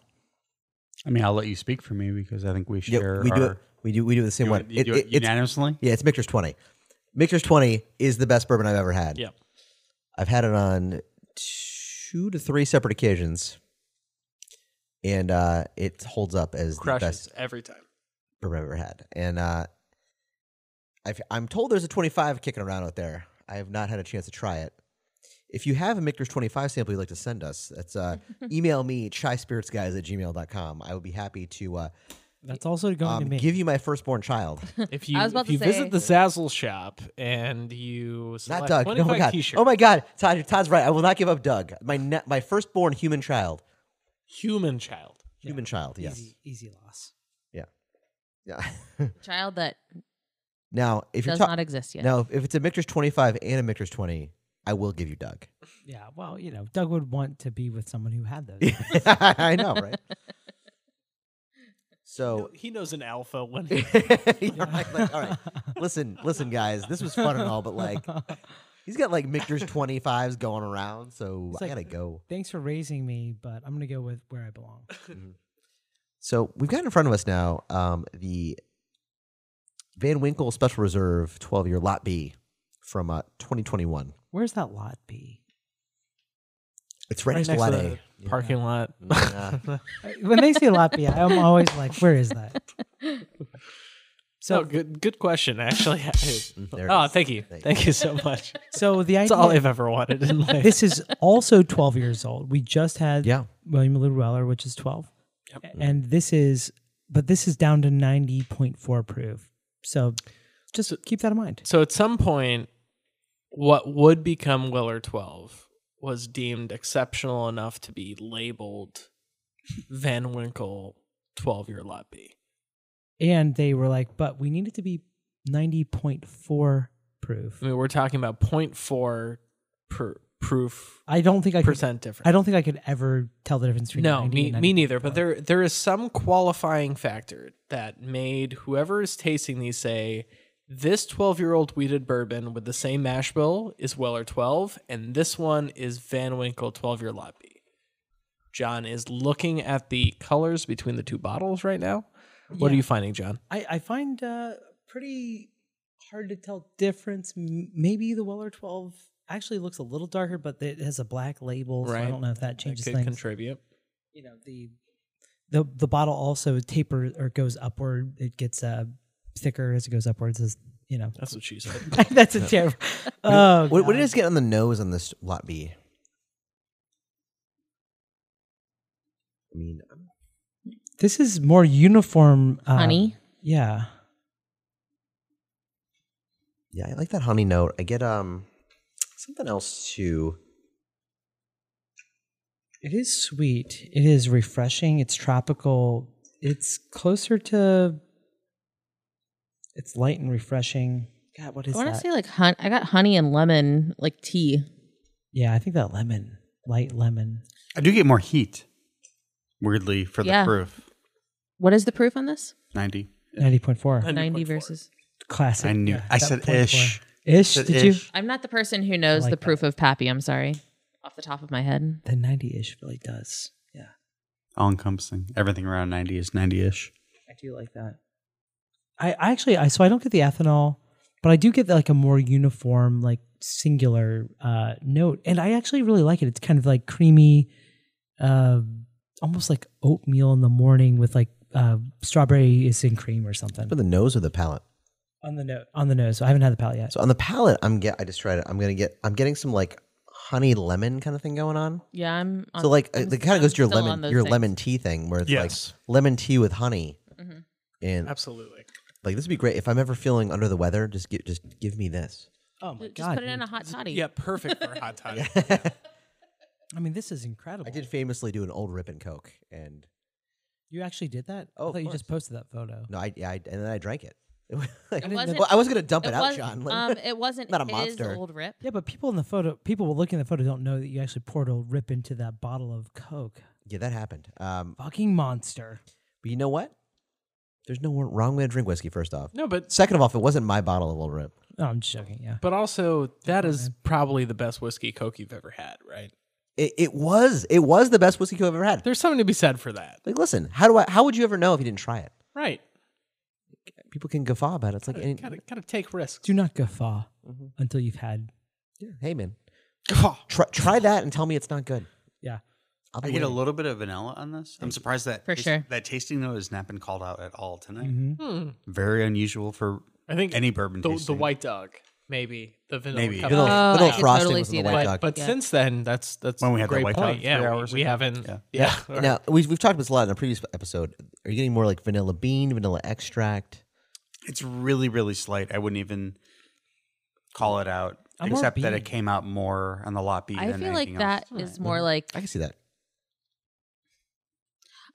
Speaker 4: I mean, I'll let you speak for me because I think we share.
Speaker 1: we do
Speaker 4: our-
Speaker 1: it. We do. We do it the same
Speaker 4: You
Speaker 1: way.
Speaker 4: want- you
Speaker 1: It-
Speaker 4: do
Speaker 1: it-
Speaker 4: it
Speaker 1: it's-
Speaker 4: unanimously.
Speaker 1: yeah, it's Michter's twenty. Michter's twenty is the best bourbon I've ever had.
Speaker 5: Yep.
Speaker 1: I've had it on two to three separate occasions, and uh, it holds up as the best
Speaker 5: Crushes every time.
Speaker 1: bourbon I've ever had. And uh, I've, I'm told there's a 25 kicking around out there. I have not had a chance to try it. If you have a Michter's 25 sample you'd like to send us, that's uh, email me, shyspiritsguys at gmail.com. I would be happy to uh,
Speaker 2: That's also going to
Speaker 1: um,
Speaker 2: me.
Speaker 1: give you my firstborn child.
Speaker 5: If you
Speaker 3: was about
Speaker 5: if you
Speaker 3: to say-
Speaker 5: visit the Zazzle shop and you
Speaker 1: not
Speaker 5: select
Speaker 1: Doug. Oh
Speaker 5: twenty-five
Speaker 1: my God.
Speaker 5: t-shirts,
Speaker 1: Oh my God. Todd, Todd's right. I will not give up Doug. My, ne- my firstborn human child.
Speaker 5: human child.
Speaker 1: Human child, yes.
Speaker 2: Easy, easy loss.
Speaker 1: Yeah.
Speaker 3: Child that
Speaker 1: now, if you're
Speaker 3: does
Speaker 1: talking.
Speaker 3: not exist yet.
Speaker 1: Now, if it's a Michter's 25 and a Michter's 20, I will give you Doug.
Speaker 2: Yeah. Well, you know, Doug would want to be with someone who had those.
Speaker 1: I know, right? So,
Speaker 5: He knows an alpha when
Speaker 1: You're
Speaker 5: he
Speaker 1: right, like, all right, listen, listen, guys, this was fun and all, but like, he's got like Michter's 25s going around, so
Speaker 2: It's
Speaker 1: I
Speaker 2: like-
Speaker 1: gotta go.
Speaker 2: Thanks for raising me, but I'm gonna go with where I belong.
Speaker 1: So, we've got in front of us now um, the Van Winkle Special Reserve 12 year Lot B from uh, 2021.
Speaker 2: Where's that lot be?
Speaker 1: It's right, next to Lot A.
Speaker 5: the parking lot.
Speaker 1: Yeah.
Speaker 2: Uh, When they say lot B, I'm always like, where is that?
Speaker 5: So
Speaker 2: So,
Speaker 5: good, good question. Actually,
Speaker 1: Mm, there it
Speaker 5: oh,
Speaker 1: is.
Speaker 5: thank you,
Speaker 1: Thank you.
Speaker 5: thank you so much.
Speaker 2: so the
Speaker 5: That's all
Speaker 2: idea.
Speaker 5: I've ever wanted in life.
Speaker 2: This is also 12 years old. We just had
Speaker 1: Yeah.
Speaker 2: William Lou Weller, which is 12. A- And this is, but this is down to 90.4 proof. So just keep that in mind.
Speaker 5: so at some point, what would become Weller Twelve was deemed exceptional enough to be labeled Van Winkle Twelve Year Lot B.
Speaker 2: And they were like, but we need it to be 90.4 proof.
Speaker 5: I mean, we're talking about 0.4 per, proof
Speaker 2: I don't think I could,
Speaker 5: percent difference.
Speaker 2: I don't think I could ever tell the difference between
Speaker 5: No,
Speaker 2: 90
Speaker 5: me,
Speaker 2: and
Speaker 5: me neither. But
Speaker 2: 90.4.
Speaker 5: there there is some qualifying factor that made whoever is tasting these say this 12 year old weeded bourbon with the same mash bill is Weller 12, and this one is Van Winkle 12 year lot B. John is looking at the colors between the two bottles right now. What are
Speaker 2: Yeah.
Speaker 5: you finding, John?
Speaker 2: I, I find uh, pretty hard to tell difference. M- Maybe the Weller 12 actually looks a little darker, but it has a black label. So I
Speaker 5: Right.
Speaker 2: don't know if that
Speaker 5: That
Speaker 2: changes
Speaker 5: could
Speaker 2: things.
Speaker 5: contribute.
Speaker 2: you know the the the bottle also taper or goes upward. It gets uh, thicker as it goes upwards. As you know,
Speaker 5: That's what she said.
Speaker 2: that's a terrible. Oh,
Speaker 1: What, what
Speaker 2: God.
Speaker 1: did it get on the nose on this lot B? I mean,
Speaker 2: This is more uniform. uh,
Speaker 3: honey.
Speaker 2: Yeah.
Speaker 1: yeah, I like that honey note. I get um something else too.
Speaker 2: It is sweet. It is refreshing. It's tropical. It's closer to. It's light and refreshing. God, what is
Speaker 3: I want
Speaker 2: that?
Speaker 3: to say like hun- I got honey and lemon like tea.
Speaker 2: yeah, I think that lemon, light lemon.
Speaker 4: I do get more heat, weirdly, for the
Speaker 3: Yeah.
Speaker 4: proof.
Speaker 3: What is the proof on this?
Speaker 4: 90.
Speaker 2: Ninety point four,
Speaker 3: Ninety versus.
Speaker 2: classic.
Speaker 4: I knew.
Speaker 2: Yeah,
Speaker 4: I
Speaker 2: that
Speaker 4: said
Speaker 2: 0.4.
Speaker 4: ish.
Speaker 2: Ish.
Speaker 4: Said
Speaker 2: Did you?
Speaker 4: ish.
Speaker 3: I'm not the person who knows
Speaker 2: like
Speaker 3: the
Speaker 2: that.
Speaker 3: proof of Pappy. I'm sorry, off the top of my head.
Speaker 2: The ninety ish really does. Yeah,
Speaker 4: All encompassing. Everything around 90 is 90 ish.
Speaker 2: I do like that. I, I actually, I so I don't get the ethanol, but I do get like a more uniform, like singular uh, note, and I actually really like it. It's kind of like creamy, uh, almost like oatmeal in the morning with like uh, strawberry is in cream or something
Speaker 1: For the nose or the palate?
Speaker 2: on the note on the nose. I haven't had the palate yet.
Speaker 1: So on the palate, I'm get. I just tried it. I'm gonna get. I'm getting some like honey lemon kind of thing going on.
Speaker 3: Yeah, I'm. On,
Speaker 1: so like
Speaker 3: I'm
Speaker 1: it
Speaker 3: s-
Speaker 1: kind of goes
Speaker 3: I'm
Speaker 1: to your
Speaker 3: still on
Speaker 1: lemon
Speaker 3: those
Speaker 1: your
Speaker 3: things.
Speaker 1: lemon tea thing where it's
Speaker 5: Yes.
Speaker 1: like lemon tea with honey,
Speaker 3: Mhm.
Speaker 1: and
Speaker 5: Absolutely.
Speaker 1: like this would be great if I'm ever feeling under the weather. Just give just give me this.
Speaker 2: Oh my
Speaker 3: Just
Speaker 2: god!
Speaker 3: put it in
Speaker 2: dude.
Speaker 3: a hot toddy.
Speaker 5: Yeah, perfect for a hot toddy.
Speaker 2: I mean, this is incredible.
Speaker 1: I did famously do an old rip and coke, and
Speaker 2: You actually did that?
Speaker 1: Oh,
Speaker 2: I
Speaker 1: of
Speaker 2: thought you just
Speaker 1: course.
Speaker 2: posted that photo.
Speaker 1: no, I, yeah, I and then I drank it. Like,
Speaker 3: didn't know-
Speaker 1: well, I was gonna dump it, out,
Speaker 3: was,
Speaker 1: John. Like,
Speaker 3: Um, it wasn't
Speaker 1: Not a
Speaker 3: his
Speaker 1: monster.
Speaker 3: old rip.
Speaker 2: Yeah, but people in the photo, people will look in the photo, don't know that you actually poured a rip into that bottle of Coke.
Speaker 1: yeah, that happened. Um,
Speaker 2: Fucking monster.
Speaker 1: but you know what? There's no wrong way to drink whiskey. First off,
Speaker 5: No, but
Speaker 1: second of all, if it wasn't my bottle of old rip.
Speaker 2: No, Oh, I'm just joking. Yeah.
Speaker 5: but also that is probably the best whiskey coke you've ever had, right?
Speaker 1: It, it was it was the best whiskey coke I've ever had.
Speaker 5: There's something to be said for that,
Speaker 1: Like, listen, how do I? How would you ever know if you didn't try it?
Speaker 5: right?
Speaker 1: People can guffaw about it. It's like, any,
Speaker 5: Gotta gotta take risks.
Speaker 2: Do not guffaw
Speaker 1: Mm-hmm.
Speaker 2: until you've had.
Speaker 1: hey man, try, try that and tell me it's not good.
Speaker 2: Yeah.
Speaker 1: I'll be
Speaker 4: I get a
Speaker 1: waiting.
Speaker 4: little bit of vanilla on this. I'm surprised that
Speaker 3: For
Speaker 4: taste-
Speaker 3: sure.
Speaker 4: that tasting note has not been called out at all tonight.
Speaker 2: Mm-hmm.
Speaker 5: Hmm.
Speaker 4: Very unusual for
Speaker 5: I think
Speaker 4: any bourbon
Speaker 5: the, the
Speaker 4: tasting.
Speaker 5: white dog, maybe the vanilla.
Speaker 4: Maybe.
Speaker 5: cup-
Speaker 1: Vanilla-
Speaker 3: Oh,
Speaker 1: vanilla
Speaker 3: I could
Speaker 1: frosting
Speaker 3: totally
Speaker 1: was in
Speaker 3: see
Speaker 1: the
Speaker 3: that.
Speaker 1: white
Speaker 5: but
Speaker 1: dog.
Speaker 5: but
Speaker 3: Yeah.
Speaker 5: since then, that's that's
Speaker 4: When we
Speaker 5: a
Speaker 4: had that
Speaker 5: great
Speaker 4: white
Speaker 5: point.
Speaker 4: dog
Speaker 5: yeah,
Speaker 4: three
Speaker 5: we,
Speaker 4: hours
Speaker 5: we
Speaker 4: ago.
Speaker 5: haven't.
Speaker 4: Yeah.
Speaker 5: Yeah,
Speaker 1: Now we've we've talked about this a lot in a previous episode. Are you getting more like vanilla bean, vanilla extract?
Speaker 4: It's really, really slight. I wouldn't even call it out,
Speaker 2: I'm more
Speaker 4: except that it
Speaker 2: bean.
Speaker 4: came out more on the lot B
Speaker 3: I
Speaker 4: than
Speaker 3: feel like
Speaker 4: anything else.
Speaker 3: that is more like
Speaker 1: I can see that.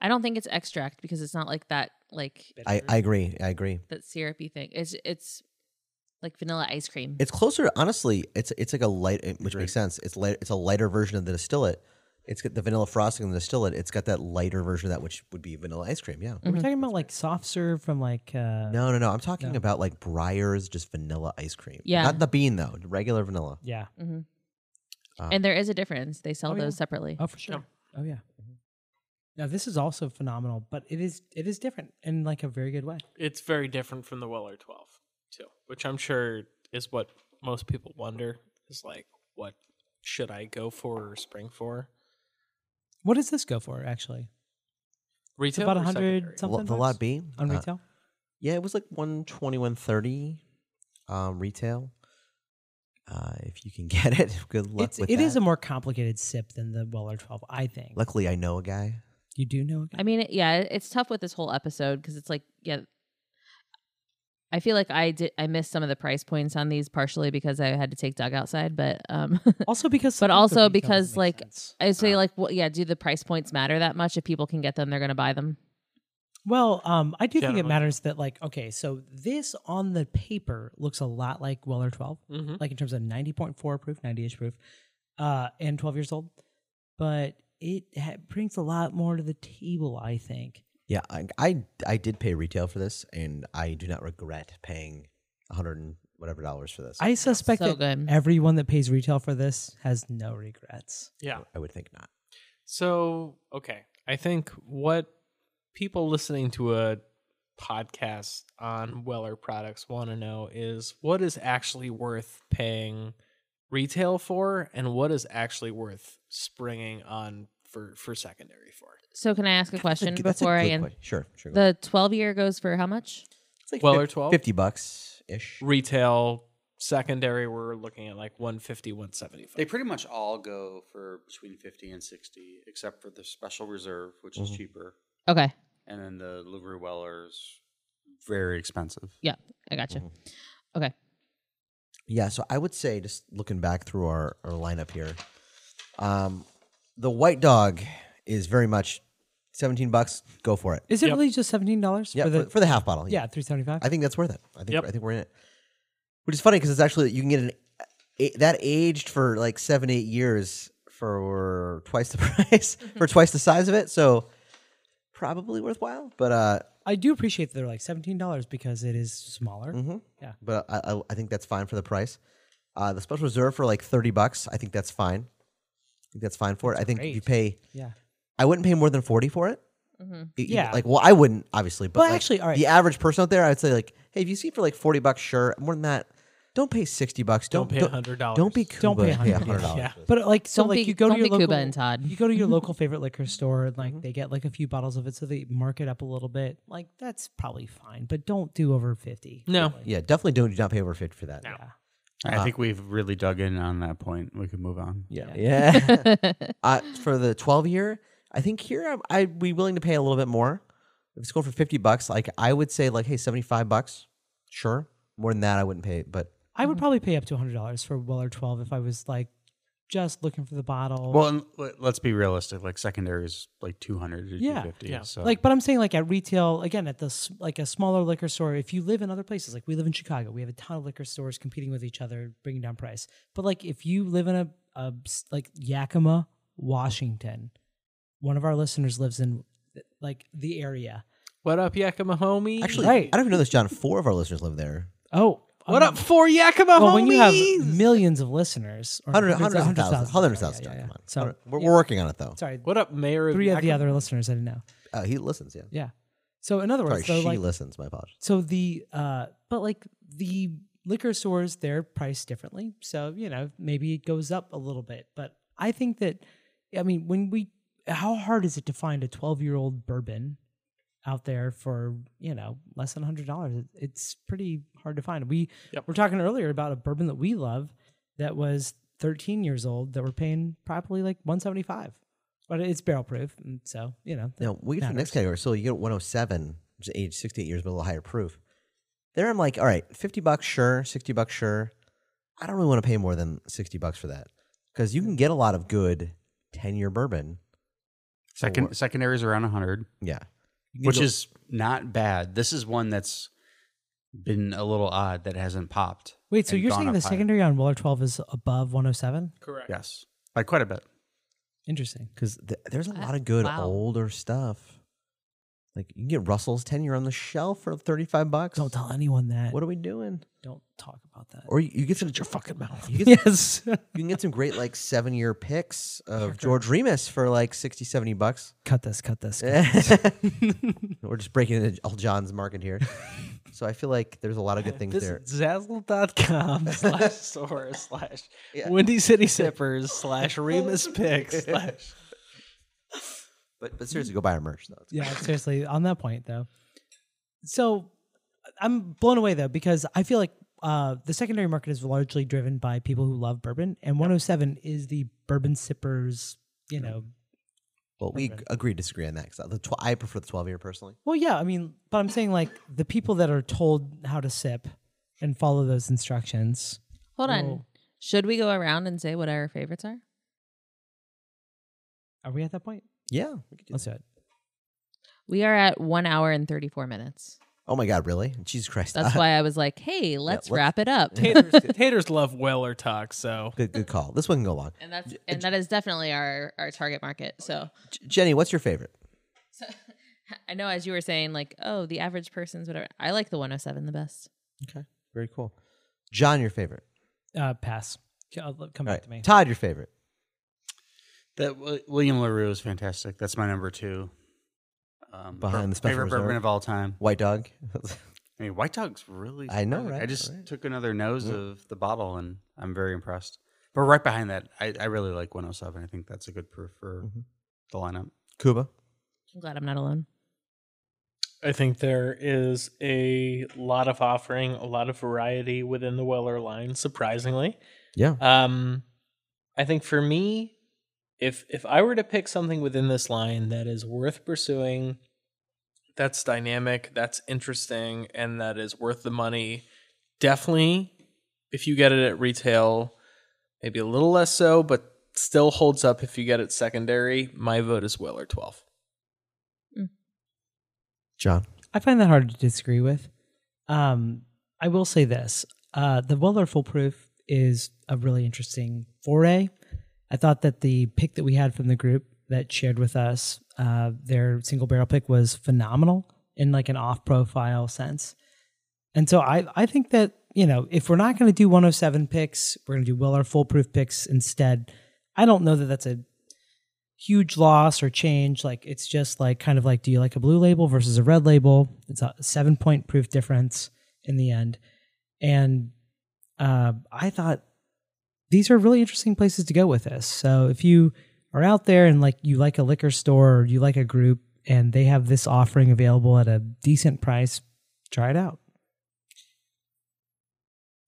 Speaker 3: I don't think it's extract because it's not like that like
Speaker 1: I, I agree. I agree.
Speaker 3: that syrupy thing. It's it's like vanilla ice cream.
Speaker 1: It's closer. Honestly, it's it's like a light, which makes sense. It's light. It's a lighter version of the distillate. It's got the vanilla frosting in the distillate. It's got that lighter version of that, which would be vanilla ice cream. Yeah.
Speaker 3: Mm-hmm.
Speaker 2: We're talking about like soft serve from like. Uh,
Speaker 1: No, no, no. I'm talking about like Breyer's just vanilla ice cream.
Speaker 3: Yeah.
Speaker 1: Not the bean though, regular vanilla.
Speaker 2: Yeah.
Speaker 3: hmm
Speaker 1: Ah.
Speaker 3: and there is a difference. They sell
Speaker 2: Oh, yeah.
Speaker 3: those separately.
Speaker 2: Oh, for sure. Oh, yeah.
Speaker 1: Mm-hmm.
Speaker 2: Now, this is also phenomenal, but it is it is different in like a very good way.
Speaker 5: it's very different from the Weller 12 too, which I'm sure is what most people wonder is like what should I go for or spring for?
Speaker 2: What does this go for, actually?
Speaker 5: Retail
Speaker 2: about
Speaker 5: or
Speaker 2: 100
Speaker 5: secondary?
Speaker 1: The
Speaker 2: something
Speaker 1: lo- the
Speaker 2: bucks?
Speaker 1: lot B
Speaker 2: On
Speaker 1: uh,
Speaker 2: retail?
Speaker 1: yeah, it was like 120, 130 um, retail. Uh, if you can get it, good luck
Speaker 2: It's,
Speaker 1: with
Speaker 2: it
Speaker 1: that.
Speaker 2: is a more complicated sip than the Weller 12, I think.
Speaker 1: Luckily, I know a guy.
Speaker 2: you do know it.
Speaker 3: I mean, it- yeah, it- it's tough with this whole episode because it's like, yeah, I feel like I did I missed some of the price points on these partially because I had to take Doug outside, but um,
Speaker 2: Also because. sometimes
Speaker 3: But
Speaker 2: the
Speaker 3: also
Speaker 2: retail
Speaker 3: because,
Speaker 2: doesn't make
Speaker 3: like,
Speaker 2: sense.
Speaker 3: I
Speaker 1: Uh-huh.
Speaker 3: say like, well, yeah, do the price points matter that much? If people can get them, they're gonna buy them.
Speaker 2: Well, um, I do think it
Speaker 5: Generally.
Speaker 2: matters that, like, okay, so this on the paper looks a lot like Weller 12,
Speaker 5: Mhm.
Speaker 2: like in terms of 90.4 proof, 90 ish proof, uh, and 12 years old. But it ha- brings a lot more to the table, I think.
Speaker 1: Yeah, I, I I did pay retail for this, and I do not regret paying a hundred and whatever dollars for this.
Speaker 2: I suspect
Speaker 3: so
Speaker 2: that
Speaker 3: good.
Speaker 2: everyone that pays retail for this has no regrets.
Speaker 5: Yeah.
Speaker 1: I would think not.
Speaker 5: So, okay. I think what people listening to a podcast on Weller products want to know is what is actually worth paying
Speaker 6: retail for and what is actually worth springing on for for secondary for.
Speaker 3: So can I ask a question
Speaker 1: That's a
Speaker 3: before I
Speaker 1: good
Speaker 3: end?
Speaker 1: question. Sure, sure.
Speaker 3: The 12 year goes for how much?
Speaker 1: It's like
Speaker 6: Well,
Speaker 1: fif-
Speaker 6: or 12?
Speaker 1: 50 bucks ish.
Speaker 6: Retail secondary we're looking at like 150 175.
Speaker 4: They pretty much all go for between 50 and 60, except for the special reserve, which is cheaper.
Speaker 3: Okay.
Speaker 4: And then the Lugru Weller's very expensive.
Speaker 3: Yeah, I got you.
Speaker 1: Mm-hmm.
Speaker 3: Okay.
Speaker 1: Yeah, so I would say just looking back through our, our lineup here, um, the white dog is very much 17 bucks. Go for it.
Speaker 2: Is it
Speaker 6: Yep.
Speaker 2: really just seventeen dollars
Speaker 1: Yeah,
Speaker 2: for
Speaker 1: for
Speaker 2: the?
Speaker 1: for, the half bottle.
Speaker 2: yeah, three seventy five.
Speaker 1: I think that's worth it. I think
Speaker 6: Yep.
Speaker 1: I think we're in it. Which is funny because it's actually you can get an a, that aged for like seven eight years for twice the price for twice the size of it. So probably worthwhile. But uh,
Speaker 2: I do appreciate that they're like seventeen dollars because it is smaller.
Speaker 1: Mm-hmm. but I, I, I think that's fine for the price. Uh, the special reserve for like thirty bucks. I think that's fine. I think that's fine for it. I think if you pay,
Speaker 2: Yeah.
Speaker 1: I wouldn't pay more than forty for it. E- even-
Speaker 2: Yeah.
Speaker 1: like well, I wouldn't obviously, but
Speaker 2: Well,
Speaker 1: like,
Speaker 2: actually, all right.
Speaker 1: the average person out there, I'd say like, hey, if you see it for like forty bucks, sure. More than that, don't pay sixty bucks. Don't,
Speaker 6: pay $100.
Speaker 1: Don't be
Speaker 2: Don't
Speaker 1: Cuba
Speaker 2: pay
Speaker 1: and pay
Speaker 2: $100.
Speaker 1: $100.
Speaker 6: Yeah.
Speaker 2: But like, so
Speaker 3: Don't
Speaker 2: like
Speaker 3: be-
Speaker 2: you go
Speaker 3: don't
Speaker 2: to your
Speaker 3: be
Speaker 2: local,
Speaker 3: Cuba and Todd. Mm-hmm.
Speaker 2: You go to your local favorite liquor store, and like they get like a few bottles of it, so they mark it up a little bit. Like that's probably fine, but don't do over fifty.
Speaker 6: No.
Speaker 1: Yeah, definitely don't do not pay over fifty for that.
Speaker 4: I think we've really dug in on that point. We could move on.
Speaker 1: Yeah, yeah. uh, for the twelve year, I think here I'm, I'd be willing to pay a little bit more. If it's going for fifty bucks, like I would say, like hey, seventy five bucks, sure. More than that, I wouldn't pay. But
Speaker 2: I
Speaker 3: Mm-hmm.
Speaker 2: would probably pay up to hundred dollars for Weller twelve if I was like just looking for the bottle.
Speaker 4: Well, and let- let's be realistic. Like secondary is like 200 to
Speaker 2: Yeah.
Speaker 4: 250.
Speaker 6: Yeah.
Speaker 4: So
Speaker 2: like, but I'm saying like at retail again at this like a smaller liquor store. If you live in other places, like we live in Chicago, we have a ton of liquor stores competing with each other, bringing down price. But like if you live in a, a s- like Yakima, Washington, one of our listeners lives in like the area.
Speaker 6: What up Yakima homie?
Speaker 1: actually,
Speaker 2: Right.
Speaker 1: I don't even know this, John. Four of our listeners live there.
Speaker 2: Oh,
Speaker 6: what up for Yakima
Speaker 2: Well,
Speaker 6: homies?
Speaker 2: when you have millions of listeners, or
Speaker 1: Hundred,
Speaker 2: hundreds
Speaker 1: hundred, hundred
Speaker 2: of- hundreds of
Speaker 1: thousand, hundred thousand.
Speaker 2: yeah, yeah,
Speaker 1: John,
Speaker 2: yeah.
Speaker 1: come on.
Speaker 2: So
Speaker 1: we're, we're working on it though.
Speaker 2: sorry,
Speaker 6: what up mayor of
Speaker 2: three of the
Speaker 6: Yakima?
Speaker 2: other listeners I didn't know.
Speaker 1: Uh, he listens. Yeah.
Speaker 2: Yeah. So in other
Speaker 1: Sorry,
Speaker 2: words,
Speaker 1: she
Speaker 2: though, like,
Speaker 1: listens. My apologies.
Speaker 2: so the uh, but like the liquor stores, they're priced differently. So you know, maybe it goes up a little bit. But I think that, I mean, when we, how hard is it to find a twelve-year-old bourbon out there for you know less than hundred dollars? It's pretty hard to find. We
Speaker 6: Yep.
Speaker 2: we're talking earlier about a bourbon that we love that was thirteen years old that we're paying probably like one seventy-five. But it's barrel proof, and so you know.
Speaker 1: Now we get to the next category. So you get 107, which is age 68 years, but a little higher proof. There, I'm like, all right, 50 bucks, sure, 60 bucks, sure. I don't really want to pay more than 60 bucks for that because you can get a lot of good 10 year bourbon.
Speaker 4: second secondary is around 100,
Speaker 1: Yeah. You can
Speaker 4: which
Speaker 1: go-
Speaker 4: is not bad. This is one that's been a little odd that it hasn't popped.
Speaker 2: Wait, so
Speaker 4: and
Speaker 2: you're
Speaker 4: gone
Speaker 2: saying
Speaker 4: up
Speaker 2: the
Speaker 4: higher.
Speaker 2: secondary on Weller 12 is above 107?
Speaker 6: Correct.
Speaker 4: Yes, by quite a bit.
Speaker 2: Interesting.
Speaker 1: because th- there's a
Speaker 3: I-
Speaker 1: lot of good
Speaker 3: wow.
Speaker 1: older stuff. Like you can get Russell's 10 year on the shelf for 35 bucks.
Speaker 2: Don't tell anyone that.
Speaker 1: What are we doing?
Speaker 2: Don't talk about that.
Speaker 1: Or you, you get some, your fucking mouth. You get some
Speaker 2: yes.
Speaker 1: you can get some great like seven year picks of George Remus for like 60, 70 bucks.
Speaker 2: cut this, cut this. cut
Speaker 1: We're just breaking into El John's market here. So I feel like there's a lot of good things there.
Speaker 6: Visit Zazzle.com slash store slash
Speaker 1: Yeah.
Speaker 6: Windy City Sippers slash Remus Picks slash
Speaker 1: But but seriously, go buy our merch though.
Speaker 2: yeah, seriously, on that point though. So I'm blown away though because I feel like uh, the secondary market is largely driven by people who love bourbon, and 107 is the bourbon sippers. You know,
Speaker 1: Well, we agree to disagree on that because the tw- I prefer the 12 year personally.
Speaker 2: well, yeah, I mean, but I'm saying like the people that are told how to sip and follow those instructions.
Speaker 3: Hold on.
Speaker 2: Whoa.
Speaker 3: Should we go around and say what our favorites are?
Speaker 2: Are we at that point?
Speaker 1: Yeah.
Speaker 2: Let's do it.
Speaker 3: We are at one hour and 34 minutes.
Speaker 1: Oh my God, really? Jesus Christ.
Speaker 3: That's
Speaker 1: Uh,
Speaker 3: why I was like, hey, let's
Speaker 1: let's-
Speaker 3: wrap it up.
Speaker 6: taters, taters love Weller Talk, so
Speaker 1: Good, good call. This one can go long.
Speaker 3: And that's and that is definitely our our target market. So
Speaker 1: J- Jenny, what's your favorite?
Speaker 3: I know as you were saying, like, oh, the average person's whatever. I like the 107 the best.
Speaker 1: Okay. Very cool. John, your favorite.
Speaker 2: Uh, pass. C- uh, Come
Speaker 1: All
Speaker 2: back
Speaker 1: right.
Speaker 2: to me.
Speaker 1: Todd, your favorite.
Speaker 4: That Wi- William Larue is fantastic. That's my number two. Um,
Speaker 1: Behind
Speaker 4: bur-
Speaker 1: the Special
Speaker 4: favorite bourbon
Speaker 1: Reserve.
Speaker 4: of all time.
Speaker 1: White Dog.
Speaker 4: I mean, White Dog's really.
Speaker 1: I know,
Speaker 4: surprising. I
Speaker 1: right?
Speaker 4: just
Speaker 1: Right.
Speaker 4: took another nose of the bottle, and I'm very impressed. But right behind that, I, I really like 107. I think that's a good proof for
Speaker 1: Mm-hmm.
Speaker 4: the lineup.
Speaker 1: Cuba.
Speaker 3: I'm glad I'm not alone.
Speaker 5: I think there is a lot of offering, a lot of variety within the Weller line, surprisingly.
Speaker 1: Yeah.
Speaker 5: Um, I think for me, if if I were to pick something within this line that is worth pursuing, that's dynamic, that's interesting, and that is worth the money, definitely. If you get it at retail, maybe a little less so, but still holds up. If you get it secondary, my vote is Weller twelve.
Speaker 1: John.
Speaker 2: I find that hard to disagree with. Um, I will say this: uh, the Weller foolproof is a really interesting foray. I thought that the pick that we had from the group that shared with us uh, their single barrel pick was phenomenal in like an off-profile sense, and so I I think that you know if we're not going to do 107 picks, we're going to do Weller foolproof picks instead. I don't know that that's a huge loss or change. Like it's just like kind of like, do you like a blue label versus a red label? It's a seven point proof difference in the end. And uh, I thought these are really interesting places to go with this. So if you are out there and like you like a liquor store or you like a group and they have this offering available at a decent price, try it out.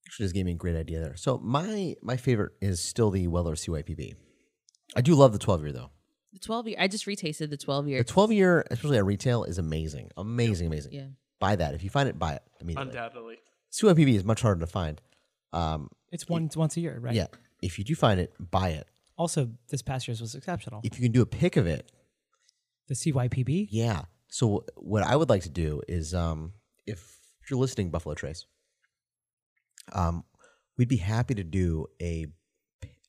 Speaker 1: Actually, just gave me a great idea there. So my my favorite is still the Weller CYPB. I do love the 12 year though.
Speaker 3: The 12 year. I just retasted the 12 year.
Speaker 1: The 12 year, especially at retail, is amazing. Amazing, amazing.
Speaker 3: Yeah.
Speaker 1: Buy that. If you find it, buy it immediately.
Speaker 5: Undoubtedly.
Speaker 1: CYPB is much harder to find. Um,
Speaker 2: It's once once a year, right?
Speaker 1: Yeah. If you do find it, buy it.
Speaker 2: Also, this past year's was exceptional.
Speaker 1: If you can do a pick of it,
Speaker 2: The CYPB.
Speaker 1: yeah. So what I would like to do is, um, if you're listening, Buffalo Trace, um, we'd be happy to do a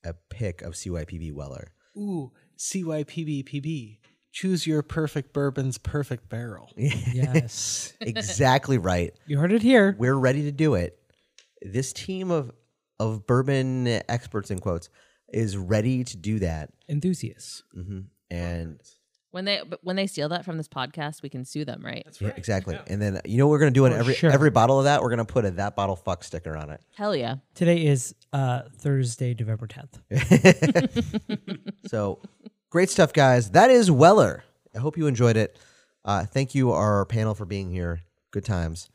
Speaker 1: a pick of CYPB Weller.
Speaker 6: Ooh, CYPBPB. Choose your perfect bourbon's perfect barrel.
Speaker 2: Yes.
Speaker 1: exactly right.
Speaker 2: you heard it here.
Speaker 1: We're ready to do it. This team of of bourbon experts in quotes is ready to do that.
Speaker 2: Enthusiasts.
Speaker 1: hmm And
Speaker 3: When they but when they steal that from this podcast, we can sue them, right?
Speaker 1: yeah, exactly. And then you know what we're gonna do on
Speaker 2: For
Speaker 1: every
Speaker 2: sure.
Speaker 1: every bottle of that, we're gonna put a that bottle fuck sticker on it.
Speaker 3: Hell yeah.
Speaker 2: Today is uh, Thursday, November 10th.
Speaker 1: so great stuff, guys. That is Weller. I hope you enjoyed it. Uh, thank you, our panel, for being here. Good times.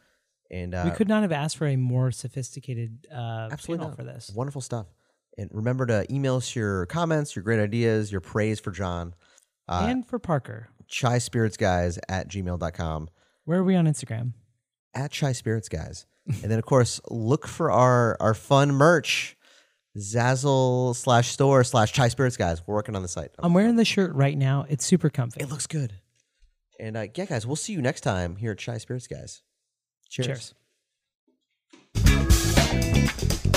Speaker 1: And uh,
Speaker 2: we could not have asked for a more sophisticated uh,
Speaker 1: absolutely
Speaker 2: panel
Speaker 1: not.
Speaker 2: for this.
Speaker 1: Wonderful stuff. And remember to email us your comments, your great ideas, your praise for John. Uh,
Speaker 2: and for Parker,
Speaker 1: Chai Spirits Guys at gmail.com.
Speaker 2: where are we on Instagram?
Speaker 1: At Chai Spirits Guys. and then, of course, look for our, our fun merch. Zazzle slash store slash Chai Spirits Guys. We're working on the site.
Speaker 2: I'm wearing the shirt right now. It's super comfy.
Speaker 1: It looks good. And uh, yeah, guys, we'll see you next time here at Chai Spirits, guys. Cheers.
Speaker 2: Cheers.